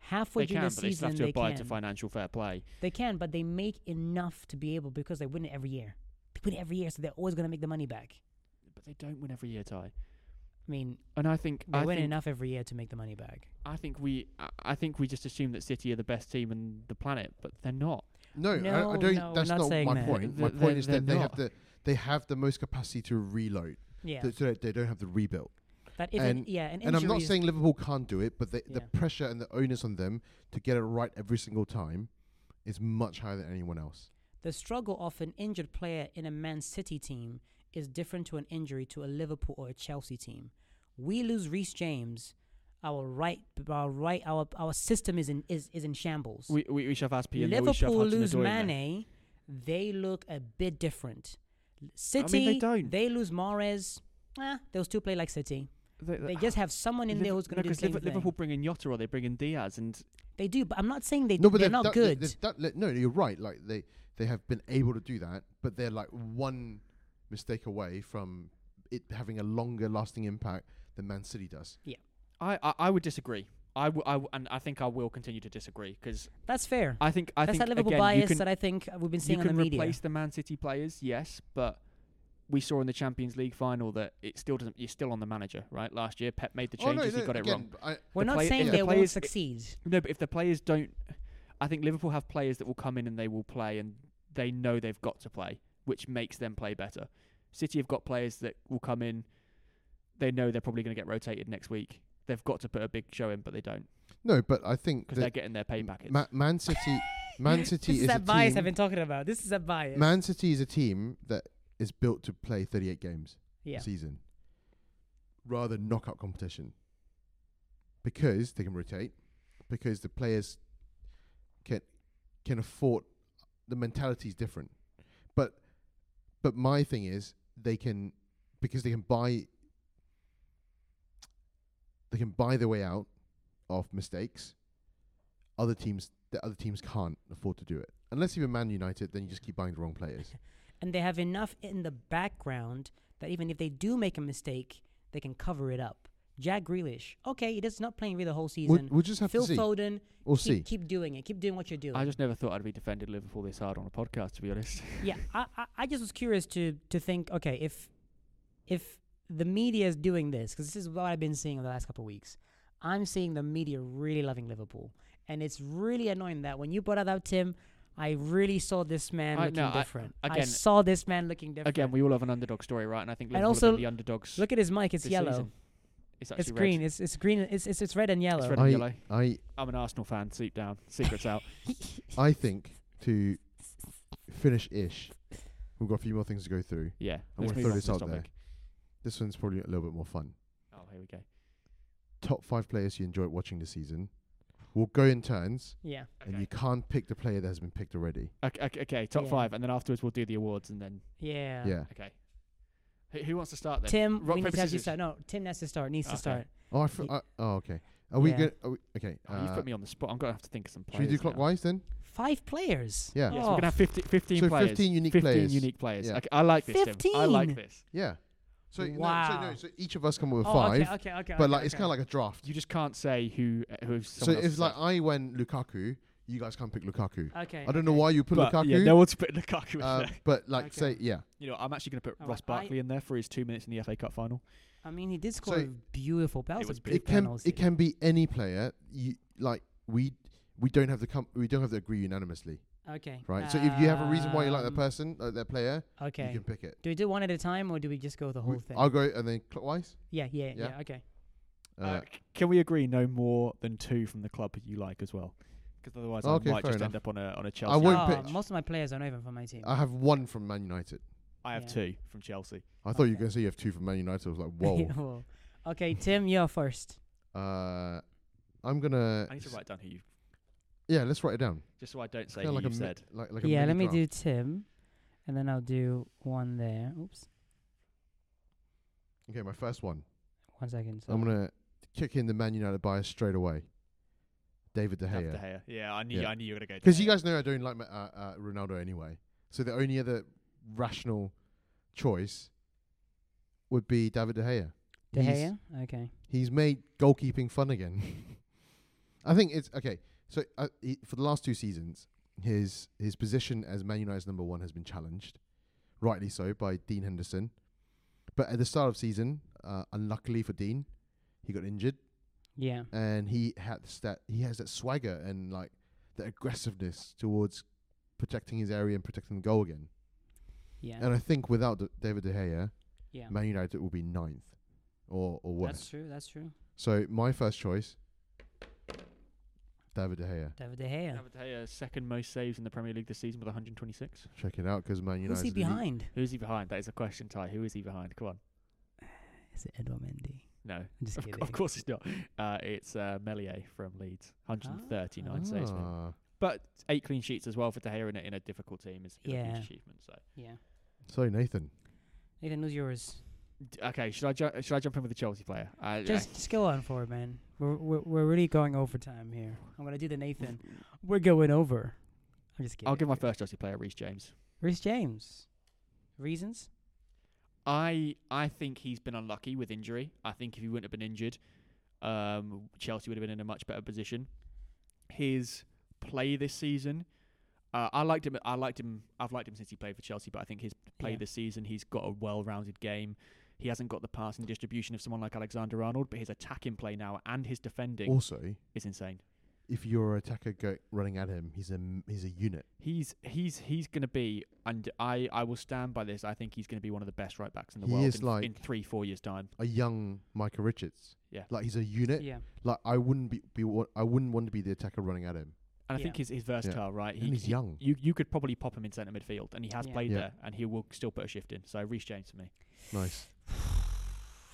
[SPEAKER 2] Halfway
[SPEAKER 1] They
[SPEAKER 2] through
[SPEAKER 1] can,
[SPEAKER 2] the
[SPEAKER 1] but they still
[SPEAKER 2] season,
[SPEAKER 1] have to
[SPEAKER 2] they
[SPEAKER 1] abide
[SPEAKER 2] can.
[SPEAKER 1] to financial fair play.
[SPEAKER 2] They can, but they make enough to be able because they win it every year. They win it every year, so they're always going to make the money back.
[SPEAKER 1] But they don't win every year, Ty.
[SPEAKER 2] I mean,
[SPEAKER 1] And I think
[SPEAKER 2] They
[SPEAKER 1] I
[SPEAKER 2] win
[SPEAKER 1] think,
[SPEAKER 2] enough every year to make the money back.
[SPEAKER 1] I think we I- I think we just assume that City are the best team on the planet, but they're not.
[SPEAKER 3] No, I,
[SPEAKER 2] No,
[SPEAKER 3] I don't.
[SPEAKER 2] no, we're
[SPEAKER 3] that's
[SPEAKER 2] not
[SPEAKER 3] not,
[SPEAKER 2] saying
[SPEAKER 3] my
[SPEAKER 2] that.
[SPEAKER 3] point.
[SPEAKER 1] Th-
[SPEAKER 3] my
[SPEAKER 1] they're-
[SPEAKER 3] point is
[SPEAKER 1] they're
[SPEAKER 3] that they
[SPEAKER 1] not.
[SPEAKER 3] have the they have the most capacity to reload.
[SPEAKER 2] Yeah.
[SPEAKER 3] So- So that they don't have the rebuild.
[SPEAKER 2] That if
[SPEAKER 3] and-
[SPEAKER 2] it, yeah, an
[SPEAKER 3] And I'm not
[SPEAKER 2] injury is-
[SPEAKER 3] saying Liverpool can't do it, but the, the
[SPEAKER 2] Yeah.
[SPEAKER 3] pressure and the onus on them to get it right every single time is much higher than anyone else.
[SPEAKER 2] the struggle of an injured player in a Man City team is different to an injury to a Liverpool or a Chelsea team. We lose Reece James, our right, our right, our our system is in is, is in shambles.
[SPEAKER 1] We we, we shove Aspie and then we shove
[SPEAKER 2] Liverpool lose
[SPEAKER 1] Hudson-Odoi in there.
[SPEAKER 2] Mane, they look a bit different.
[SPEAKER 1] I
[SPEAKER 2] City,
[SPEAKER 1] mean, they don't.
[SPEAKER 2] they lose Mares. Ah, they'll still play like City.
[SPEAKER 1] They,
[SPEAKER 2] They
[SPEAKER 1] [sighs]
[SPEAKER 2] just have someone in there who's going to do the same thing.
[SPEAKER 1] Liverpool bring in Yotta or they bring in Diaz, and
[SPEAKER 2] They do, but I'm not saying they
[SPEAKER 3] no, but
[SPEAKER 2] they're
[SPEAKER 3] they've
[SPEAKER 2] not
[SPEAKER 3] that-
[SPEAKER 2] good.
[SPEAKER 3] they've that- li- no, you're right. Like they they have been able to do that, but they're like one mistake away from it having a longer lasting impact than Man City does.
[SPEAKER 1] I, I, I would disagree. I, w- I w- and I think I will continue to disagree because
[SPEAKER 2] That's fair.
[SPEAKER 1] I think I
[SPEAKER 2] That's
[SPEAKER 1] think
[SPEAKER 2] that Liverpool
[SPEAKER 1] again, you
[SPEAKER 2] bias
[SPEAKER 1] can,
[SPEAKER 2] that I think we've been
[SPEAKER 1] you
[SPEAKER 2] seeing on
[SPEAKER 1] can
[SPEAKER 2] the media.
[SPEAKER 1] replace the Man City players, yes, but we saw in the Champions League final that it still doesn't. You're still on the manager, right? Last year, Pep made the
[SPEAKER 3] Oh, no,
[SPEAKER 1] changes, he
[SPEAKER 3] no,
[SPEAKER 1] got it
[SPEAKER 3] again,
[SPEAKER 1] wrong.
[SPEAKER 3] but I,
[SPEAKER 2] We're
[SPEAKER 1] the
[SPEAKER 2] not
[SPEAKER 1] play-
[SPEAKER 2] saying
[SPEAKER 1] yeah.
[SPEAKER 2] they
[SPEAKER 1] the
[SPEAKER 2] won't
[SPEAKER 1] players-
[SPEAKER 2] succeed.
[SPEAKER 1] No, but if the players don't, I think Liverpool have players that will come in and they will play, and they know they've got to play, which makes them play better. City have got players that will come in, they know they're probably going to get rotated next week. They've got to put a big show in, but they don't
[SPEAKER 3] no, but I think
[SPEAKER 1] because
[SPEAKER 3] that
[SPEAKER 1] they're getting their pay packets.
[SPEAKER 3] Ma-
[SPEAKER 2] [laughs]
[SPEAKER 3] Man City, Man City
[SPEAKER 2] this
[SPEAKER 3] is a
[SPEAKER 2] that bias I've
[SPEAKER 3] team.
[SPEAKER 2] been talking about. This is that bias.
[SPEAKER 3] Man City is a team that is built to play 38 games
[SPEAKER 2] yeah.
[SPEAKER 3] a season, rather than knockout competition, because they can rotate, because the players can can afford the mentality is different, but but my thing is they can because they can buy they can buy their way out of mistakes. Other teams the other teams can't afford to do it. Unless you're Man United, then you just keep buying the wrong players.
[SPEAKER 2] And they have enough in the background that even if they do make a mistake, they can cover it up. Jack Grealish, okay, he does not playing really the whole
[SPEAKER 3] We'll,
[SPEAKER 2] season.
[SPEAKER 3] we'll just have
[SPEAKER 2] Phil
[SPEAKER 3] to see.
[SPEAKER 2] Foden,
[SPEAKER 3] We'll
[SPEAKER 2] keep,
[SPEAKER 3] see.
[SPEAKER 2] keep doing it. Keep doing what you're doing.
[SPEAKER 1] I just never thought I'd be defending Liverpool this hard on a podcast, to be honest.
[SPEAKER 2] [laughs] yeah, I, I, I just was curious to to think, okay, if if the media is doing this, because this is what I've been seeing over the last couple of weeks, I'm seeing the media really loving Liverpool, and it's really annoying that when you brought it out, Tim, I really saw this man
[SPEAKER 1] I-
[SPEAKER 2] looking
[SPEAKER 1] no, I-
[SPEAKER 2] different. I,
[SPEAKER 1] again-
[SPEAKER 2] saw this man looking
[SPEAKER 1] [laughs]
[SPEAKER 2] different.
[SPEAKER 1] Again, we all have an underdog story, right? And I think
[SPEAKER 2] And
[SPEAKER 1] Liverpool have
[SPEAKER 2] also,
[SPEAKER 1] been the underdogs.
[SPEAKER 2] look at his mic; it's
[SPEAKER 1] this
[SPEAKER 2] yellow,
[SPEAKER 1] season. It's actually
[SPEAKER 2] it's
[SPEAKER 1] red.
[SPEAKER 2] green, it's it's green, it's it's, it's red and yellow.
[SPEAKER 1] red.
[SPEAKER 3] I,
[SPEAKER 1] Yellow.
[SPEAKER 3] I
[SPEAKER 1] I'm an Arsenal fan. Sleep down. Secrets out. [laughs]
[SPEAKER 3] I think to finish ish, we've got a few more things to go through.
[SPEAKER 1] Yeah.
[SPEAKER 3] I'm
[SPEAKER 1] Let's
[SPEAKER 3] gonna
[SPEAKER 1] move on
[SPEAKER 3] throw
[SPEAKER 1] to
[SPEAKER 3] this
[SPEAKER 1] this
[SPEAKER 3] out there.
[SPEAKER 1] topic.
[SPEAKER 3] This one's probably a little bit more fun.
[SPEAKER 1] Oh, here we go.
[SPEAKER 3] Top five players you enjoyed watching this season. We'll go in turns,
[SPEAKER 2] Yeah,
[SPEAKER 3] and you can't pick the player that has been picked already.
[SPEAKER 1] Okay, okay, okay, top
[SPEAKER 2] Yeah.
[SPEAKER 1] five, and then afterwards we'll do the awards, and then
[SPEAKER 2] yeah,
[SPEAKER 3] Yeah.
[SPEAKER 1] okay. Who, who wants to start then?
[SPEAKER 2] Tim,
[SPEAKER 1] Rock,
[SPEAKER 2] we need
[SPEAKER 1] paper,
[SPEAKER 2] to have you
[SPEAKER 1] scissors.
[SPEAKER 2] start. No, Tim has to start. Needs to
[SPEAKER 1] Okay.
[SPEAKER 2] start.
[SPEAKER 3] Oh, I fr-
[SPEAKER 2] Ye-
[SPEAKER 3] I- oh, okay. Are we
[SPEAKER 2] Yeah.
[SPEAKER 3] good? Are we, okay.
[SPEAKER 1] Oh, you
[SPEAKER 3] uh,
[SPEAKER 1] put me on the spot. I'm gonna have to think of some
[SPEAKER 3] should we
[SPEAKER 1] players.
[SPEAKER 3] do
[SPEAKER 1] now.
[SPEAKER 3] clockwise then?
[SPEAKER 2] Five players.
[SPEAKER 3] Yeah.
[SPEAKER 1] Yes, we're gonna have 50, 15
[SPEAKER 3] So
[SPEAKER 1] players.
[SPEAKER 3] 15 unique
[SPEAKER 1] 15
[SPEAKER 3] players.
[SPEAKER 1] unique players.
[SPEAKER 3] Yeah.
[SPEAKER 1] Okay, I like this, Tim. I
[SPEAKER 2] 15.
[SPEAKER 1] like this.
[SPEAKER 3] Yeah. So, no, so
[SPEAKER 2] Wow.
[SPEAKER 3] no, so each of us come up with
[SPEAKER 2] Oh,
[SPEAKER 3] five,
[SPEAKER 2] okay, okay, okay.
[SPEAKER 3] but
[SPEAKER 2] okay,
[SPEAKER 3] like it's
[SPEAKER 2] okay.
[SPEAKER 3] kind of like a draft.
[SPEAKER 1] uh, You just can't say who who's.
[SPEAKER 3] so if like I went Lukaku, you guys can't pick Lukaku.
[SPEAKER 2] Okay.
[SPEAKER 3] I don't know why you put
[SPEAKER 1] but
[SPEAKER 3] Lukaku.
[SPEAKER 1] yeah, no one's putting Lukaku in
[SPEAKER 3] uh,
[SPEAKER 1] there. [laughs]
[SPEAKER 3] but like,
[SPEAKER 2] Okay.
[SPEAKER 3] say, yeah,
[SPEAKER 1] You know, I'm actually going to put
[SPEAKER 2] All
[SPEAKER 1] Ross
[SPEAKER 2] right, Oh, I-
[SPEAKER 1] Barkley in there for his two minutes in the FA Cup final.
[SPEAKER 2] I mean, he did score
[SPEAKER 3] So-
[SPEAKER 2] a beautiful. That
[SPEAKER 1] It
[SPEAKER 2] was,
[SPEAKER 1] was
[SPEAKER 2] a
[SPEAKER 1] big.
[SPEAKER 2] big
[SPEAKER 3] it can
[SPEAKER 2] penalty.
[SPEAKER 3] it can be any player. You like we we don't have to come we don't have to agree unanimously,
[SPEAKER 2] Okay.
[SPEAKER 3] right? so if you have a reason why you like that
[SPEAKER 2] Um,
[SPEAKER 3] person, uh, their player, you
[SPEAKER 2] Okay.
[SPEAKER 3] can pick it.
[SPEAKER 2] Do we do one at a time or do we just go the
[SPEAKER 3] We-
[SPEAKER 2] whole thing?
[SPEAKER 3] I'll go and then clockwise.
[SPEAKER 2] yeah, yeah, yeah,
[SPEAKER 3] Yeah.
[SPEAKER 2] Okay.
[SPEAKER 3] Uh,
[SPEAKER 1] Uh, c- can we agree no more than two from the club you like as well? Because otherwise,
[SPEAKER 3] Okay,
[SPEAKER 1] I might
[SPEAKER 3] fair
[SPEAKER 1] just
[SPEAKER 3] enough.
[SPEAKER 1] end up on a on a Chelsea.
[SPEAKER 3] I won't
[SPEAKER 2] Ah,
[SPEAKER 3] pitch. Uh,
[SPEAKER 2] Most of my players are not even from my team.
[SPEAKER 3] I have one from Man United.
[SPEAKER 1] I have
[SPEAKER 2] yeah.
[SPEAKER 1] two from Chelsea.
[SPEAKER 3] I thought you were
[SPEAKER 2] Okay.
[SPEAKER 3] gonna say you have two from Man United. I
[SPEAKER 2] [laughs]
[SPEAKER 3] was like,
[SPEAKER 2] [laughs] Yeah,
[SPEAKER 3] whoa.
[SPEAKER 2] whoa. Okay, Tim, you're first.
[SPEAKER 3] uh, I'm gonna.
[SPEAKER 1] I need to write down who you
[SPEAKER 3] Yeah, let's write it down.
[SPEAKER 1] just so I don't say
[SPEAKER 3] Kinda
[SPEAKER 1] who
[SPEAKER 3] like
[SPEAKER 1] you
[SPEAKER 3] a mi-
[SPEAKER 1] said.
[SPEAKER 3] like, like a
[SPEAKER 2] yeah,
[SPEAKER 3] mini
[SPEAKER 2] let me
[SPEAKER 3] draft.
[SPEAKER 2] do Tim, and then I'll do one there. Oops,
[SPEAKER 3] Okay, my first one.
[SPEAKER 2] one second.
[SPEAKER 3] I'm gonna kick in the Man United bias straight away. David De
[SPEAKER 1] Have
[SPEAKER 3] Gea.
[SPEAKER 1] De Gea. Yeah, I knew
[SPEAKER 3] Yeah.
[SPEAKER 1] I knew you were gonna go. De
[SPEAKER 3] Because you
[SPEAKER 1] Gea.
[SPEAKER 3] guys know I don't like Ma- uh, uh, Ronaldo anyway. So the only other rational choice would be David De Gea.
[SPEAKER 2] De
[SPEAKER 3] He's-
[SPEAKER 2] Gea. Okay.
[SPEAKER 3] He's made goalkeeping fun again. [laughs] I think it's okay. So uh, he, for the last two seasons, his his position as Man United's number one has been challenged, rightly so, by Dean Henderson. But at the start of season, uh, unluckily for Dean, he got injured,
[SPEAKER 2] Yeah.
[SPEAKER 3] and he had this- that he has that swagger and like the aggressiveness towards protecting his area and protecting the goal again.
[SPEAKER 2] Yeah.
[SPEAKER 3] And I think without D- David De Gea,
[SPEAKER 2] yeah.
[SPEAKER 3] Man United will be ninth or or worse.
[SPEAKER 2] That's true. That's true.
[SPEAKER 3] So my first choice, David De Gea.
[SPEAKER 2] David De Gea.
[SPEAKER 1] David De Gea, second most saves in the Premier League this season with 126.
[SPEAKER 3] Check it out 'cause Man United.
[SPEAKER 2] Who's he behind?
[SPEAKER 1] Who's he behind? That is the question, Ty. Who is he behind? Come on.
[SPEAKER 2] Is it Edward Mendy?
[SPEAKER 1] No,
[SPEAKER 2] I'm just
[SPEAKER 1] of,
[SPEAKER 2] kidding.
[SPEAKER 1] cou- of course it's not. Uh, it's uh, Melier from Leeds, 139 saves. for him.
[SPEAKER 3] Ah,
[SPEAKER 1] But eight clean sheets as well for De Gea in a, in a difficult team is, is a
[SPEAKER 2] Yeah.
[SPEAKER 1] huge achievement. So
[SPEAKER 2] Yeah.
[SPEAKER 3] so Nathan,
[SPEAKER 2] Nathan, who's yours?
[SPEAKER 1] D- okay, should I ju- should I jump in with the Chelsea player? Uh, I,
[SPEAKER 2] Just, just go on for it, man. We're, we're we're really going overtime here. I'm gonna do the Nathan. We're going over. I'm just kidding.
[SPEAKER 1] I, will give my first Chelsea player, Reece James.
[SPEAKER 2] Reece James. Reasons?
[SPEAKER 1] I I think he's been unlucky with injury. I think if he wouldn't have been injured, um, Chelsea would have been in a much better position. His play this season, uh, I liked him. I liked him. I've liked him since he played for Chelsea. But I think his play
[SPEAKER 2] Yeah.
[SPEAKER 1] this season, he's got a well-rounded game. He hasn't got the passing distribution of someone like Alexander Arnold, but his attacking play now and his defending
[SPEAKER 3] also,
[SPEAKER 1] is insane.
[SPEAKER 3] if your attacker go running at him, he's a m- he's a unit.
[SPEAKER 1] He's he's he's going to be, and I I will stand by this. I think he's going to be one of the best right backs in the
[SPEAKER 3] He
[SPEAKER 1] world
[SPEAKER 3] is
[SPEAKER 1] in,
[SPEAKER 3] like-
[SPEAKER 1] in three four years time.
[SPEAKER 3] A young Micah Richards.
[SPEAKER 1] Yeah.
[SPEAKER 3] Like he's a
[SPEAKER 1] Eh.
[SPEAKER 3] unit.
[SPEAKER 2] Yeah.
[SPEAKER 3] Like I wouldn't be, be wa- I wouldn't want to be the attacker running at him.
[SPEAKER 1] And I
[SPEAKER 2] Yeah.
[SPEAKER 1] think he's, he's versatile, right?
[SPEAKER 3] and he's young.
[SPEAKER 1] You you could probably pop him in centre midfield, and he has
[SPEAKER 2] Yeah.
[SPEAKER 1] played
[SPEAKER 3] Yeah.
[SPEAKER 1] there, and he will still put a shift in. So Reece James for me.
[SPEAKER 3] Nice.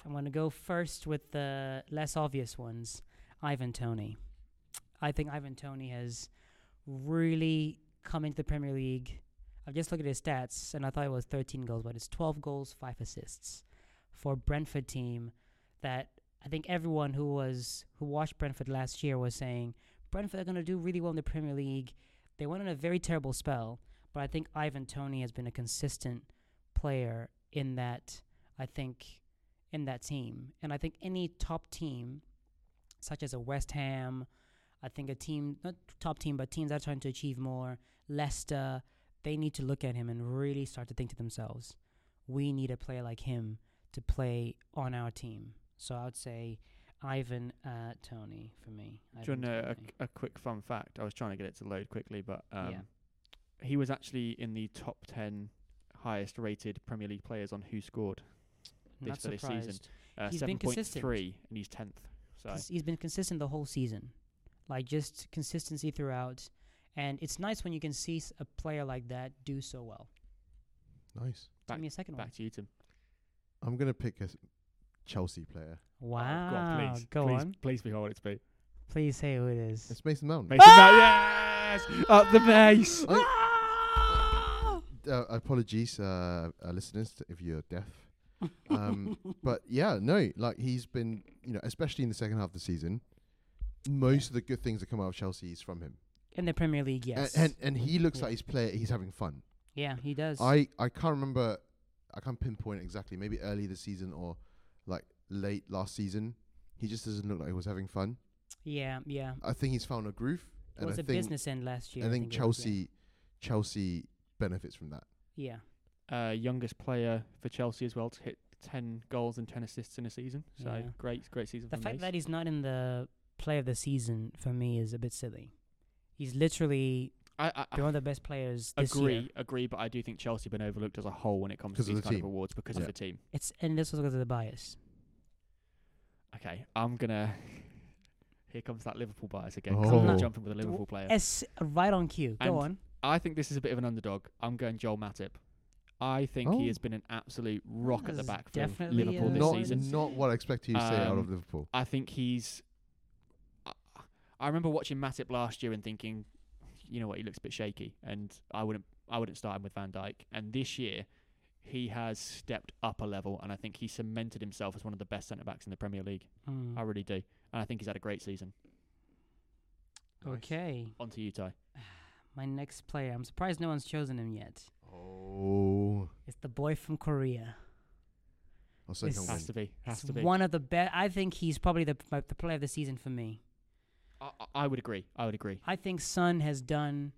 [SPEAKER 2] I'm gonna go first with the less obvious ones. Ivan Tony. I think Ivan Tony has really come into the Premier League. I've just looked at his stats and I thought it was 13 goals, but it's 12 goals, five assists for a Brentford team that I think everyone who was who watched Brentford last year was saying Brentford are going to do really well in the Premier League. They went on a very terrible spell, but I think Ivan Tony has been a consistent player in that I think in that team. And I think any top team, such as a West Ham, I think a team, not top team, but teams that are trying to achieve more, Leicester, they need to look at him and really start to think to themselves, we need a player like him to play on our team. So I would say Ivan uh, Tony for me.
[SPEAKER 1] Do you
[SPEAKER 2] Ivan
[SPEAKER 1] want uh, a,
[SPEAKER 2] Toney.
[SPEAKER 1] a quick fun fact? I was trying to get it to load quickly, but um,
[SPEAKER 2] Yeah.
[SPEAKER 1] he was actually in the top ten highest rated Premier League players on who scored.
[SPEAKER 2] I'm
[SPEAKER 1] this for this season.
[SPEAKER 2] surprised.
[SPEAKER 1] Uh,
[SPEAKER 2] He's been
[SPEAKER 1] Seven point
[SPEAKER 2] consistent.
[SPEAKER 1] three, and he's tenth. So
[SPEAKER 2] Cons- he's been consistent the whole season, like just consistency throughout. And it's nice when you can see s- a player like that do so well.
[SPEAKER 3] Nice.
[SPEAKER 1] Back-
[SPEAKER 2] Give me a second one.
[SPEAKER 1] back to you, Tim.
[SPEAKER 3] I'm gonna pick a s- Chelsea player.
[SPEAKER 1] Oh,
[SPEAKER 2] Wow.
[SPEAKER 1] go on, please,
[SPEAKER 2] Go
[SPEAKER 1] please,
[SPEAKER 2] on.
[SPEAKER 1] Please behold it, [laughs] be.
[SPEAKER 2] Please say who it is.
[SPEAKER 3] It's Mason
[SPEAKER 1] [gasps]
[SPEAKER 3] Mount.
[SPEAKER 1] Mason Mount, yes, up the
[SPEAKER 2] [laughs]
[SPEAKER 1] mace.
[SPEAKER 2] Oh.
[SPEAKER 3] uh, apologies, uh, uh, listeners, t- if you're deaf.
[SPEAKER 2] [laughs]
[SPEAKER 3] Um, but yeah, no, like he's been, you know, especially in the second half of the season, most of the good things that come out of Chelsea is from him.
[SPEAKER 2] In the Premier League,
[SPEAKER 3] A-
[SPEAKER 2] yes.
[SPEAKER 3] And and, he looks
[SPEAKER 2] Yeah.
[SPEAKER 3] like he's player. He's having fun.
[SPEAKER 2] yeah, he does.
[SPEAKER 3] I I can't remember. I can't pinpoint exactly. Maybe early this season or like late last season. He just doesn't look like he was having fun.
[SPEAKER 2] yeah, yeah.
[SPEAKER 3] I think he's found a groove.
[SPEAKER 2] It was
[SPEAKER 3] I
[SPEAKER 2] a
[SPEAKER 3] think,
[SPEAKER 2] business end last year.
[SPEAKER 3] I think
[SPEAKER 2] it was,
[SPEAKER 3] Chelsea, Chelsea benefits from that.
[SPEAKER 2] Yeah. yeah.
[SPEAKER 1] Uh, youngest player for Chelsea as well to hit ten goals and ten assists in a season. So
[SPEAKER 2] Yeah.
[SPEAKER 1] great, great season.
[SPEAKER 2] The
[SPEAKER 1] from
[SPEAKER 2] fact
[SPEAKER 1] Mace.
[SPEAKER 2] that he's not in the play of the season for me is a bit silly. He's literally
[SPEAKER 1] I, I,
[SPEAKER 2] one of the best players this
[SPEAKER 1] agree,
[SPEAKER 2] year.
[SPEAKER 1] agree, but I do think Chelsea have been overlooked as a whole when it comes to
[SPEAKER 3] 'Cause of
[SPEAKER 1] these
[SPEAKER 3] the
[SPEAKER 1] kind of
[SPEAKER 3] team.
[SPEAKER 1] awards because
[SPEAKER 3] Yeah.
[SPEAKER 1] of the team.
[SPEAKER 2] It's and this was because of the bias.
[SPEAKER 1] Okay, I'm gonna. [laughs] Here comes that Liverpool bias again. 'cause I'm
[SPEAKER 2] Oh.
[SPEAKER 1] gonna jump in with a Liverpool player.
[SPEAKER 2] S right on cue. Go
[SPEAKER 1] And
[SPEAKER 2] on.
[SPEAKER 1] I think this is a bit of an underdog. I'm going Joel Matip. I think
[SPEAKER 3] Oh. uh,
[SPEAKER 1] he has been an absolute rock at the
[SPEAKER 2] That's
[SPEAKER 1] back for
[SPEAKER 2] definitely
[SPEAKER 1] Liverpool
[SPEAKER 2] a-
[SPEAKER 1] this
[SPEAKER 3] not,
[SPEAKER 1] season.
[SPEAKER 3] not what I expected you to say out of
[SPEAKER 1] Um,
[SPEAKER 3] Liverpool.
[SPEAKER 1] I think he's. I, I remember watching Matip last year and thinking, you know what, he looks a bit shaky, and I wouldn't, I wouldn't start him with Van Dijk. And this year, he has stepped up a level, and I think he cemented himself as one of the best centre backs in the Premier League.
[SPEAKER 2] Mm.
[SPEAKER 1] I really do, and I think he's had a great season.
[SPEAKER 2] Okay.
[SPEAKER 1] On to Utah.
[SPEAKER 2] My next player. I'm surprised no one's chosen him yet.
[SPEAKER 3] Oh,
[SPEAKER 2] It's the boy from Korea.
[SPEAKER 3] I'll say
[SPEAKER 2] This-
[SPEAKER 3] Kang
[SPEAKER 1] Has
[SPEAKER 3] Won.
[SPEAKER 1] to be, has
[SPEAKER 2] He's
[SPEAKER 1] to be.
[SPEAKER 2] One of the best. I think he's probably the my- the player of the season for me.
[SPEAKER 1] I, I- I would agree. I would agree.
[SPEAKER 2] I think Sun has done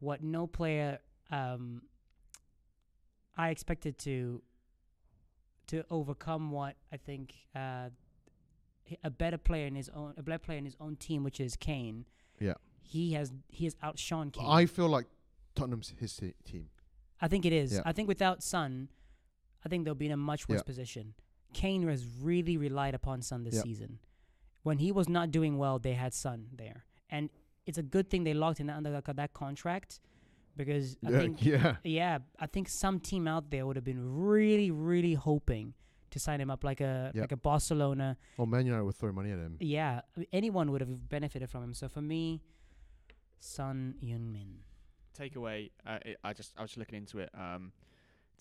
[SPEAKER 2] what no player um, I expected to to overcome what I think uh, h- a better player in his own a better player in his own team, which is Kane.
[SPEAKER 3] Yeah.
[SPEAKER 2] he has he has outshone Kane.
[SPEAKER 3] I feel like Tottenham's his te- team.
[SPEAKER 2] I think it is.
[SPEAKER 3] Yeah.
[SPEAKER 2] I think without Sun, I think they'll be in a much worse
[SPEAKER 3] Yeah.
[SPEAKER 2] position. Kane has really relied upon Sun this
[SPEAKER 3] Yeah.
[SPEAKER 2] season. When he was not doing well, they had Sun there, and it's a good thing they locked in under that, that contract because I
[SPEAKER 3] yeah,
[SPEAKER 2] think
[SPEAKER 3] [laughs] yeah.
[SPEAKER 2] yeah, I think some team out there would have been really, really hoping to sign him up, like a
[SPEAKER 3] Yeah.
[SPEAKER 2] like a Barcelona.
[SPEAKER 3] Oh, Man United would throw money at him.
[SPEAKER 2] Yeah, I mean, anyone would have benefited from him. So for me, Sun Yunmin.
[SPEAKER 1] takeaway. Uh, it, I just I was just looking into it. Um,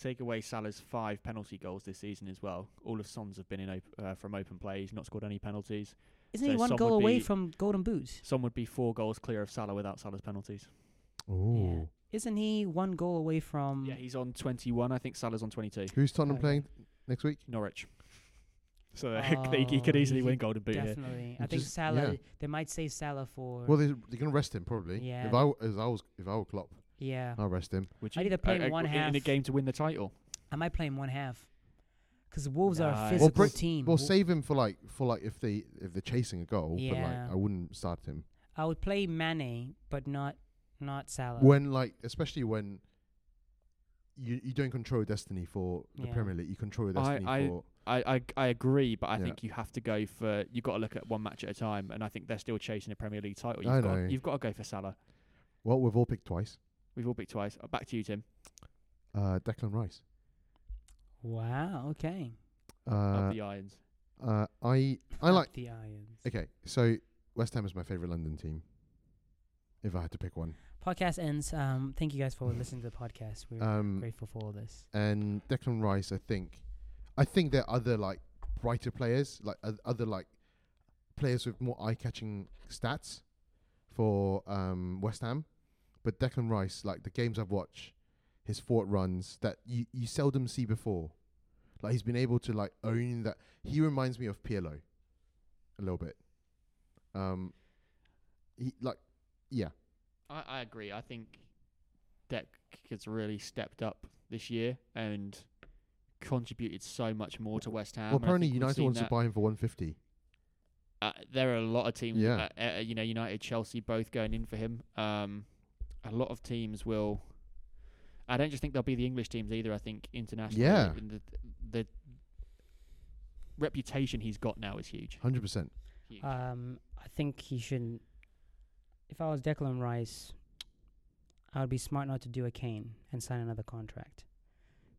[SPEAKER 1] take away Salah's five penalty goals this season as well. All of Son's have been in op- uh, from open play. He's not scored any penalties.
[SPEAKER 2] Isn't
[SPEAKER 1] So
[SPEAKER 2] he one
[SPEAKER 1] Son
[SPEAKER 2] goal
[SPEAKER 1] would
[SPEAKER 2] away
[SPEAKER 1] be-
[SPEAKER 2] from Golden Boots?
[SPEAKER 1] Some would be four goals clear of Salah without Salah's penalties.
[SPEAKER 3] Oh,
[SPEAKER 2] Isn't he one goal away from?
[SPEAKER 1] Yeah, he's on 21. I think Salah's on 22.
[SPEAKER 3] who's Tottenham
[SPEAKER 2] Okay.
[SPEAKER 3] playing next week?
[SPEAKER 1] Norwich. So [laughs] he, he could
[SPEAKER 2] Oh,
[SPEAKER 1] easily
[SPEAKER 2] he
[SPEAKER 1] win
[SPEAKER 2] could
[SPEAKER 1] Golden Boot here.
[SPEAKER 2] definitely. I
[SPEAKER 3] Which
[SPEAKER 2] think
[SPEAKER 3] is-
[SPEAKER 2] Salah.
[SPEAKER 3] yeah.
[SPEAKER 2] They might say Salah for.
[SPEAKER 3] Well, they, they're gonna rest him probably.
[SPEAKER 2] Yeah.
[SPEAKER 3] If I w- if I was if I were Klopp,
[SPEAKER 2] yeah,
[SPEAKER 3] I'll rest him.
[SPEAKER 1] Would
[SPEAKER 2] I'd either play him one
[SPEAKER 1] in, in a
[SPEAKER 2] half-
[SPEAKER 1] game to win the title.
[SPEAKER 2] I might play him one half. Because Wolves are a
[SPEAKER 1] Nice.
[SPEAKER 2] physical
[SPEAKER 3] Well, Brit-
[SPEAKER 2] team.
[SPEAKER 3] Well, save him for like for like if they if they're chasing a goal, but
[SPEAKER 2] Yeah.
[SPEAKER 3] like I wouldn't start him
[SPEAKER 2] I would play Mane, but not not Salah.
[SPEAKER 3] when like especially when you you don't control your destiny for the
[SPEAKER 2] Yeah.
[SPEAKER 3] Premier League. You control your
[SPEAKER 1] I-
[SPEAKER 3] destiny
[SPEAKER 1] I-
[SPEAKER 3] for
[SPEAKER 1] I, I, I agree, but I
[SPEAKER 3] Yeah.
[SPEAKER 1] think you have to go for you've got to look at one match at a time, and I think they're still chasing a Premier League title. You've
[SPEAKER 3] I
[SPEAKER 1] got
[SPEAKER 3] know.
[SPEAKER 1] you've got to go for Salah.
[SPEAKER 3] well, we've all picked twice.
[SPEAKER 1] We've all picked twice. Uh, Back to you, Tim.
[SPEAKER 3] Uh, Declan Rice.
[SPEAKER 2] Wow. Okay.
[SPEAKER 3] Uh,
[SPEAKER 1] Up the irons.
[SPEAKER 3] uh, I I
[SPEAKER 2] Up
[SPEAKER 3] like.
[SPEAKER 2] the irons.
[SPEAKER 3] Okay, so West Ham is my favorite London team. If I had to pick one,
[SPEAKER 2] Podcast ends. Um, thank you guys for listening to the podcast. We're
[SPEAKER 3] um,
[SPEAKER 2] grateful for all this.
[SPEAKER 3] and Declan Rice, I think, I think there are other like brighter players, like oth- other like players with more eye-catching stats for um, West Ham, but Declan Rice, like the games I've watched, his forward runs that you you seldom see before, like he's been able to like own that. He reminds me of Pirlo, a little bit. Um, he like, yeah,
[SPEAKER 1] Um, I, I agree. I think Deck has really stepped up this year and contributed so much more to West Ham.
[SPEAKER 3] well,
[SPEAKER 1] and I
[SPEAKER 3] apparently
[SPEAKER 1] think we've
[SPEAKER 3] United
[SPEAKER 1] seen
[SPEAKER 3] wants to
[SPEAKER 1] that.
[SPEAKER 3] buy him for one fifty.
[SPEAKER 1] Uh, there are a lot of teams.
[SPEAKER 3] Yeah.
[SPEAKER 1] Uh, uh, you know, United, Chelsea, both going in for him. Um, a lot of teams will. I don't just think they'll be the English teams either. I think internationally,
[SPEAKER 3] Yeah.
[SPEAKER 1] and the, the reputation he's got now is huge.
[SPEAKER 3] Hundred percent.
[SPEAKER 1] huge.
[SPEAKER 2] Um, I think he should. If I was Declan Rice, I would be smart not to do a Kane and sign another contract,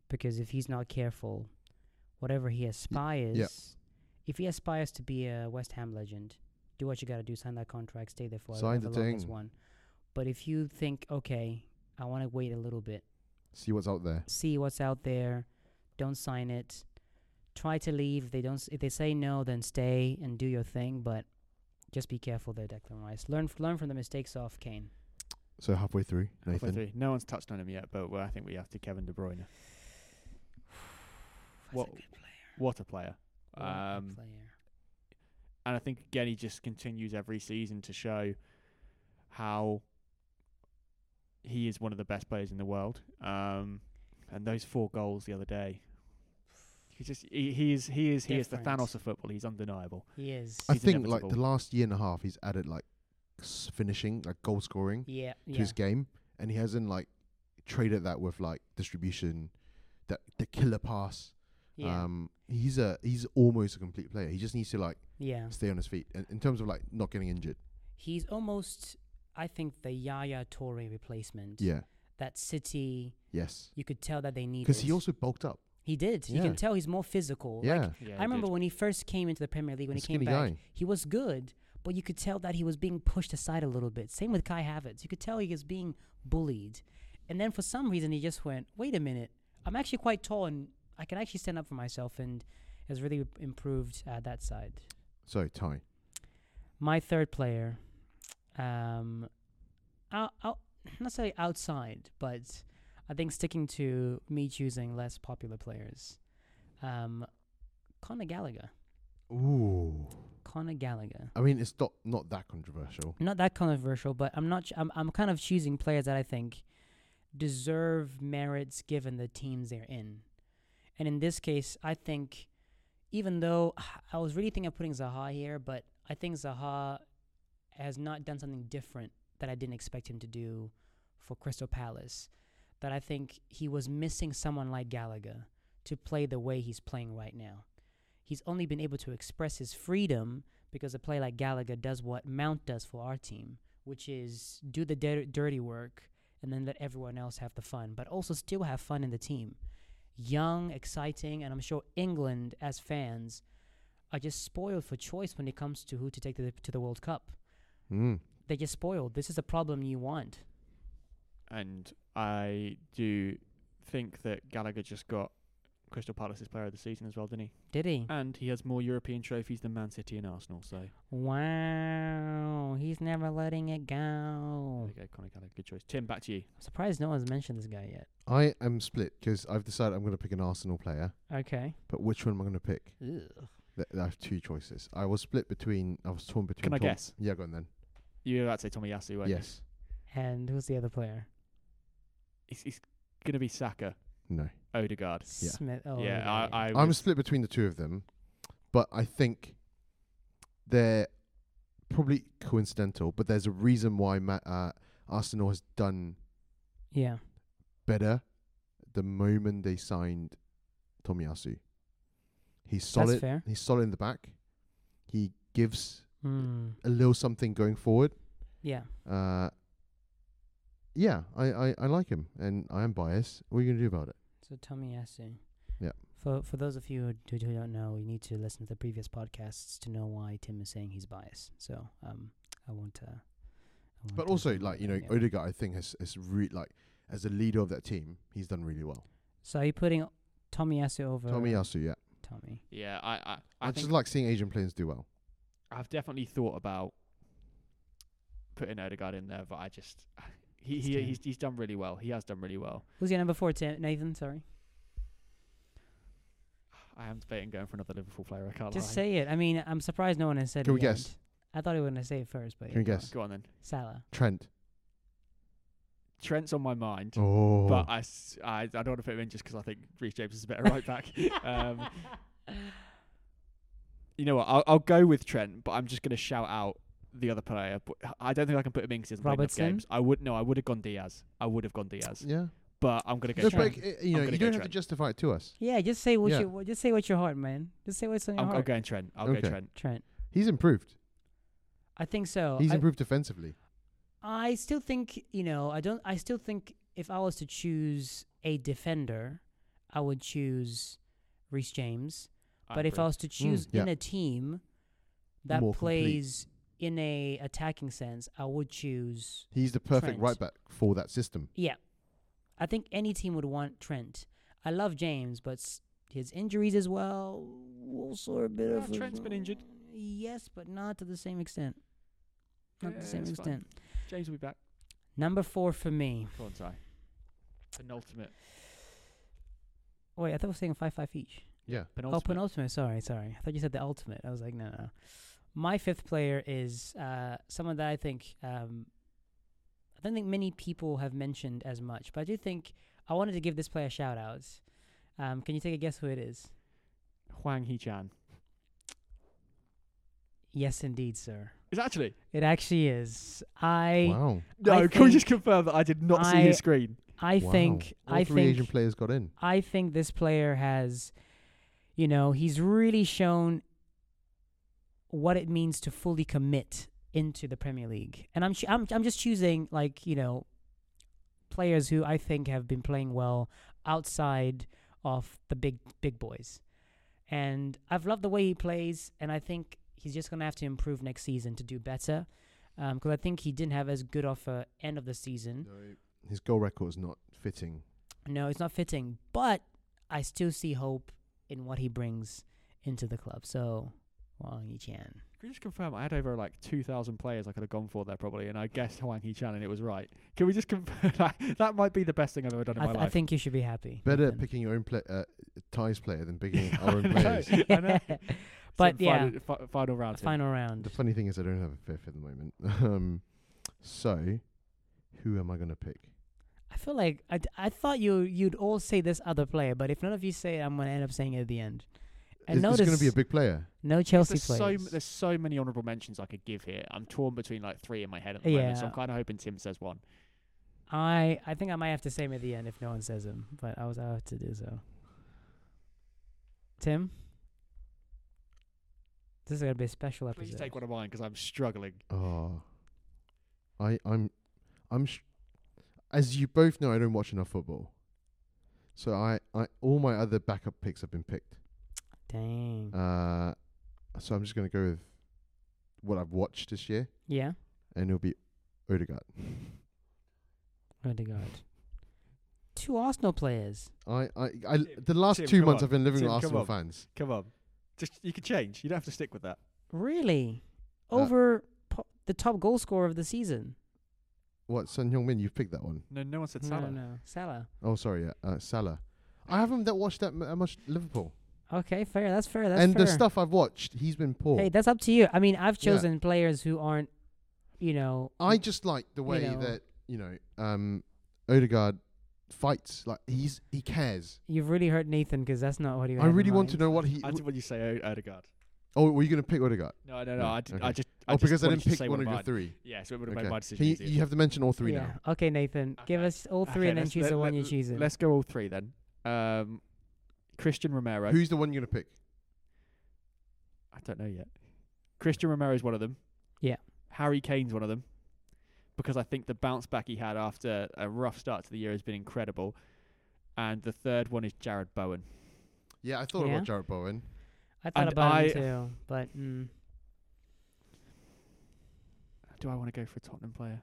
[SPEAKER 2] because if he's not careful, whatever he aspires, if he aspires to be a West Ham legend, do what you got to do, sign that contract, stay there for
[SPEAKER 3] Sign the
[SPEAKER 2] however long it's
[SPEAKER 3] thing.
[SPEAKER 2] one. But if you think, okay, I want to wait a little bit,
[SPEAKER 3] See what's out there.
[SPEAKER 2] see what's out there. Don't sign it. Try to leave. If they don't. s- If they say no, then stay and do your thing. But just be careful there, Declan Rice. Learn f- learn from the mistakes of Kane. [sighs]
[SPEAKER 3] So halfway through,
[SPEAKER 1] Halfway
[SPEAKER 3] Nathan.
[SPEAKER 1] through. No one's touched on him yet, but well, I think we have to Kevin De Bruyne. What- What a player!
[SPEAKER 2] What a
[SPEAKER 1] Um,
[SPEAKER 2] player.
[SPEAKER 1] and I think again he just continues every season to show how he is one of the best players in the world. Um, and those four goals the other day, he just he, he is he is he is the
[SPEAKER 2] Different.
[SPEAKER 1] Thanos of football. He's undeniable.
[SPEAKER 2] He is.
[SPEAKER 3] I
[SPEAKER 1] He's
[SPEAKER 3] think like the
[SPEAKER 1] inevitable.
[SPEAKER 3] last year and a half, he's added like s- finishing, like goal scoring
[SPEAKER 2] Yeah.
[SPEAKER 3] to
[SPEAKER 2] Yeah.
[SPEAKER 3] his game, and he hasn't like traded that with like distribution, that the killer pass.
[SPEAKER 2] Yeah.
[SPEAKER 3] Um, he's a he's almost a complete player. He just needs to like
[SPEAKER 2] yeah.
[SPEAKER 3] stay on his feet in, in terms of like not getting injured.
[SPEAKER 2] He's almost, I think, the Yaya Torre replacement.
[SPEAKER 3] Yeah.
[SPEAKER 2] That City,
[SPEAKER 3] Yes.
[SPEAKER 2] you could tell that they needed.
[SPEAKER 3] Because he also bulked up.
[SPEAKER 2] He did. You
[SPEAKER 3] Yeah.
[SPEAKER 2] can tell he's more physical.
[SPEAKER 3] yeah.
[SPEAKER 2] Like,
[SPEAKER 1] Yeah, he
[SPEAKER 2] I remember
[SPEAKER 1] did.
[SPEAKER 2] when he first came into the Premier League, when
[SPEAKER 3] a
[SPEAKER 2] he came
[SPEAKER 3] skinny
[SPEAKER 2] back,
[SPEAKER 3] guy.
[SPEAKER 2] he was good, but you could tell that he was being pushed aside a little bit. Same with Kai Havertz. You could tell he was being bullied. And then for some reason, he just went, wait a minute, I'm actually quite tall and I can actually stand up for myself and has really improved uh, that side.
[SPEAKER 3] So Ty.
[SPEAKER 2] My third player, um, out, out, not necessarily outside, but I think sticking to me choosing less popular players, um, Conor Gallagher.
[SPEAKER 3] Ooh.
[SPEAKER 2] Conor Gallagher.
[SPEAKER 3] I mean, it's not not that controversial.
[SPEAKER 2] Not that controversial, but I'm not. ch- I'm, I'm kind of choosing players that I think deserve merits given the teams they're in, and in this case, I think even though [sighs] I was really thinking of putting Zaha here, but I think Zaha has not done something different that I didn't expect him to do for Crystal Palace. That I think he was missing someone like Gallagher to play the way he's playing right now. He's only been able to express his freedom because a player like Gallagher does what Mount does for our team, which is do the dir- dirty work and then let everyone else have the fun, but also still have fun in the team. Young, exciting, and I'm sure England as fans are just spoiled for choice when it comes to who to take to the, to the World Cup.
[SPEAKER 3] Mm.
[SPEAKER 2] They're just spoiled. This is a problem you want.
[SPEAKER 1] and I do think that Gallagher just got Crystal Palace's Player of the Season as well, didn't he?
[SPEAKER 2] Did he?
[SPEAKER 1] And he has more European trophies than Man City and Arsenal. So
[SPEAKER 2] Wow, he's never letting it go.
[SPEAKER 1] there you go, Conor Gallagher, good choice. Tim, back to you.
[SPEAKER 2] I'm surprised no one's mentioned this guy yet.
[SPEAKER 3] I am split because I've decided I'm going to pick an Arsenal player,
[SPEAKER 2] Okay.
[SPEAKER 3] but which one am I going to pick?
[SPEAKER 2] Ugh.
[SPEAKER 3] Th- I have two choices. I was split between. I was torn between.
[SPEAKER 1] Can I
[SPEAKER 3] Tom-
[SPEAKER 1] guess?
[SPEAKER 3] Yeah, go on then.
[SPEAKER 1] You were about to say Tommy Yasu, weren't you?
[SPEAKER 3] Yes.
[SPEAKER 2] And who's the other player?
[SPEAKER 1] It's, it's going to be Saka,
[SPEAKER 3] No.
[SPEAKER 1] Odegaard.
[SPEAKER 2] Smith. Oh,
[SPEAKER 1] yeah, I, I
[SPEAKER 3] I'm
[SPEAKER 1] was-
[SPEAKER 3] split between the two of them, but I think they're probably coincidental. But there's a reason why Ma- uh, Arsenal has done
[SPEAKER 2] yeah.
[SPEAKER 3] better the moment they signed Tomiyasu. He's solid.
[SPEAKER 2] fair.
[SPEAKER 3] He's solid in the back. He gives
[SPEAKER 2] Mm.
[SPEAKER 3] a little something going forward.
[SPEAKER 2] Yeah.
[SPEAKER 3] Uh, yeah, I, I, I like him, and I am biased. What are you gonna do about it?
[SPEAKER 2] So Tomiyasu.
[SPEAKER 3] Yeah.
[SPEAKER 2] For for those of you who, who don't know, you need to listen to the previous podcasts to know why Tim is saying he's biased. So um, I won't. Uh, I won't
[SPEAKER 3] But
[SPEAKER 2] uh,
[SPEAKER 3] also,
[SPEAKER 2] talk
[SPEAKER 3] like you know,
[SPEAKER 2] about that. Yeah.
[SPEAKER 3] Odegaard, I think has has re- like as a leader of that team, he's done really well.
[SPEAKER 2] So are you putting Tomiyasu over
[SPEAKER 3] Tomiyasu, yeah,
[SPEAKER 2] Tommy?
[SPEAKER 1] yeah, I, I,
[SPEAKER 3] I,
[SPEAKER 1] I
[SPEAKER 3] just
[SPEAKER 1] think
[SPEAKER 3] like seeing Asian players do well.
[SPEAKER 1] I've definitely thought about putting Odegaard in there, but I just [sighs] he,
[SPEAKER 2] It's
[SPEAKER 1] he
[SPEAKER 2] Tim.
[SPEAKER 1] he's he's done really well. He has done really well.
[SPEAKER 2] Who's your number four, Tim? Nathan, sorry.
[SPEAKER 1] I am debating going for another Liverpool player. I can't
[SPEAKER 2] Just
[SPEAKER 1] lie.
[SPEAKER 2] say it. I mean, I'm surprised no one has said
[SPEAKER 3] Can
[SPEAKER 2] it
[SPEAKER 3] we
[SPEAKER 2] yet.
[SPEAKER 3] guess?
[SPEAKER 2] I thought he was going to say it first, but
[SPEAKER 3] Can we
[SPEAKER 2] yeah, go on.
[SPEAKER 3] guess?
[SPEAKER 1] Go on then.
[SPEAKER 2] Salah.
[SPEAKER 3] Trent,
[SPEAKER 1] Trent's on my mind.
[SPEAKER 3] oh,
[SPEAKER 1] But I, s- I, I don't want to put him in just 'cause I think Reece James is a better right
[SPEAKER 2] [laughs]
[SPEAKER 1] back. [laughs] Um, you know what? I'll, I'll go with Trent, but I'm just going to shout out the other player. But I don't think I can put him in because he hasn't
[SPEAKER 2] Robertson?
[SPEAKER 1] played enough games. I would no, I would have gone Diaz. I would have gone Diaz.
[SPEAKER 3] yeah,
[SPEAKER 1] But I'm going to
[SPEAKER 3] no,
[SPEAKER 1] go
[SPEAKER 2] Trent.
[SPEAKER 1] Trent.
[SPEAKER 3] but, uh, you know,
[SPEAKER 1] gonna
[SPEAKER 3] you
[SPEAKER 1] go
[SPEAKER 3] don't have to
[SPEAKER 1] Trent.
[SPEAKER 3] justify it to us.
[SPEAKER 2] yeah, just say what
[SPEAKER 3] Yeah.
[SPEAKER 2] you just say what your heart, man. Just say what's on your
[SPEAKER 1] I'm, I'm
[SPEAKER 2] heart.
[SPEAKER 1] going Trent. I'll
[SPEAKER 3] Okay.
[SPEAKER 1] go Trent.
[SPEAKER 2] Trent.
[SPEAKER 3] He's improved.
[SPEAKER 2] I think
[SPEAKER 1] Uh,
[SPEAKER 2] so.
[SPEAKER 3] he's
[SPEAKER 2] I,
[SPEAKER 3] improved defensively.
[SPEAKER 2] I still think you know. I don't. I still think if I was to choose a defender, I would choose Reece James.
[SPEAKER 1] Ah,
[SPEAKER 2] but if I
[SPEAKER 1] Mm,
[SPEAKER 2] was to choose
[SPEAKER 3] yeah.
[SPEAKER 2] in a team that
[SPEAKER 3] More complete.
[SPEAKER 2] plays in a attacking sense, I would choose.
[SPEAKER 3] He's the perfect
[SPEAKER 2] Trent.
[SPEAKER 3] right back for that system.
[SPEAKER 2] Yeah, I think any team would want Trent. I love James, but s- his injuries as well. Also a bit
[SPEAKER 1] Yeah,
[SPEAKER 2] of. a-
[SPEAKER 1] Trent's been injured.
[SPEAKER 2] Yes, but not to the same extent. Not to
[SPEAKER 1] Yeah,
[SPEAKER 2] the same
[SPEAKER 1] it's fine.
[SPEAKER 2] extent.
[SPEAKER 1] James will be back.
[SPEAKER 2] Number four for me.
[SPEAKER 1] Go on, sorry. Penultimate.
[SPEAKER 2] Oh, Wait, I thought we were saying five, five each.
[SPEAKER 3] Yeah,
[SPEAKER 1] Penultimate.
[SPEAKER 2] Oh, penultimate. Sorry, sorry. I thought you said the ultimate. I was like, no, no. My fifth player is uh, someone that I think um, don't think many people have mentioned as much, but I do think I wanted to give this player shout outs. Um, can you take a guess who it is?
[SPEAKER 1] Huang Hee Chan.
[SPEAKER 2] Yes, indeed, sir.
[SPEAKER 1] It's actually.
[SPEAKER 2] It actually is. I
[SPEAKER 3] wow.
[SPEAKER 1] No,
[SPEAKER 2] I
[SPEAKER 1] can we
[SPEAKER 2] think-
[SPEAKER 1] just confirm that I did not see his
[SPEAKER 2] I-
[SPEAKER 1] screen?
[SPEAKER 2] I
[SPEAKER 3] Wow.
[SPEAKER 2] think
[SPEAKER 3] All
[SPEAKER 2] I
[SPEAKER 3] three
[SPEAKER 2] think
[SPEAKER 3] Asian players got in.
[SPEAKER 2] I think this player has, you know, he's really shown what it means to fully commit into the Premier League. And I'm, ch- I'm, I'm just choosing, like, you know, players who I think have been playing well outside of the big, big boys. And I've loved the way he plays, and I think he's just going to have to improve next season to do better. Because I think he didn't have as good of a end of the season.
[SPEAKER 3] His goal record is not fitting.
[SPEAKER 2] No, it's not fitting, but I still see hope in what he brings into the club. So, Wang Yichan.
[SPEAKER 1] Can we just confirm? I had over like 2,000 players I could have gone for there probably, and I guessed Huang Hee Chan and it was right. Can we just confirm? [laughs] that, that might be the best thing I've ever done in
[SPEAKER 2] I,
[SPEAKER 1] my
[SPEAKER 2] th-
[SPEAKER 1] life.
[SPEAKER 2] I think you should be happy.
[SPEAKER 3] Better
[SPEAKER 2] Nathan. [laughs]
[SPEAKER 3] picking your own play, uh, Thai's player than picking
[SPEAKER 1] [laughs] Yeah,
[SPEAKER 3] our own
[SPEAKER 1] I know.
[SPEAKER 3] players.
[SPEAKER 1] I know.
[SPEAKER 2] [laughs] But
[SPEAKER 1] So
[SPEAKER 2] yeah.
[SPEAKER 1] final, fi- final round. Tim.
[SPEAKER 2] Final
[SPEAKER 3] The
[SPEAKER 2] round.
[SPEAKER 3] funny thing is, I don't have a fifth at the moment. [laughs] Um, so, who am I going to pick?
[SPEAKER 2] I feel like I, d- I thought you you'd all say this other player, but if none of you say it, I'm gonna end up saying it at the end. And
[SPEAKER 3] Is this
[SPEAKER 2] notice
[SPEAKER 3] going to be a big player?
[SPEAKER 2] no Chelsea
[SPEAKER 1] there's so, m-
[SPEAKER 2] players.
[SPEAKER 1] there's so many honourable mentions I could give here. I'm torn between like three in my head at the moment, so
[SPEAKER 2] Yeah.
[SPEAKER 1] I'm kind of hoping Tim says one.
[SPEAKER 2] I I think I might have to say him at the end if no one says him, but I was out to do so. Tim, this is gonna be a special episode.
[SPEAKER 1] Please take one of mine because I'm struggling.
[SPEAKER 3] Oh, I, I'm, I'm. Sh- as you both know, I don't watch enough football. So I, I, all my other backup picks have been picked.
[SPEAKER 2] Dang.
[SPEAKER 3] Uh, so I'm just going to go with what I've watched this year,
[SPEAKER 2] yeah.
[SPEAKER 3] and it'll be Odegaard. [laughs]
[SPEAKER 2] Odegaard. Two Arsenal players.
[SPEAKER 3] I, I, I the last
[SPEAKER 1] Tim,
[SPEAKER 3] two
[SPEAKER 1] come
[SPEAKER 3] months
[SPEAKER 1] on.
[SPEAKER 3] I've been living
[SPEAKER 1] Tim,
[SPEAKER 3] with
[SPEAKER 1] come
[SPEAKER 3] Arsenal
[SPEAKER 1] on.
[SPEAKER 3] fans.
[SPEAKER 1] Come on, just you could change. You don't have to stick with that.
[SPEAKER 2] Really?
[SPEAKER 3] Uh,
[SPEAKER 2] Over po- the top goal scorer of the season.
[SPEAKER 3] What Sun Heung Min? You picked that one.
[SPEAKER 1] No, no one said
[SPEAKER 2] no,
[SPEAKER 1] Salah.
[SPEAKER 2] no. Salah.
[SPEAKER 3] Oh, sorry, yeah, uh, Salah. I haven't that watched that, m- that much Liverpool,
[SPEAKER 2] Okay, fair. That's fair. That's
[SPEAKER 3] and
[SPEAKER 2] fair.
[SPEAKER 3] the stuff I've watched, he's been poor.
[SPEAKER 2] Hey, that's up to you. I mean, I've
[SPEAKER 3] Yeah.
[SPEAKER 2] chosen players who aren't, you know.
[SPEAKER 3] I just like the way
[SPEAKER 2] know.
[SPEAKER 3] that you know um, Odegaard fights. Like he's he cares.
[SPEAKER 2] You've really hurt Nathan because that's not what he.
[SPEAKER 3] I really want to know what he.
[SPEAKER 1] I did what you say, O- Odegaard.
[SPEAKER 3] oh, were you going to pick Odegaard?
[SPEAKER 1] No, no, no.
[SPEAKER 3] No,
[SPEAKER 1] I, did,
[SPEAKER 3] okay.
[SPEAKER 1] I just. I
[SPEAKER 3] Oh,
[SPEAKER 1] just
[SPEAKER 3] because I
[SPEAKER 1] wanted
[SPEAKER 3] didn't
[SPEAKER 1] you to
[SPEAKER 3] pick
[SPEAKER 1] say
[SPEAKER 3] one of your
[SPEAKER 1] mine.
[SPEAKER 3] three.
[SPEAKER 1] Yeah, so it would have
[SPEAKER 3] Okay.
[SPEAKER 1] made my
[SPEAKER 3] Can
[SPEAKER 1] decision
[SPEAKER 3] you,
[SPEAKER 1] easier.
[SPEAKER 3] you have to mention all three
[SPEAKER 2] yeah.
[SPEAKER 3] now.
[SPEAKER 2] Okay, Nathan. Give
[SPEAKER 1] Okay.
[SPEAKER 2] us all three
[SPEAKER 1] Okay,
[SPEAKER 2] and then
[SPEAKER 1] let's-
[SPEAKER 2] choose
[SPEAKER 1] let-
[SPEAKER 2] the one
[SPEAKER 1] let-
[SPEAKER 2] you're choosing.
[SPEAKER 1] Let's go all three then. Um, Christian Romero.
[SPEAKER 3] Who's the one you're going to pick?
[SPEAKER 1] I don't know yet. Christian Romero's one of them.
[SPEAKER 2] Yeah.
[SPEAKER 1] Harry Kane's one of them. Because I think the bounce back he had after a rough start to the year has been incredible. And the third one is Jared Bowen.
[SPEAKER 3] Yeah, I thought
[SPEAKER 2] Yeah.
[SPEAKER 3] about Jared Bowen.
[SPEAKER 2] I thought
[SPEAKER 1] and
[SPEAKER 2] about him
[SPEAKER 1] I-
[SPEAKER 2] too, but mm,
[SPEAKER 1] Do I want to go for a Tottenham player?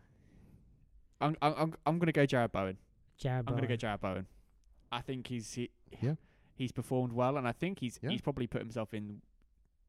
[SPEAKER 1] I'm I'm I'm, I'm going to go Jared Bowen.
[SPEAKER 2] Jared.
[SPEAKER 1] I'm going to go
[SPEAKER 2] Bowen.
[SPEAKER 1] Jared Bowen. I think he's he,
[SPEAKER 3] Yeah.
[SPEAKER 1] he's performed well, and I think he's
[SPEAKER 3] Yeah.
[SPEAKER 1] he's probably put himself in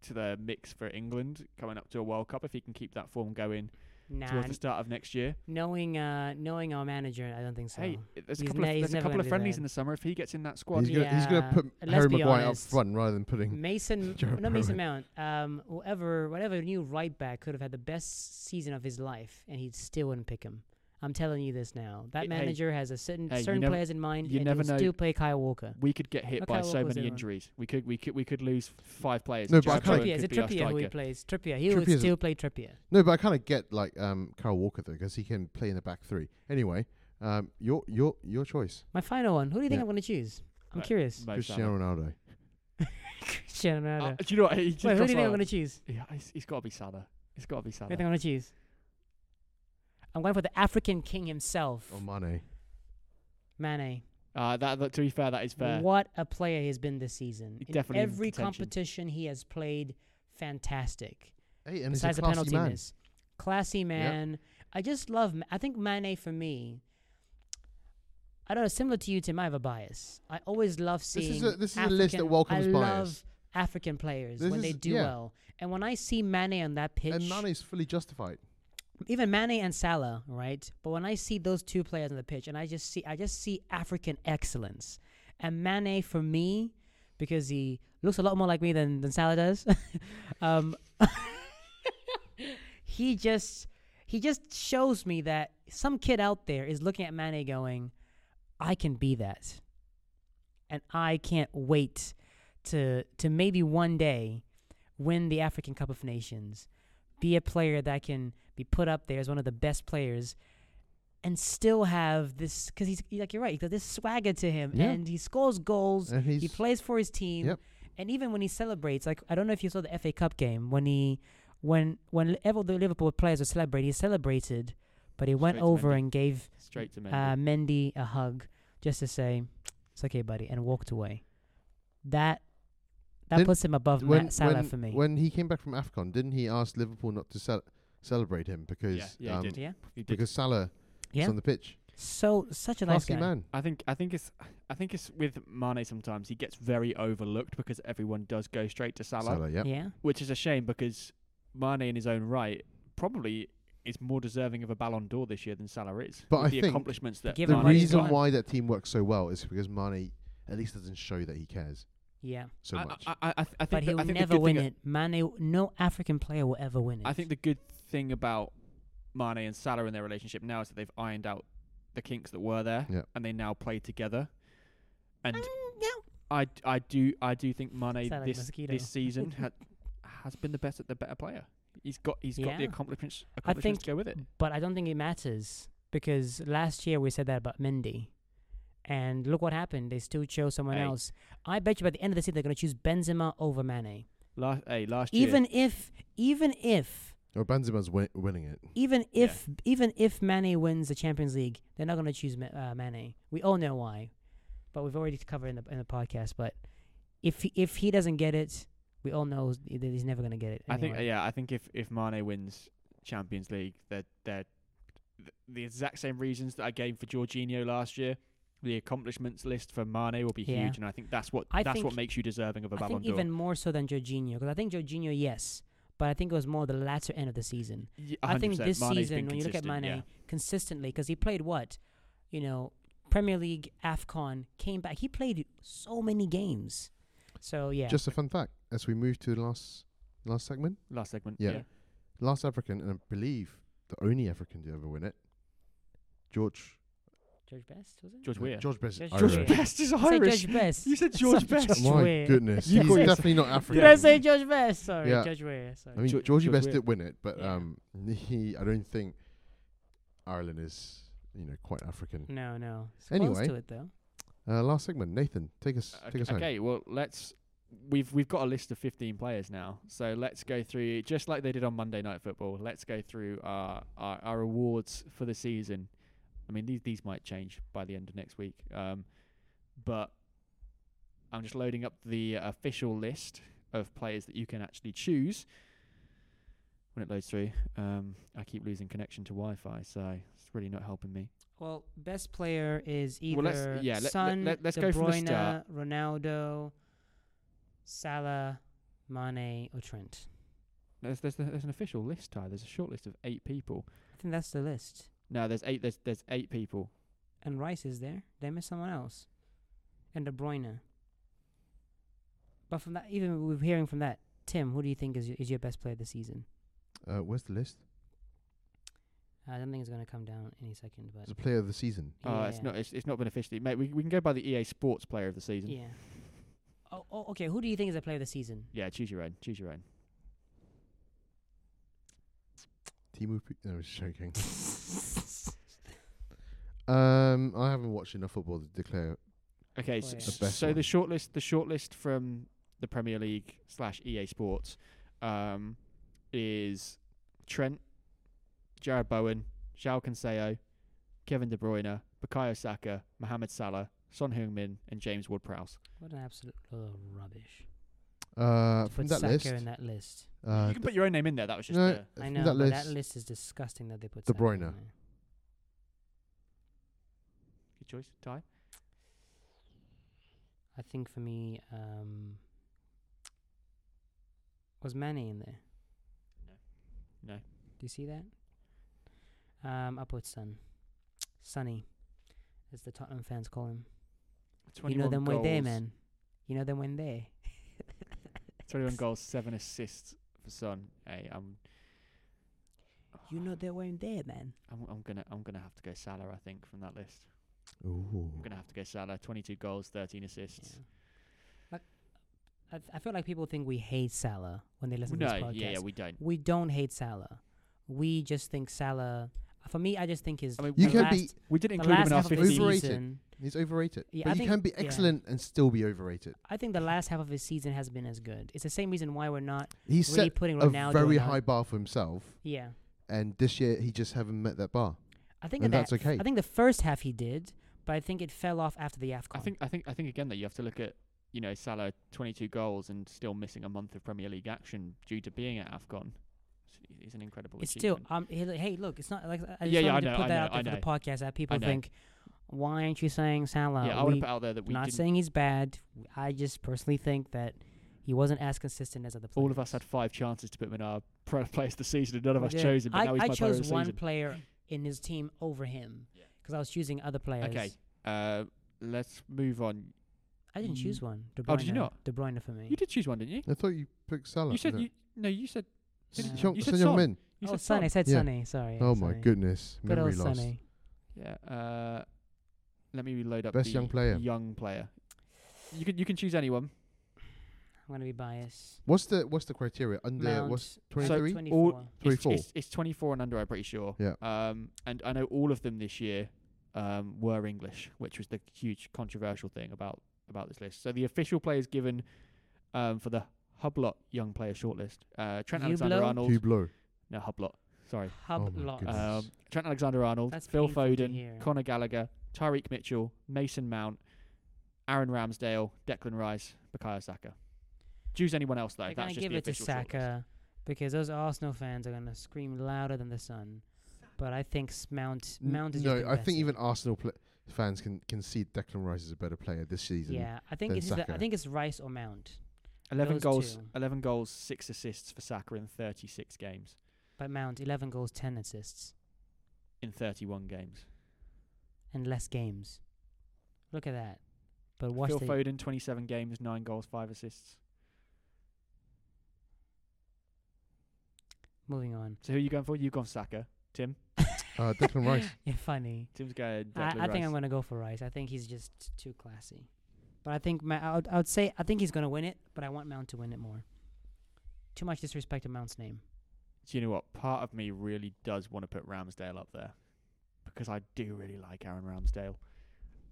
[SPEAKER 1] to the mix for England coming up to a World Cup if he can keep that form going
[SPEAKER 2] Nah,
[SPEAKER 1] towards the start of next year.
[SPEAKER 2] knowing uh, knowing our manager, I don't think so.
[SPEAKER 1] Hey, there's a
[SPEAKER 2] He's
[SPEAKER 1] couple
[SPEAKER 2] ne-
[SPEAKER 1] of
[SPEAKER 2] he's
[SPEAKER 1] there's a
[SPEAKER 2] never
[SPEAKER 1] couple
[SPEAKER 2] gonna
[SPEAKER 1] of
[SPEAKER 2] do
[SPEAKER 1] friendlies
[SPEAKER 2] that.
[SPEAKER 1] in the summer. If he gets in that squad,
[SPEAKER 3] He's
[SPEAKER 1] he-
[SPEAKER 3] going to he's going
[SPEAKER 2] Yeah,
[SPEAKER 3] to put
[SPEAKER 2] let's
[SPEAKER 3] Harry
[SPEAKER 2] be
[SPEAKER 3] Maguire
[SPEAKER 2] honest.
[SPEAKER 3] up front rather than putting. [laughs]
[SPEAKER 2] Mason,
[SPEAKER 3] Jared
[SPEAKER 2] not Mason Mount. Um, whoever, whatever new right back could have had the best season of his life, and he still wouldn't pick him. I'm telling you this now. That
[SPEAKER 1] Hey,
[SPEAKER 2] manager has a certain
[SPEAKER 1] hey, you
[SPEAKER 2] certain
[SPEAKER 1] never-
[SPEAKER 2] players in mind,
[SPEAKER 1] you
[SPEAKER 2] and
[SPEAKER 1] never
[SPEAKER 2] he'll
[SPEAKER 1] know.
[SPEAKER 2] still play Kyle Walker.
[SPEAKER 1] we could get hit
[SPEAKER 2] Okay,
[SPEAKER 1] by
[SPEAKER 2] what
[SPEAKER 1] so many
[SPEAKER 2] was the other one?
[SPEAKER 1] injuries. We could we could we could lose five players.
[SPEAKER 3] No,
[SPEAKER 1] and
[SPEAKER 3] but I
[SPEAKER 1] Jared
[SPEAKER 2] It's
[SPEAKER 1] Bowen
[SPEAKER 3] kinda-
[SPEAKER 2] Trippier, is
[SPEAKER 1] could
[SPEAKER 2] it
[SPEAKER 1] be our
[SPEAKER 2] Trippier who he
[SPEAKER 1] striker.
[SPEAKER 2] plays? Trippier, he
[SPEAKER 3] Trippier's a-
[SPEAKER 2] would still play Trippier.
[SPEAKER 3] No, but I kind of get like um, Kyle Walker though, 'cause he can play in the back three. Anyway, um, your your your choice,
[SPEAKER 2] My final one. Who do you think
[SPEAKER 3] Yeah.
[SPEAKER 2] I'm going to choose? I'm
[SPEAKER 1] Right. [laughs]
[SPEAKER 2] curious.
[SPEAKER 1] Mo
[SPEAKER 3] Cristiano Ronaldo.
[SPEAKER 2] Cristiano
[SPEAKER 1] Salah.
[SPEAKER 2] Ronaldo.
[SPEAKER 1] Uh, do you know what? He just
[SPEAKER 2] Wait, who
[SPEAKER 1] crossed
[SPEAKER 2] do
[SPEAKER 1] my
[SPEAKER 2] you think I'm
[SPEAKER 1] mind.
[SPEAKER 2] going to choose?
[SPEAKER 1] Yeah, he's- he's got to be Salah. He's got to be
[SPEAKER 2] Who do you
[SPEAKER 1] Salah.
[SPEAKER 2] think I'm going to choose? I'm going for the African king himself,
[SPEAKER 1] Oh
[SPEAKER 3] or Mane.
[SPEAKER 2] Mane.
[SPEAKER 1] Uh, that, that to be fair, that is fair.
[SPEAKER 2] What a player he's been this season.
[SPEAKER 1] He's
[SPEAKER 2] In
[SPEAKER 1] definitely in
[SPEAKER 2] every
[SPEAKER 1] contention.
[SPEAKER 2] competition he has played fantastic.
[SPEAKER 3] Hey, and he's a
[SPEAKER 2] Besides the
[SPEAKER 3] classy
[SPEAKER 2] penalty
[SPEAKER 3] man.
[SPEAKER 2] miss. Classy man. I just love Ma- I think Mane for me I don't know, similar to you, Tim, I have a bias. I always love
[SPEAKER 3] This
[SPEAKER 2] seeing
[SPEAKER 3] is a this is a list that
[SPEAKER 2] African-
[SPEAKER 3] welcomes
[SPEAKER 2] I
[SPEAKER 3] bias,
[SPEAKER 2] love African players
[SPEAKER 3] This
[SPEAKER 2] when they
[SPEAKER 3] is-
[SPEAKER 2] do
[SPEAKER 3] yeah.
[SPEAKER 2] well. And when I see Mane on that pitch
[SPEAKER 3] and Mane's fully justified.
[SPEAKER 2] even Mane and Salah, right? But when I see those two players on the pitch, and I just see, I just see African excellence. And Mane for me, because he looks a lot more like me than [laughs] than Salah does. um, [laughs] he just He just shows me that some kid out there is looking at Mane going, I can be that. And I can't wait to to maybe one day win the African Cup of Nations, be a player that can be put up there as one of the best players and still have this because he's like you're right, he's got this swagger to him
[SPEAKER 3] Yeah.
[SPEAKER 2] and he scores goals
[SPEAKER 3] And he's
[SPEAKER 2] he plays for his team.
[SPEAKER 3] Yep.
[SPEAKER 2] And even when he celebrates, like I don't know if you saw the FA Cup game when he, when whenever the Liverpool players were celebrating, he celebrated, but he went
[SPEAKER 1] Straight to
[SPEAKER 2] over
[SPEAKER 1] Mendy.
[SPEAKER 2] and gave
[SPEAKER 1] Straight to Mendy.
[SPEAKER 2] uh, Mendy a hug just to say it's okay, buddy, and walked away. That that
[SPEAKER 3] Didn't-
[SPEAKER 2] puts him above
[SPEAKER 3] when,
[SPEAKER 2] Matt Salah
[SPEAKER 3] when-
[SPEAKER 2] for me.
[SPEAKER 3] When he came back from Afcon, didn't he ask Liverpool not to cel- celebrate him because
[SPEAKER 1] yeah, yeah,
[SPEAKER 3] um,
[SPEAKER 1] he did.
[SPEAKER 2] yeah.
[SPEAKER 1] He did.
[SPEAKER 3] because Salah
[SPEAKER 2] Yeah.
[SPEAKER 3] was on the pitch?
[SPEAKER 2] so such a nice
[SPEAKER 3] Classy
[SPEAKER 2] guy.
[SPEAKER 3] man.
[SPEAKER 1] I think I think it's I think it's with Mane sometimes he gets very overlooked because everyone does go straight to Salah,
[SPEAKER 3] Salah, yeah.
[SPEAKER 2] Yeah.
[SPEAKER 1] which is a shame because Mane in his own right probably is more deserving of a Ballon d'Or this year than Salah is.
[SPEAKER 3] But
[SPEAKER 1] with
[SPEAKER 3] I
[SPEAKER 1] the
[SPEAKER 3] think
[SPEAKER 1] accomplishments that
[SPEAKER 2] give
[SPEAKER 3] The
[SPEAKER 2] Mane's
[SPEAKER 1] Mane's
[SPEAKER 3] reason
[SPEAKER 1] got.
[SPEAKER 2] gone.
[SPEAKER 3] why that team works so well is because Mane at least doesn't show that he cares
[SPEAKER 2] Yeah.
[SPEAKER 3] so
[SPEAKER 1] I,
[SPEAKER 3] much.
[SPEAKER 1] I, I, I th- I think
[SPEAKER 2] But
[SPEAKER 1] the-
[SPEAKER 2] he'll
[SPEAKER 1] I think the
[SPEAKER 2] never
[SPEAKER 1] good thing
[SPEAKER 2] win
[SPEAKER 1] a-
[SPEAKER 2] it. Mane, no African player will ever win it.
[SPEAKER 1] I think the good thing about Mane and Salah in their relationship now is that they've ironed out the kinks that were there,
[SPEAKER 3] Yeah.
[SPEAKER 1] and they now play together. And
[SPEAKER 2] Mm, yeah.
[SPEAKER 1] I, d- I do I do think Mane
[SPEAKER 2] Sound like
[SPEAKER 1] this
[SPEAKER 2] mosquito.
[SPEAKER 1] this
[SPEAKER 2] [laughs]
[SPEAKER 1] season ha- has been the best at the better player. He's got he's got the
[SPEAKER 2] Yeah.
[SPEAKER 1] accomplishments
[SPEAKER 2] I
[SPEAKER 1] accomplishments
[SPEAKER 2] think-
[SPEAKER 1] to go with it.
[SPEAKER 2] But I don't think it matters because last year we said that about Mendy. And look what happened. They still chose someone
[SPEAKER 1] Hey.
[SPEAKER 2] else. I bet you by the end of the season they're going to choose Benzema over Mane.
[SPEAKER 1] Last hey last
[SPEAKER 2] Even
[SPEAKER 1] year
[SPEAKER 2] if, even if,
[SPEAKER 3] Or Benzema's wi- winning it.
[SPEAKER 2] even
[SPEAKER 1] Yeah.
[SPEAKER 2] if, even if Mane wins the Champions League, they're not going to choose Ma- uh, Mane. We all know why, but we've already covered in the in the podcast. But if he, if he doesn't get it, we all know that he's never going to get it.
[SPEAKER 1] I think uh,
[SPEAKER 2] anyway.
[SPEAKER 1] yeah I think if if Mane wins Champions League they're they're th- the exact same reasons that I gave for Jorginho last year. The accomplishments list for Mane will be
[SPEAKER 2] Yeah.
[SPEAKER 1] huge, and I think that's what
[SPEAKER 2] I
[SPEAKER 1] that's
[SPEAKER 2] think-
[SPEAKER 1] what makes you deserving of a
[SPEAKER 2] I
[SPEAKER 1] Ballon
[SPEAKER 2] think
[SPEAKER 1] d'Or.
[SPEAKER 2] even more so than Jorginho, because I think Jorginho, yes, but I think it was more the latter end of the season.
[SPEAKER 1] Ye-
[SPEAKER 2] I
[SPEAKER 1] 100%.
[SPEAKER 2] think this
[SPEAKER 1] Mane's
[SPEAKER 2] season,
[SPEAKER 1] been
[SPEAKER 2] when you look at Mane
[SPEAKER 1] consistent, yeah.
[SPEAKER 2] consistently, because he played what, you know, Premier League, Afcon, came back. He played so many games. So yeah,
[SPEAKER 3] Just a fun fact as we move to the last last segment,
[SPEAKER 1] last segment,
[SPEAKER 3] Yeah.
[SPEAKER 1] yeah,
[SPEAKER 2] Yeah.
[SPEAKER 3] last African, and I believe the only African to ever win it, George.
[SPEAKER 2] George Best was it?
[SPEAKER 1] George Weir.
[SPEAKER 3] George Best.
[SPEAKER 2] George
[SPEAKER 3] is
[SPEAKER 2] George
[SPEAKER 3] Irish.
[SPEAKER 2] Weir.
[SPEAKER 1] Best is
[SPEAKER 2] Did I say
[SPEAKER 1] Irish.
[SPEAKER 2] George Best.
[SPEAKER 1] You said
[SPEAKER 2] I [laughs]
[SPEAKER 1] George
[SPEAKER 2] said
[SPEAKER 1] Best.
[SPEAKER 3] [laughs] My
[SPEAKER 2] Weir.
[SPEAKER 3] goodness,
[SPEAKER 1] You
[SPEAKER 3] he's
[SPEAKER 1] call yourself-
[SPEAKER 3] definitely not African.
[SPEAKER 2] Did I say George Best? Sorry,
[SPEAKER 3] Yeah.
[SPEAKER 2] George Weir. Sorry.
[SPEAKER 3] I mean,
[SPEAKER 1] Geor-
[SPEAKER 3] Georgie
[SPEAKER 1] George
[SPEAKER 3] Best
[SPEAKER 1] Weir.
[SPEAKER 3] did win it, but
[SPEAKER 2] Yeah.
[SPEAKER 3] um, he, I don't think Ireland is, you know, quite African.
[SPEAKER 2] no, no. It's
[SPEAKER 3] Anyway.
[SPEAKER 2] close to it though.
[SPEAKER 3] Uh, last segment, Nathan, take us,
[SPEAKER 1] Okay,
[SPEAKER 3] take us home.
[SPEAKER 1] Uh, okay, well let's we've we've got a list of 15 players now. So let's go through just like they did on Monday Night Football. Let's go through our our, our awards for the season. I mean these these might change by the end of next week. Um but I'm just loading up the official list of players that you can actually choose when it loads through. Um I keep losing connection to Wi-Fi, so it's really not helping me.
[SPEAKER 2] Well, best player is either
[SPEAKER 1] Well, let's- yeah, let- let-
[SPEAKER 2] Son,
[SPEAKER 1] let- let's
[SPEAKER 2] De
[SPEAKER 1] go from the
[SPEAKER 2] Bruyne,
[SPEAKER 1] start.
[SPEAKER 2] Ronaldo, Salah, Mane, or Trent.
[SPEAKER 1] There's there's there's an official list, Ty. There's a short list of 8 people.
[SPEAKER 2] I think that's the list.
[SPEAKER 1] No, there's eight. There's there's eight people.
[SPEAKER 2] And Rice is there. They miss someone else, and De Bruyne. But from that, even we're hearing from that, Tim, who do you think is your, is your best player this season?
[SPEAKER 3] Uh, where's the list?
[SPEAKER 2] I don't think it's gonna come down any second, but
[SPEAKER 3] It's a player of the season.
[SPEAKER 1] Uh, it's
[SPEAKER 2] yeah.
[SPEAKER 1] not. It's, it's not been officially. Mate, we we can go by the EA Sports Player of the season.
[SPEAKER 2] Yeah. Oh, oh, okay. Who do you think is the player of the season?
[SPEAKER 1] Yeah, choose your own. Choose your own.
[SPEAKER 3] Timu. Pu- No, I
[SPEAKER 2] [laughs]
[SPEAKER 3] was joking. um, I haven't watched enough football to declare.
[SPEAKER 1] Okay. s-
[SPEAKER 2] Oh, yeah.
[SPEAKER 1] s-
[SPEAKER 3] The best
[SPEAKER 1] so the
[SPEAKER 3] one.
[SPEAKER 1] shortlist, the shortlist from the Premier League slash EA Sports, um, is Trent, Jared Bowen, João Cancelo, Kevin De Bruyne, Bukayo Saka, Mohamed Salah, Son Heung-min, and James Ward-Prowse.
[SPEAKER 2] What an absolute load of rubbish.
[SPEAKER 3] Uh,
[SPEAKER 2] To
[SPEAKER 3] from
[SPEAKER 2] put
[SPEAKER 3] that
[SPEAKER 2] Saka
[SPEAKER 3] list,
[SPEAKER 2] in that list.
[SPEAKER 3] uh,
[SPEAKER 1] you can put your own name in there. That was just
[SPEAKER 3] no, uh,
[SPEAKER 1] the-
[SPEAKER 2] I
[SPEAKER 3] from
[SPEAKER 2] know,
[SPEAKER 3] that
[SPEAKER 2] but
[SPEAKER 3] list,
[SPEAKER 2] that list is disgusting that they put
[SPEAKER 3] De
[SPEAKER 2] Saka in
[SPEAKER 3] Bruyne.
[SPEAKER 2] there.
[SPEAKER 1] your choice. Ty.
[SPEAKER 2] I think for me, um, was Manny in there?
[SPEAKER 1] No.
[SPEAKER 2] Do you see that? Um, I put Sun. Sunny, as the Tottenham fans call him. You know
[SPEAKER 1] 21
[SPEAKER 2] them when there,
[SPEAKER 1] goals.
[SPEAKER 2] man. You know them when there.
[SPEAKER 1] 21 goals, 7 assists for Son. Hey, I'm [sighs]
[SPEAKER 2] You know they weren't there, man.
[SPEAKER 1] I'm, I'm gonna I'm gonna have to go Salah. I think from that list,
[SPEAKER 3] Ooh.
[SPEAKER 1] I'm gonna have to go Salah. 22 goals, 13 assists.
[SPEAKER 2] Yeah. Like, I, th- I feel like people think we hate Salah when they listen to this
[SPEAKER 1] No,
[SPEAKER 2] podcast.
[SPEAKER 1] yeah, yeah, we don't.
[SPEAKER 2] we don't hate Salah. We just think Salah. For me, I just think his
[SPEAKER 1] I mean,
[SPEAKER 3] You
[SPEAKER 2] the
[SPEAKER 3] can
[SPEAKER 2] last,
[SPEAKER 3] be-
[SPEAKER 1] We didn't
[SPEAKER 2] the
[SPEAKER 1] include him
[SPEAKER 2] last
[SPEAKER 1] in our
[SPEAKER 2] half of his
[SPEAKER 1] 15.
[SPEAKER 3] Overrated.
[SPEAKER 2] season.
[SPEAKER 3] He's overrated.
[SPEAKER 2] Yeah, I
[SPEAKER 3] but you
[SPEAKER 2] think-
[SPEAKER 3] can be
[SPEAKER 2] yeah.
[SPEAKER 3] excellent and still be overrated.
[SPEAKER 2] I think the last half of his season has been as good. It's the same reason why we're not
[SPEAKER 3] He's
[SPEAKER 2] really
[SPEAKER 3] set
[SPEAKER 2] putting
[SPEAKER 3] a
[SPEAKER 2] Ronaldo.
[SPEAKER 3] very
[SPEAKER 2] in
[SPEAKER 3] high
[SPEAKER 2] Our,
[SPEAKER 3] bar for himself,
[SPEAKER 2] yeah,
[SPEAKER 3] and this year he just haven't met that bar.
[SPEAKER 2] I think
[SPEAKER 3] And
[SPEAKER 2] in the-
[SPEAKER 3] that's okay.
[SPEAKER 2] I think the first half he did, but I think it fell off after the Afcon.
[SPEAKER 1] I think I think I think again that you have to look at you know Salah 22 goals and still missing a month of Premier League action due to being at Afcon. It's- It's an incredible.
[SPEAKER 2] it's still
[SPEAKER 1] achievement.
[SPEAKER 2] um. Hey, look- hey, look, it's not like I just
[SPEAKER 1] Yeah, yeah, I
[SPEAKER 2] wanted
[SPEAKER 1] know,
[SPEAKER 2] to put
[SPEAKER 1] I
[SPEAKER 2] that
[SPEAKER 1] know,
[SPEAKER 2] out there
[SPEAKER 1] I
[SPEAKER 2] for
[SPEAKER 1] know.
[SPEAKER 2] the podcast that people
[SPEAKER 1] know.
[SPEAKER 2] think, why aren't you saying Salah?
[SPEAKER 1] yeah, I want
[SPEAKER 2] uh,
[SPEAKER 1] to
[SPEAKER 2] We-
[SPEAKER 1] put out there that we
[SPEAKER 2] not
[SPEAKER 1] didn't.
[SPEAKER 2] saying he's bad. I just personally think that he wasn't as consistent as other players.
[SPEAKER 1] All of us had five chances to put him in our [laughs] pro place the season, and none of
[SPEAKER 2] We
[SPEAKER 1] us
[SPEAKER 2] did.
[SPEAKER 1] chose him. But
[SPEAKER 2] I,
[SPEAKER 1] now he's
[SPEAKER 2] I
[SPEAKER 1] my player of
[SPEAKER 2] chose
[SPEAKER 1] the
[SPEAKER 2] one
[SPEAKER 1] season.
[SPEAKER 2] player in his team over him
[SPEAKER 1] Yeah.
[SPEAKER 2] because I was choosing other players.
[SPEAKER 1] Okay, uh, let's move on.
[SPEAKER 2] I didn't choose one. De Bruyne.
[SPEAKER 1] Oh, did you not?
[SPEAKER 2] De Bruyne for me.
[SPEAKER 1] You did choose one, didn't you?
[SPEAKER 3] I thought you picked Salah.
[SPEAKER 1] You said
[SPEAKER 3] no.
[SPEAKER 1] you no. You said
[SPEAKER 3] S-
[SPEAKER 2] No.
[SPEAKER 3] Hyung-
[SPEAKER 1] You said
[SPEAKER 3] Son
[SPEAKER 1] Son.
[SPEAKER 3] Heung-min.
[SPEAKER 1] you
[SPEAKER 2] oh,
[SPEAKER 1] said
[SPEAKER 2] Sonny. I said
[SPEAKER 3] Yeah.
[SPEAKER 2] Sonny. Sorry.
[SPEAKER 3] Oh
[SPEAKER 2] yeah,
[SPEAKER 3] my
[SPEAKER 2] Sonny.
[SPEAKER 3] goodness,
[SPEAKER 2] Good
[SPEAKER 3] memory
[SPEAKER 2] old
[SPEAKER 3] lost.
[SPEAKER 2] Sonny.
[SPEAKER 1] Yeah. Uh, let me reload up.
[SPEAKER 3] Best
[SPEAKER 1] the
[SPEAKER 3] young player.
[SPEAKER 1] Young player. You can you can choose anyone.
[SPEAKER 2] I'm gonna be biased.
[SPEAKER 3] What's the what's the criteria under
[SPEAKER 2] Mount,
[SPEAKER 3] what's
[SPEAKER 2] uh,
[SPEAKER 3] 23?
[SPEAKER 2] 24.
[SPEAKER 1] It's,
[SPEAKER 3] 24.
[SPEAKER 1] it's, it's 24 and under, I'm pretty sure.
[SPEAKER 3] Yeah.
[SPEAKER 1] Um, and I know all of them this year um, were English, which was the huge controversial thing about about this list. So the official players given um, for the Hublot young player shortlist: uh, Trent
[SPEAKER 2] Hublot?
[SPEAKER 1] Alexander-Arnold.
[SPEAKER 3] Hublot.
[SPEAKER 1] no, Hublot. Sorry.
[SPEAKER 2] Hub
[SPEAKER 3] Oh my
[SPEAKER 2] lot.
[SPEAKER 3] goodness.
[SPEAKER 1] Um, Trent Alexander-Arnold,
[SPEAKER 2] That's
[SPEAKER 1] Phil
[SPEAKER 2] painful to
[SPEAKER 1] Foden,
[SPEAKER 2] hear.
[SPEAKER 1] Connor Gallagher, Tyreek Mitchell, Mason Mount, Aaron Ramsdale, Declan Rice, Bukayo Saka. Choose anyone else though.
[SPEAKER 2] They're
[SPEAKER 1] That's
[SPEAKER 2] gonna
[SPEAKER 1] just
[SPEAKER 2] give
[SPEAKER 1] the
[SPEAKER 2] it to
[SPEAKER 1] official shortlist.
[SPEAKER 2] Saka because those Arsenal fans are gonna scream louder than the sun. But I think s- Mount Mount is.
[SPEAKER 3] no,
[SPEAKER 2] just
[SPEAKER 3] I think
[SPEAKER 2] invested.
[SPEAKER 3] even Arsenal pla fans can concede Declan Rice is a better player this season.
[SPEAKER 2] Yeah, I think
[SPEAKER 3] than
[SPEAKER 2] it's either- I
[SPEAKER 3] Saka.
[SPEAKER 2] think it's Rice or Mount,
[SPEAKER 1] 11
[SPEAKER 2] Those
[SPEAKER 1] goals,
[SPEAKER 2] two.
[SPEAKER 1] 11 goals, 6 assists for Saka in 36 games
[SPEAKER 2] but Mount 11 goals, 10 assists,
[SPEAKER 1] in 31 games.
[SPEAKER 2] and less games. Look at that. But watch
[SPEAKER 1] Phil
[SPEAKER 2] the
[SPEAKER 1] Foden 27 games, 9 goals, 5 assists.
[SPEAKER 2] moving on.
[SPEAKER 1] So who are you going for? You've gone Saka, Tim.
[SPEAKER 3] Uh,
[SPEAKER 2] [laughs]
[SPEAKER 3] Declan Rice.
[SPEAKER 2] You're funny.
[SPEAKER 1] Tim's going
[SPEAKER 2] I,
[SPEAKER 1] Declan
[SPEAKER 2] I think
[SPEAKER 1] Rice.
[SPEAKER 2] I'm gonna go for Rice. I think he's just too classy. But I think Ma- I, would, I would say I think he's gonna win it, but I want Mount to win it more. Too much disrespect to Mount's name.
[SPEAKER 1] Do you know what? Part of me really does want to put Ramsdale up there because I do really like Aaron Ramsdale.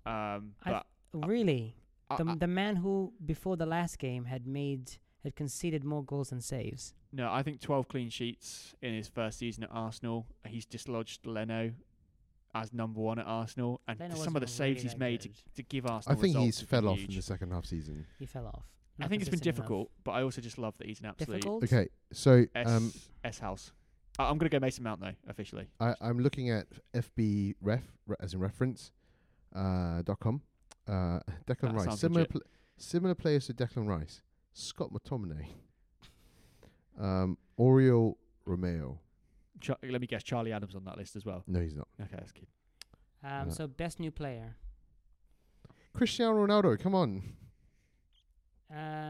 [SPEAKER 1] Um,
[SPEAKER 2] I
[SPEAKER 1] but
[SPEAKER 2] Really,
[SPEAKER 1] I,
[SPEAKER 2] the
[SPEAKER 1] I-
[SPEAKER 2] the man who before the last game had made had conceded more goals than saves.
[SPEAKER 1] no, I think 12 clean sheets in his first season at Arsenal. He's dislodged Leno as number one at Arsenal, and
[SPEAKER 2] Leno
[SPEAKER 1] some of the
[SPEAKER 2] wasn't really
[SPEAKER 1] saves he's
[SPEAKER 2] that
[SPEAKER 1] made to,
[SPEAKER 2] good.
[SPEAKER 1] to give Arsenal.
[SPEAKER 3] I think
[SPEAKER 1] results
[SPEAKER 3] he's
[SPEAKER 1] has been
[SPEAKER 3] fell off
[SPEAKER 1] huge.
[SPEAKER 3] in the second half season.
[SPEAKER 2] He fell off.
[SPEAKER 1] I
[SPEAKER 2] Not
[SPEAKER 1] think it's been
[SPEAKER 2] consistent enough.
[SPEAKER 1] difficult, but I also just love that he's an absolute
[SPEAKER 2] Difficult.
[SPEAKER 3] Okay, so
[SPEAKER 1] S,
[SPEAKER 3] um,
[SPEAKER 1] S house. I, I'm gonna go Mason Mount though, officially.
[SPEAKER 3] I, I'm looking at FB ref re- as in reference uh, dot com. Uh, [laughs] Declan
[SPEAKER 1] That
[SPEAKER 3] Rice,
[SPEAKER 1] sounds
[SPEAKER 3] similar
[SPEAKER 1] legit.
[SPEAKER 3] pl- similar players to Declan Rice, Scott McTominay, [laughs] um, Oriol Romeo.
[SPEAKER 1] Char- let me guess, Charlie Adams on that list as well.
[SPEAKER 3] No, he's not.
[SPEAKER 1] Okay, that's good.
[SPEAKER 2] Um,
[SPEAKER 3] Yeah.
[SPEAKER 2] So best new player.
[SPEAKER 3] Cristiano Ronaldo. Come on.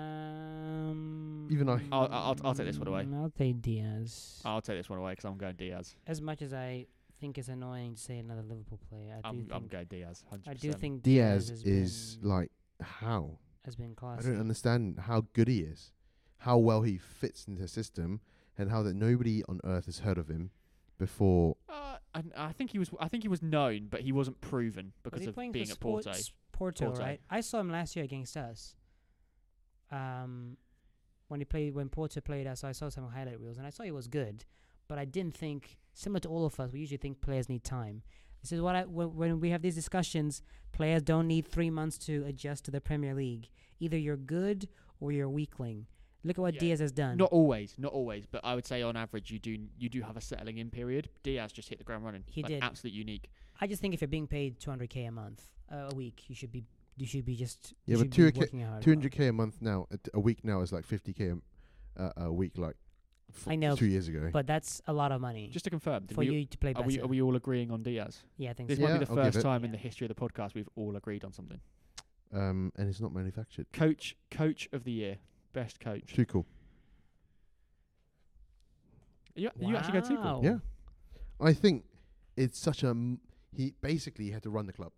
[SPEAKER 2] Um,
[SPEAKER 3] Even I-
[SPEAKER 1] I'll- I'll- I'll take this one away. Uh,
[SPEAKER 2] mm, I'll take Diaz.
[SPEAKER 1] I'll take this one away 'cause I'm going Diaz.
[SPEAKER 2] as much as I think it's annoying to say another Liverpool player, I do
[SPEAKER 1] I'm,
[SPEAKER 2] think
[SPEAKER 1] I'm going Diaz. 100%.
[SPEAKER 2] I do think
[SPEAKER 3] Diaz
[SPEAKER 2] has
[SPEAKER 3] is
[SPEAKER 2] been,
[SPEAKER 3] like how
[SPEAKER 2] has been
[SPEAKER 3] I
[SPEAKER 2] classy.
[SPEAKER 3] don't understand how good he is, how well he fits into the system, and how that nobody on earth has heard of him before.
[SPEAKER 1] Uh, I, I think he was. I think he was known, but he wasn't proven
[SPEAKER 2] Was
[SPEAKER 1] because
[SPEAKER 2] he
[SPEAKER 1] of
[SPEAKER 2] playing for
[SPEAKER 1] being at Porto.
[SPEAKER 2] Sports- Porto,
[SPEAKER 1] Porto.
[SPEAKER 2] right? I saw him last year against us. Um, when he played when Porto played us, I saw some highlight reels and I saw he was good, but I didn't think similar to all of us. We usually think players need time. This is what I when, when we have these discussions. Players don't need three months to adjust to the Premier League. Either you're good or you're a weakling. Look at what
[SPEAKER 1] Yeah.
[SPEAKER 2] Diaz has done.
[SPEAKER 1] Not always, not always, but I would say on average you do you do have a settling in period. Diaz just hit the ground running.
[SPEAKER 2] He
[SPEAKER 1] like,
[SPEAKER 2] did.
[SPEAKER 1] Absolute unique.
[SPEAKER 2] I just think if you're being paid 200k a month, uh, a week, you should be you should be just
[SPEAKER 3] Yeah,
[SPEAKER 2] you
[SPEAKER 3] but
[SPEAKER 2] should be
[SPEAKER 3] 200K
[SPEAKER 2] working hard.
[SPEAKER 3] Two hundred k a month now, a, t- a week now is like fifty k uh, a week, like f-
[SPEAKER 2] I know,
[SPEAKER 3] two years ago.
[SPEAKER 2] But that's a lot of money
[SPEAKER 1] Just to confirm, did
[SPEAKER 2] for
[SPEAKER 1] we,
[SPEAKER 2] you to play
[SPEAKER 1] are
[SPEAKER 2] better.
[SPEAKER 1] we are we all agreeing on Diaz?
[SPEAKER 2] yeah, I think
[SPEAKER 1] This
[SPEAKER 2] so.
[SPEAKER 1] might
[SPEAKER 3] Yeah,
[SPEAKER 1] be the
[SPEAKER 3] I'll give
[SPEAKER 1] first
[SPEAKER 3] it.
[SPEAKER 1] time in
[SPEAKER 2] Yeah.
[SPEAKER 1] the history of the podcast we've all agreed on something.
[SPEAKER 3] um, and it's not manufactured.
[SPEAKER 1] Coach, coach of the year, best coach.
[SPEAKER 3] Too cool.
[SPEAKER 1] You, you actually got two.
[SPEAKER 2] Wow.
[SPEAKER 3] Yeah. I think it's such a m- he basically had to run the club,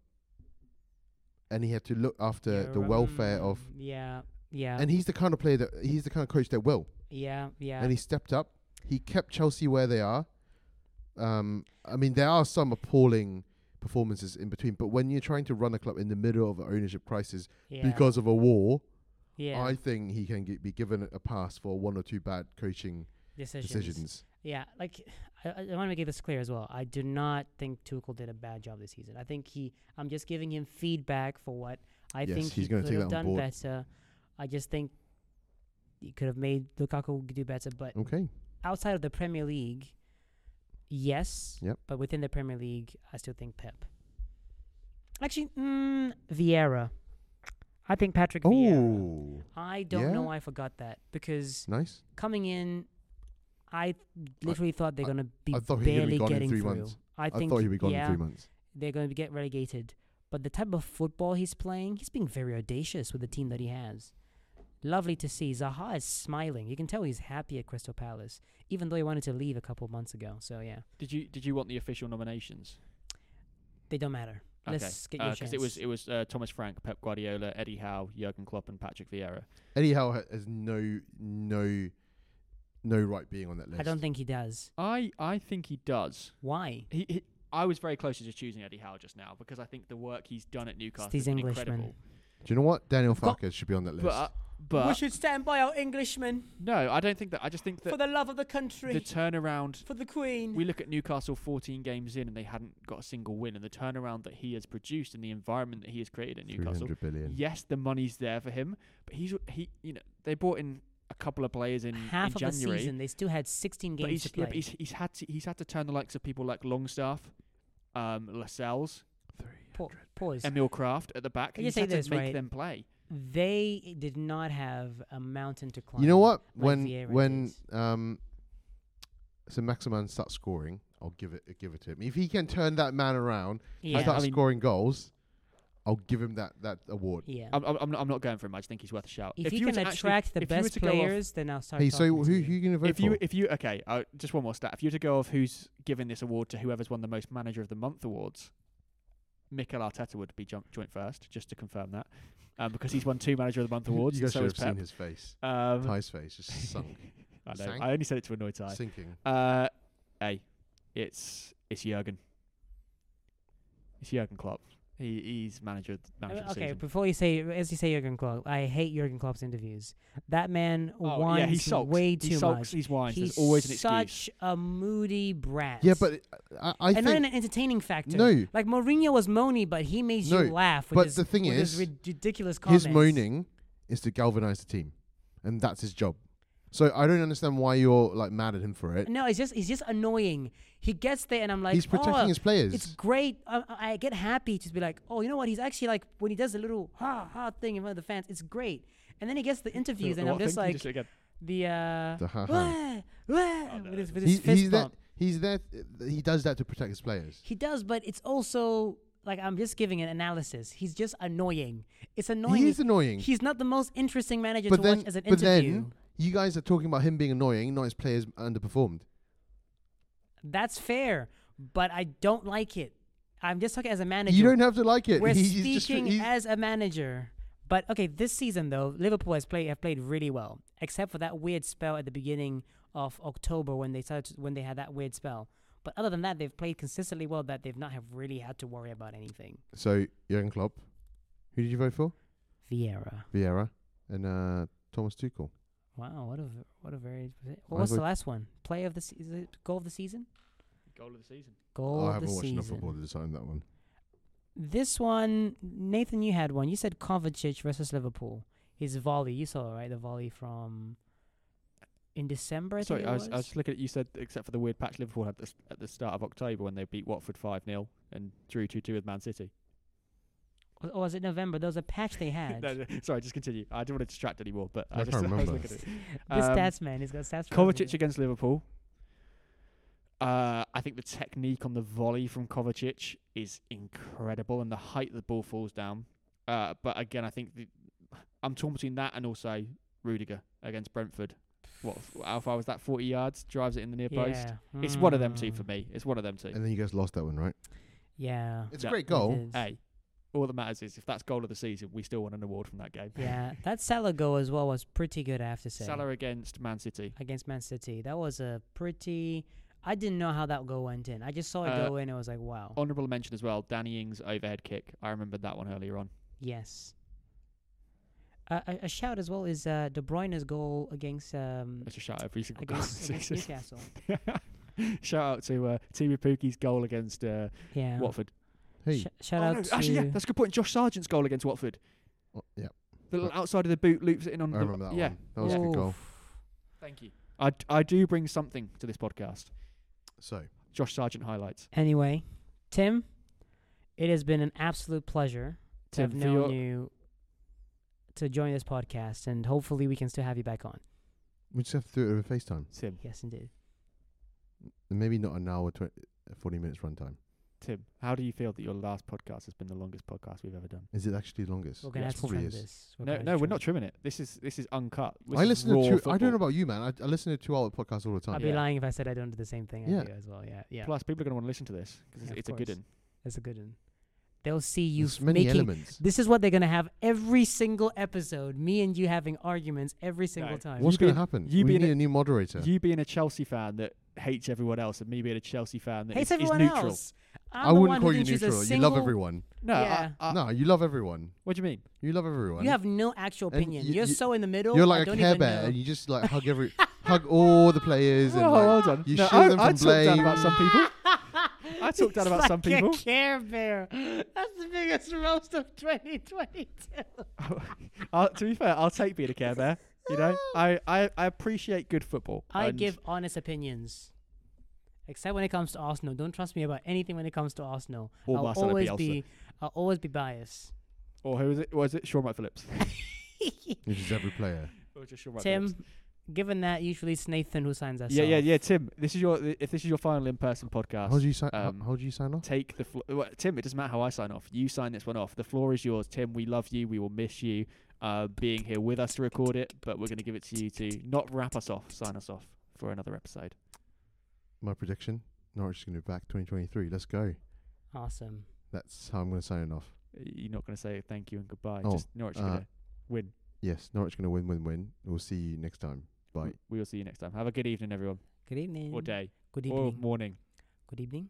[SPEAKER 3] and he had to look after
[SPEAKER 2] Yeah,
[SPEAKER 3] the
[SPEAKER 2] right.
[SPEAKER 3] welfare of.
[SPEAKER 2] Mm, yeah, yeah,
[SPEAKER 3] And he's the kind of player that he's the kind of coach that will,
[SPEAKER 2] yeah, yeah.
[SPEAKER 3] and he stepped up. He kept Chelsea where they are. Um, I mean, there are some appalling performances in between, but when you're trying to run a club in the middle of an ownership crisis
[SPEAKER 2] yeah,
[SPEAKER 3] because of a war,
[SPEAKER 2] yeah,
[SPEAKER 3] I think he can get, be given a pass for one or two bad coaching
[SPEAKER 2] decisions.
[SPEAKER 3] decisions.
[SPEAKER 2] Yeah, like I, I want to make this clear as well. I do not think Tuchel did a bad job this season. I think he. I'm just giving him feedback for what I
[SPEAKER 3] Yes,
[SPEAKER 2] think
[SPEAKER 3] he's
[SPEAKER 2] he
[SPEAKER 3] gonna
[SPEAKER 2] could
[SPEAKER 3] take
[SPEAKER 2] have
[SPEAKER 3] that
[SPEAKER 2] done
[SPEAKER 3] on board.
[SPEAKER 2] better. I just think he could have made Lukaku do better. But
[SPEAKER 3] Okay.
[SPEAKER 2] outside of the Premier League, yes.
[SPEAKER 3] Yep.
[SPEAKER 2] But within the Premier League, I still think Pep. Actually, mm, Vieira. I think Patrick Vieira.
[SPEAKER 3] Oh,
[SPEAKER 2] I don't know
[SPEAKER 3] yeah.
[SPEAKER 2] why I forgot that because
[SPEAKER 3] nice.
[SPEAKER 2] coming in, I literally thought they're
[SPEAKER 3] I-
[SPEAKER 2] gonna be
[SPEAKER 3] I thought he'd be
[SPEAKER 2] barely
[SPEAKER 3] gone in
[SPEAKER 2] getting
[SPEAKER 3] three
[SPEAKER 2] through.
[SPEAKER 3] months.
[SPEAKER 2] I
[SPEAKER 3] I,
[SPEAKER 2] think
[SPEAKER 3] thought he'd be gone
[SPEAKER 2] yeah,
[SPEAKER 3] in three months.
[SPEAKER 2] they're gonna be get relegated. But the type of football he's playing, he's being very audacious with the team that he has. Lovely to see. Zaha is smiling. You can tell he's happy at Crystal Palace, even though he wanted to leave a couple of months ago. So yeah,
[SPEAKER 1] Did you did you want the official nominations?
[SPEAKER 2] they don't matter. Let's get your
[SPEAKER 1] Because
[SPEAKER 2] chance.
[SPEAKER 1] Uh, it was it was uh, Thomas Frank, Pep Guardiola, Eddie Howe, Jurgen Klopp, and Patrick Vieira.
[SPEAKER 3] Eddie Howe ha- has no, no, no right being on that list.
[SPEAKER 2] I don't think he does.
[SPEAKER 1] I I think he does.
[SPEAKER 2] Why?
[SPEAKER 1] He, he I was very close to just choosing Eddie Howe just now because I think the work he's done at Newcastle
[SPEAKER 2] these
[SPEAKER 1] is been
[SPEAKER 2] Englishmen.
[SPEAKER 1] incredible.
[SPEAKER 3] Do you know what? Daniel
[SPEAKER 2] Got-
[SPEAKER 3] Farkas should be on that list.
[SPEAKER 1] But uh, but
[SPEAKER 2] should stand by our Englishmen
[SPEAKER 1] no, I don't think that. I just think that
[SPEAKER 2] the love of the
[SPEAKER 1] the
[SPEAKER 2] country,
[SPEAKER 1] turnaround.
[SPEAKER 2] for the Queen.
[SPEAKER 1] We look at Newcastle 14 games in and they hadn't got a single win, and the turnaround that he has produced and the environment that he has created at Newcastle
[SPEAKER 3] 300 billion.
[SPEAKER 1] Yes, the money's there for him, but he's he. You know, they brought in a couple of players in,
[SPEAKER 2] Half
[SPEAKER 1] in
[SPEAKER 2] of
[SPEAKER 1] January,
[SPEAKER 2] the season, they still had 16
[SPEAKER 1] but,
[SPEAKER 2] games
[SPEAKER 1] he's,
[SPEAKER 2] to
[SPEAKER 1] yeah,
[SPEAKER 2] play.
[SPEAKER 1] but he's he's had to he's had to turn the likes of people like Longstaff, um, Lascelles,
[SPEAKER 2] Pa- pause.
[SPEAKER 1] Emil Kraft at the back.
[SPEAKER 2] Can you
[SPEAKER 1] he's
[SPEAKER 2] say
[SPEAKER 1] had
[SPEAKER 2] this,
[SPEAKER 1] to make
[SPEAKER 2] right?
[SPEAKER 1] them play.
[SPEAKER 2] they did not have a mountain to climb.
[SPEAKER 3] You know what?
[SPEAKER 2] like
[SPEAKER 3] when
[SPEAKER 2] Vieira
[SPEAKER 3] when
[SPEAKER 2] did.
[SPEAKER 3] um, so Maximan starts scoring, I'll give it give it to him. If he can turn that man around,
[SPEAKER 2] Yeah.
[SPEAKER 3] start
[SPEAKER 1] I mean-
[SPEAKER 3] scoring goals, I'll give him that that award.
[SPEAKER 2] yeah.
[SPEAKER 1] I'm, I'm, I'm not, I'm not going for him. I just think he's worth a shout.
[SPEAKER 2] Um, if, you
[SPEAKER 1] were
[SPEAKER 2] can
[SPEAKER 1] to actually-
[SPEAKER 2] attract the
[SPEAKER 1] if you were
[SPEAKER 2] best
[SPEAKER 1] to go off-
[SPEAKER 2] players, then I'll start.
[SPEAKER 3] Hey, so
[SPEAKER 2] talking
[SPEAKER 3] who
[SPEAKER 2] to
[SPEAKER 3] who
[SPEAKER 2] you.
[SPEAKER 3] you gonna vote
[SPEAKER 1] if you
[SPEAKER 3] for?
[SPEAKER 1] if you okay, uh, just one more stat. If you were to go off who's given this award to whoever's won the most Manager of the Month awards, Mikel Arteta would be jump, joint first, just to confirm that, um, because he's won two Manager of the Month awards.
[SPEAKER 3] [laughs] you guys
[SPEAKER 1] so is
[SPEAKER 3] should have seen
[SPEAKER 1] Pep.
[SPEAKER 2] [laughs]
[SPEAKER 3] his face. [laughs]
[SPEAKER 1] Um, [laughs]
[SPEAKER 3] Ty's face just sunk,
[SPEAKER 1] I know.
[SPEAKER 3] Sank?
[SPEAKER 1] I only said it to annoy Ty.
[SPEAKER 3] sinking.
[SPEAKER 1] Uh, hey, it's it's Jurgen. It's Jurgen Klopp. He he's manager of the,
[SPEAKER 2] I mean,
[SPEAKER 1] manager of the
[SPEAKER 2] Oh, okay,
[SPEAKER 1] season.
[SPEAKER 2] before you say, as you say, Jurgen Klopp, I hate Jurgen Klopp's interviews. That man
[SPEAKER 1] oh,
[SPEAKER 2] whines
[SPEAKER 1] yeah, he sulks.
[SPEAKER 2] way
[SPEAKER 1] he
[SPEAKER 2] too
[SPEAKER 1] sulks.
[SPEAKER 2] much.
[SPEAKER 1] He's whines.
[SPEAKER 2] He's
[SPEAKER 1] There's always an excuse.
[SPEAKER 2] such a moody brat.
[SPEAKER 3] Yeah, but uh, I, I
[SPEAKER 2] and
[SPEAKER 3] think
[SPEAKER 2] not in an entertaining factor.
[SPEAKER 3] No.
[SPEAKER 2] like Mourinho was moany, but he made
[SPEAKER 3] No,
[SPEAKER 2] you laugh. With
[SPEAKER 3] but
[SPEAKER 2] his,
[SPEAKER 3] the thing
[SPEAKER 2] with his
[SPEAKER 3] is,
[SPEAKER 2] rid- ridiculous comments.
[SPEAKER 3] his moaning is to galvanize the team, and that's his job. So I don't understand why you're like mad at him for it.
[SPEAKER 2] No, it's just it's just annoying. He gets there, and I'm like,
[SPEAKER 3] He's protecting
[SPEAKER 2] oh,
[SPEAKER 3] his players.
[SPEAKER 2] It's great. I, I I get happy to be like, oh, you know what? He's actually like when he does the little ha ha thing in front of the fans. It's great. And then he gets the interviews,
[SPEAKER 1] The
[SPEAKER 2] and I'm
[SPEAKER 1] what thing?
[SPEAKER 2] just
[SPEAKER 1] Can you
[SPEAKER 2] like
[SPEAKER 1] say again?
[SPEAKER 2] the uh,
[SPEAKER 3] The Oh, ha
[SPEAKER 2] "Wah,
[SPEAKER 3] ha.
[SPEAKER 2] wah,"
[SPEAKER 1] no,
[SPEAKER 2] with his,
[SPEAKER 1] no.
[SPEAKER 2] with his
[SPEAKER 3] He's,
[SPEAKER 2] fist
[SPEAKER 3] he's there.
[SPEAKER 2] bump.
[SPEAKER 3] He's there. He does that to protect his players.
[SPEAKER 2] He does, but it's also like I'm just giving an analysis. He's just annoying. It's annoying.
[SPEAKER 3] He is annoying.
[SPEAKER 2] He's not the most interesting manager
[SPEAKER 3] but
[SPEAKER 2] to
[SPEAKER 3] then,
[SPEAKER 2] watch as an
[SPEAKER 3] but
[SPEAKER 2] interview.
[SPEAKER 3] then you guys are talking about him being annoying, not his players underperformed.
[SPEAKER 2] That's fair, but I don't like it. I'm just talking as a manager.
[SPEAKER 3] You don't have to like [laughs] it.
[SPEAKER 2] We're
[SPEAKER 3] He- he's just-
[SPEAKER 2] speaking
[SPEAKER 3] he's-
[SPEAKER 2] as a manager. But okay, this season though, Liverpool has played have played really well, except for that weird spell at the beginning of October when they started when they had that weird spell. But other than that, they've played consistently well. That they've not have really had to worry about anything.
[SPEAKER 3] so Jurgen Klopp. Who did you vote for?
[SPEAKER 2] Vieira.
[SPEAKER 3] Vieira and uh, Thomas Tuchel.
[SPEAKER 2] Wow, what a v- what a very.
[SPEAKER 3] I
[SPEAKER 2] What was the
[SPEAKER 3] vote-
[SPEAKER 2] last one? Play of the season, goal of the season,
[SPEAKER 1] Goal of the season.
[SPEAKER 2] goal
[SPEAKER 3] Oh, I
[SPEAKER 2] of the
[SPEAKER 3] haven't watched enough football
[SPEAKER 2] season.
[SPEAKER 3] to decide that one.
[SPEAKER 2] This one, Nathan, you had one. You said Kovacic versus Liverpool. His volley, you saw right? The volley from in December. I
[SPEAKER 1] Sorry,
[SPEAKER 2] think it
[SPEAKER 1] I was, I was just looking at you said except for the weird patch Liverpool had at the, s- at the start of October when they beat Watford five 0 and drew two two with Man City.
[SPEAKER 2] Or- Or was it November? There was a
[SPEAKER 1] [laughs]
[SPEAKER 2] patch they had.
[SPEAKER 1] no, no, sorry, just continue. I didn't want to distract anymore, but
[SPEAKER 3] I
[SPEAKER 1] I, just [laughs]
[SPEAKER 3] can't
[SPEAKER 1] I was
[SPEAKER 3] remember.
[SPEAKER 1] looking at it.
[SPEAKER 2] This
[SPEAKER 1] Um,
[SPEAKER 2] stats man, he's got stats. for
[SPEAKER 1] Kovacic
[SPEAKER 2] everything.
[SPEAKER 1] against Liverpool. Uh, I think the technique on the volley from Kovacic is incredible, and the height the ball falls down. Uh, but again, I think the, I'm torn between that and also Rudiger against Brentford. what? f- How far was that? Forty yards. Drives it in the near post. It's one of them two for
[SPEAKER 2] Mm.
[SPEAKER 1] me. It's one of them two.
[SPEAKER 3] And then you guys lost that one, right?
[SPEAKER 2] Yeah.
[SPEAKER 3] It's
[SPEAKER 1] Yeah.
[SPEAKER 3] a great
[SPEAKER 2] it
[SPEAKER 3] goal.
[SPEAKER 2] is.
[SPEAKER 1] Hey, all that matters is if that's goal of the season, we still won an award from that game.
[SPEAKER 3] [laughs]
[SPEAKER 2] Yeah, that Salah goal as well was pretty good. I have to say.
[SPEAKER 1] Salah against Man City.
[SPEAKER 2] against Man City. That was a pretty. I didn't know how that goal went in. I just saw it
[SPEAKER 1] Uh,
[SPEAKER 2] go in. It was like, wow.
[SPEAKER 1] Honourable mention as well. Danny Ings overhead kick. I remembered that one earlier on.
[SPEAKER 2] Yes. Uh, a, a shout as well is uh, De Bruyne's goal against um,
[SPEAKER 1] It's a shout out every single goal. [laughs]
[SPEAKER 2] against,
[SPEAKER 1] this
[SPEAKER 2] against
[SPEAKER 1] season.
[SPEAKER 2] Newcastle.
[SPEAKER 1] shout out to uh, Timmy Puki's goal against uh,
[SPEAKER 2] Yeah.
[SPEAKER 1] Watford.
[SPEAKER 3] Hey,
[SPEAKER 2] Sh- shout
[SPEAKER 1] Oh,
[SPEAKER 2] out
[SPEAKER 1] no,
[SPEAKER 2] to
[SPEAKER 1] actually, yeah, that's a good point. Josh Sargent's goal against Watford.
[SPEAKER 3] oh, yeah,
[SPEAKER 1] The
[SPEAKER 3] Uh,
[SPEAKER 1] little outside of the boot loops it in on.
[SPEAKER 3] I
[SPEAKER 1] the,
[SPEAKER 3] remember that
[SPEAKER 1] yeah,
[SPEAKER 3] one. That was a good goal.
[SPEAKER 2] Oof.
[SPEAKER 1] Thank you. I, d- I do bring something to this podcast.
[SPEAKER 3] So
[SPEAKER 1] Josh Sargent highlights.
[SPEAKER 2] Anyway, Tim, it has been an absolute pleasure to
[SPEAKER 1] Tim,
[SPEAKER 2] have
[SPEAKER 1] for your-
[SPEAKER 2] known you to join this podcast, and hopefully we can still have you back on.
[SPEAKER 3] we just have to do it over FaceTime.
[SPEAKER 1] Tim,
[SPEAKER 2] Yes, indeed.
[SPEAKER 3] And Maybe not an hour, 20, 40 minutes runtime.
[SPEAKER 1] Tim, how do you feel that your last podcast has been the longest podcast we've ever done?
[SPEAKER 3] Is it actually the longest?
[SPEAKER 2] We're gonna
[SPEAKER 3] Yes,
[SPEAKER 2] have to trim this.
[SPEAKER 1] no,
[SPEAKER 2] gonna have
[SPEAKER 1] no, we're
[SPEAKER 2] to trim
[SPEAKER 1] not
[SPEAKER 2] it.
[SPEAKER 1] trimming it. This is this is uncut. This
[SPEAKER 3] I
[SPEAKER 1] is
[SPEAKER 3] listen to
[SPEAKER 1] raw
[SPEAKER 3] two. I don't
[SPEAKER 1] football.
[SPEAKER 3] know about you, man. I, I listen to two-hour podcasts all the time.
[SPEAKER 2] I'd be
[SPEAKER 1] Yeah.
[SPEAKER 2] lying if I said I don't do the same thing
[SPEAKER 3] Yeah.
[SPEAKER 2] I do as well. Yeah, yeah.
[SPEAKER 1] Plus, people are going to want to listen to this because
[SPEAKER 2] Yeah, of
[SPEAKER 1] it's, a good
[SPEAKER 2] course.
[SPEAKER 1] one.
[SPEAKER 2] That's a good one. They'll see you
[SPEAKER 3] There's many
[SPEAKER 2] making.
[SPEAKER 3] elements.
[SPEAKER 2] This is what they're gonna have every single episode. Me and you having arguments every single
[SPEAKER 1] No.
[SPEAKER 2] time.
[SPEAKER 3] What's
[SPEAKER 1] You
[SPEAKER 3] going to
[SPEAKER 1] being-
[SPEAKER 3] happen?
[SPEAKER 1] you
[SPEAKER 3] we
[SPEAKER 1] being
[SPEAKER 3] need
[SPEAKER 1] a-
[SPEAKER 3] a new moderator.
[SPEAKER 1] You being a Chelsea fan that hates everyone else, and me being a Chelsea fan that is is
[SPEAKER 2] Hates everyone
[SPEAKER 1] neutral.
[SPEAKER 2] else. I'm
[SPEAKER 3] I
[SPEAKER 2] the
[SPEAKER 3] wouldn't
[SPEAKER 2] one
[SPEAKER 3] call
[SPEAKER 2] who
[SPEAKER 3] you
[SPEAKER 2] thinks she's a
[SPEAKER 3] neutral. You love
[SPEAKER 2] single- Uh,
[SPEAKER 3] everyone.
[SPEAKER 1] No, I-
[SPEAKER 2] Yeah.
[SPEAKER 1] I-
[SPEAKER 3] no, you love everyone.
[SPEAKER 1] What do you mean? [laughs]
[SPEAKER 3] You love everyone.
[SPEAKER 2] You have no actual
[SPEAKER 3] And
[SPEAKER 2] opinion.
[SPEAKER 3] you-
[SPEAKER 2] You, are
[SPEAKER 3] you-
[SPEAKER 2] so in the middle.
[SPEAKER 3] You're
[SPEAKER 2] I
[SPEAKER 3] like a
[SPEAKER 2] don't
[SPEAKER 3] care
[SPEAKER 2] even
[SPEAKER 3] bear,
[SPEAKER 2] know.
[SPEAKER 3] and you just like
[SPEAKER 1] [laughs]
[SPEAKER 3] hug every, hug all the players, and
[SPEAKER 1] Oh,
[SPEAKER 3] like,
[SPEAKER 1] hold on.
[SPEAKER 3] you
[SPEAKER 1] no,
[SPEAKER 3] shield
[SPEAKER 1] I,
[SPEAKER 3] them
[SPEAKER 1] I
[SPEAKER 3] from
[SPEAKER 1] talk down
[SPEAKER 3] blame.
[SPEAKER 1] about some
[SPEAKER 2] [laughs]
[SPEAKER 1] people. I talk down
[SPEAKER 2] He's
[SPEAKER 1] about some
[SPEAKER 2] like
[SPEAKER 1] people.
[SPEAKER 2] A care bear. That's the biggest roast of 2022.
[SPEAKER 1] I'll, to be fair, I'll take being a care bear. You
[SPEAKER 2] [laughs]
[SPEAKER 1] know, I, I, I appreciate good football.
[SPEAKER 2] I
[SPEAKER 1] and
[SPEAKER 2] give honest opinions. Except when it comes to Arsenal. Don't trust me about anything when it comes to Arsenal.
[SPEAKER 1] Or
[SPEAKER 2] I'll
[SPEAKER 1] Marcelo
[SPEAKER 2] always
[SPEAKER 1] Bielsa.
[SPEAKER 2] be I'll always be biased.
[SPEAKER 1] Or who is it? Was it Sean Wright
[SPEAKER 2] [laughs]
[SPEAKER 1] Phillips?
[SPEAKER 3] Which is every player.
[SPEAKER 1] or just Sean Wright Phillips?
[SPEAKER 2] Tim, given that usually it's Nathan who signs us
[SPEAKER 1] Yeah,
[SPEAKER 2] off.
[SPEAKER 1] yeah, yeah. Tim, this is your if this is your final in person podcast.
[SPEAKER 3] How do you sign?
[SPEAKER 1] um,
[SPEAKER 3] how, how do you sign off?
[SPEAKER 1] take the floor. Well, Tim, it doesn't matter how I sign off. You sign this one off. The floor is yours, Tim. We love you. We will miss you uh, being here with us to record it, but we're going to give it to you to not wrap us off, sign us off for another episode.
[SPEAKER 3] My prediction: Norwich is going to be back 2023. Let's go.
[SPEAKER 2] Awesome.
[SPEAKER 3] That's how I'm going to sign off.
[SPEAKER 1] You're not going to say thank you and goodbye.
[SPEAKER 3] Oh,
[SPEAKER 1] Just Norwich
[SPEAKER 3] uh,
[SPEAKER 1] going to win.
[SPEAKER 3] Yes, Norwich going to win, win, win. We'll see you next time. Bye.
[SPEAKER 1] We will see you next time. Have a good evening, everyone,
[SPEAKER 2] Good evening.
[SPEAKER 1] or day,
[SPEAKER 2] Good
[SPEAKER 1] or
[SPEAKER 2] evening.
[SPEAKER 1] morning.
[SPEAKER 2] Good evening.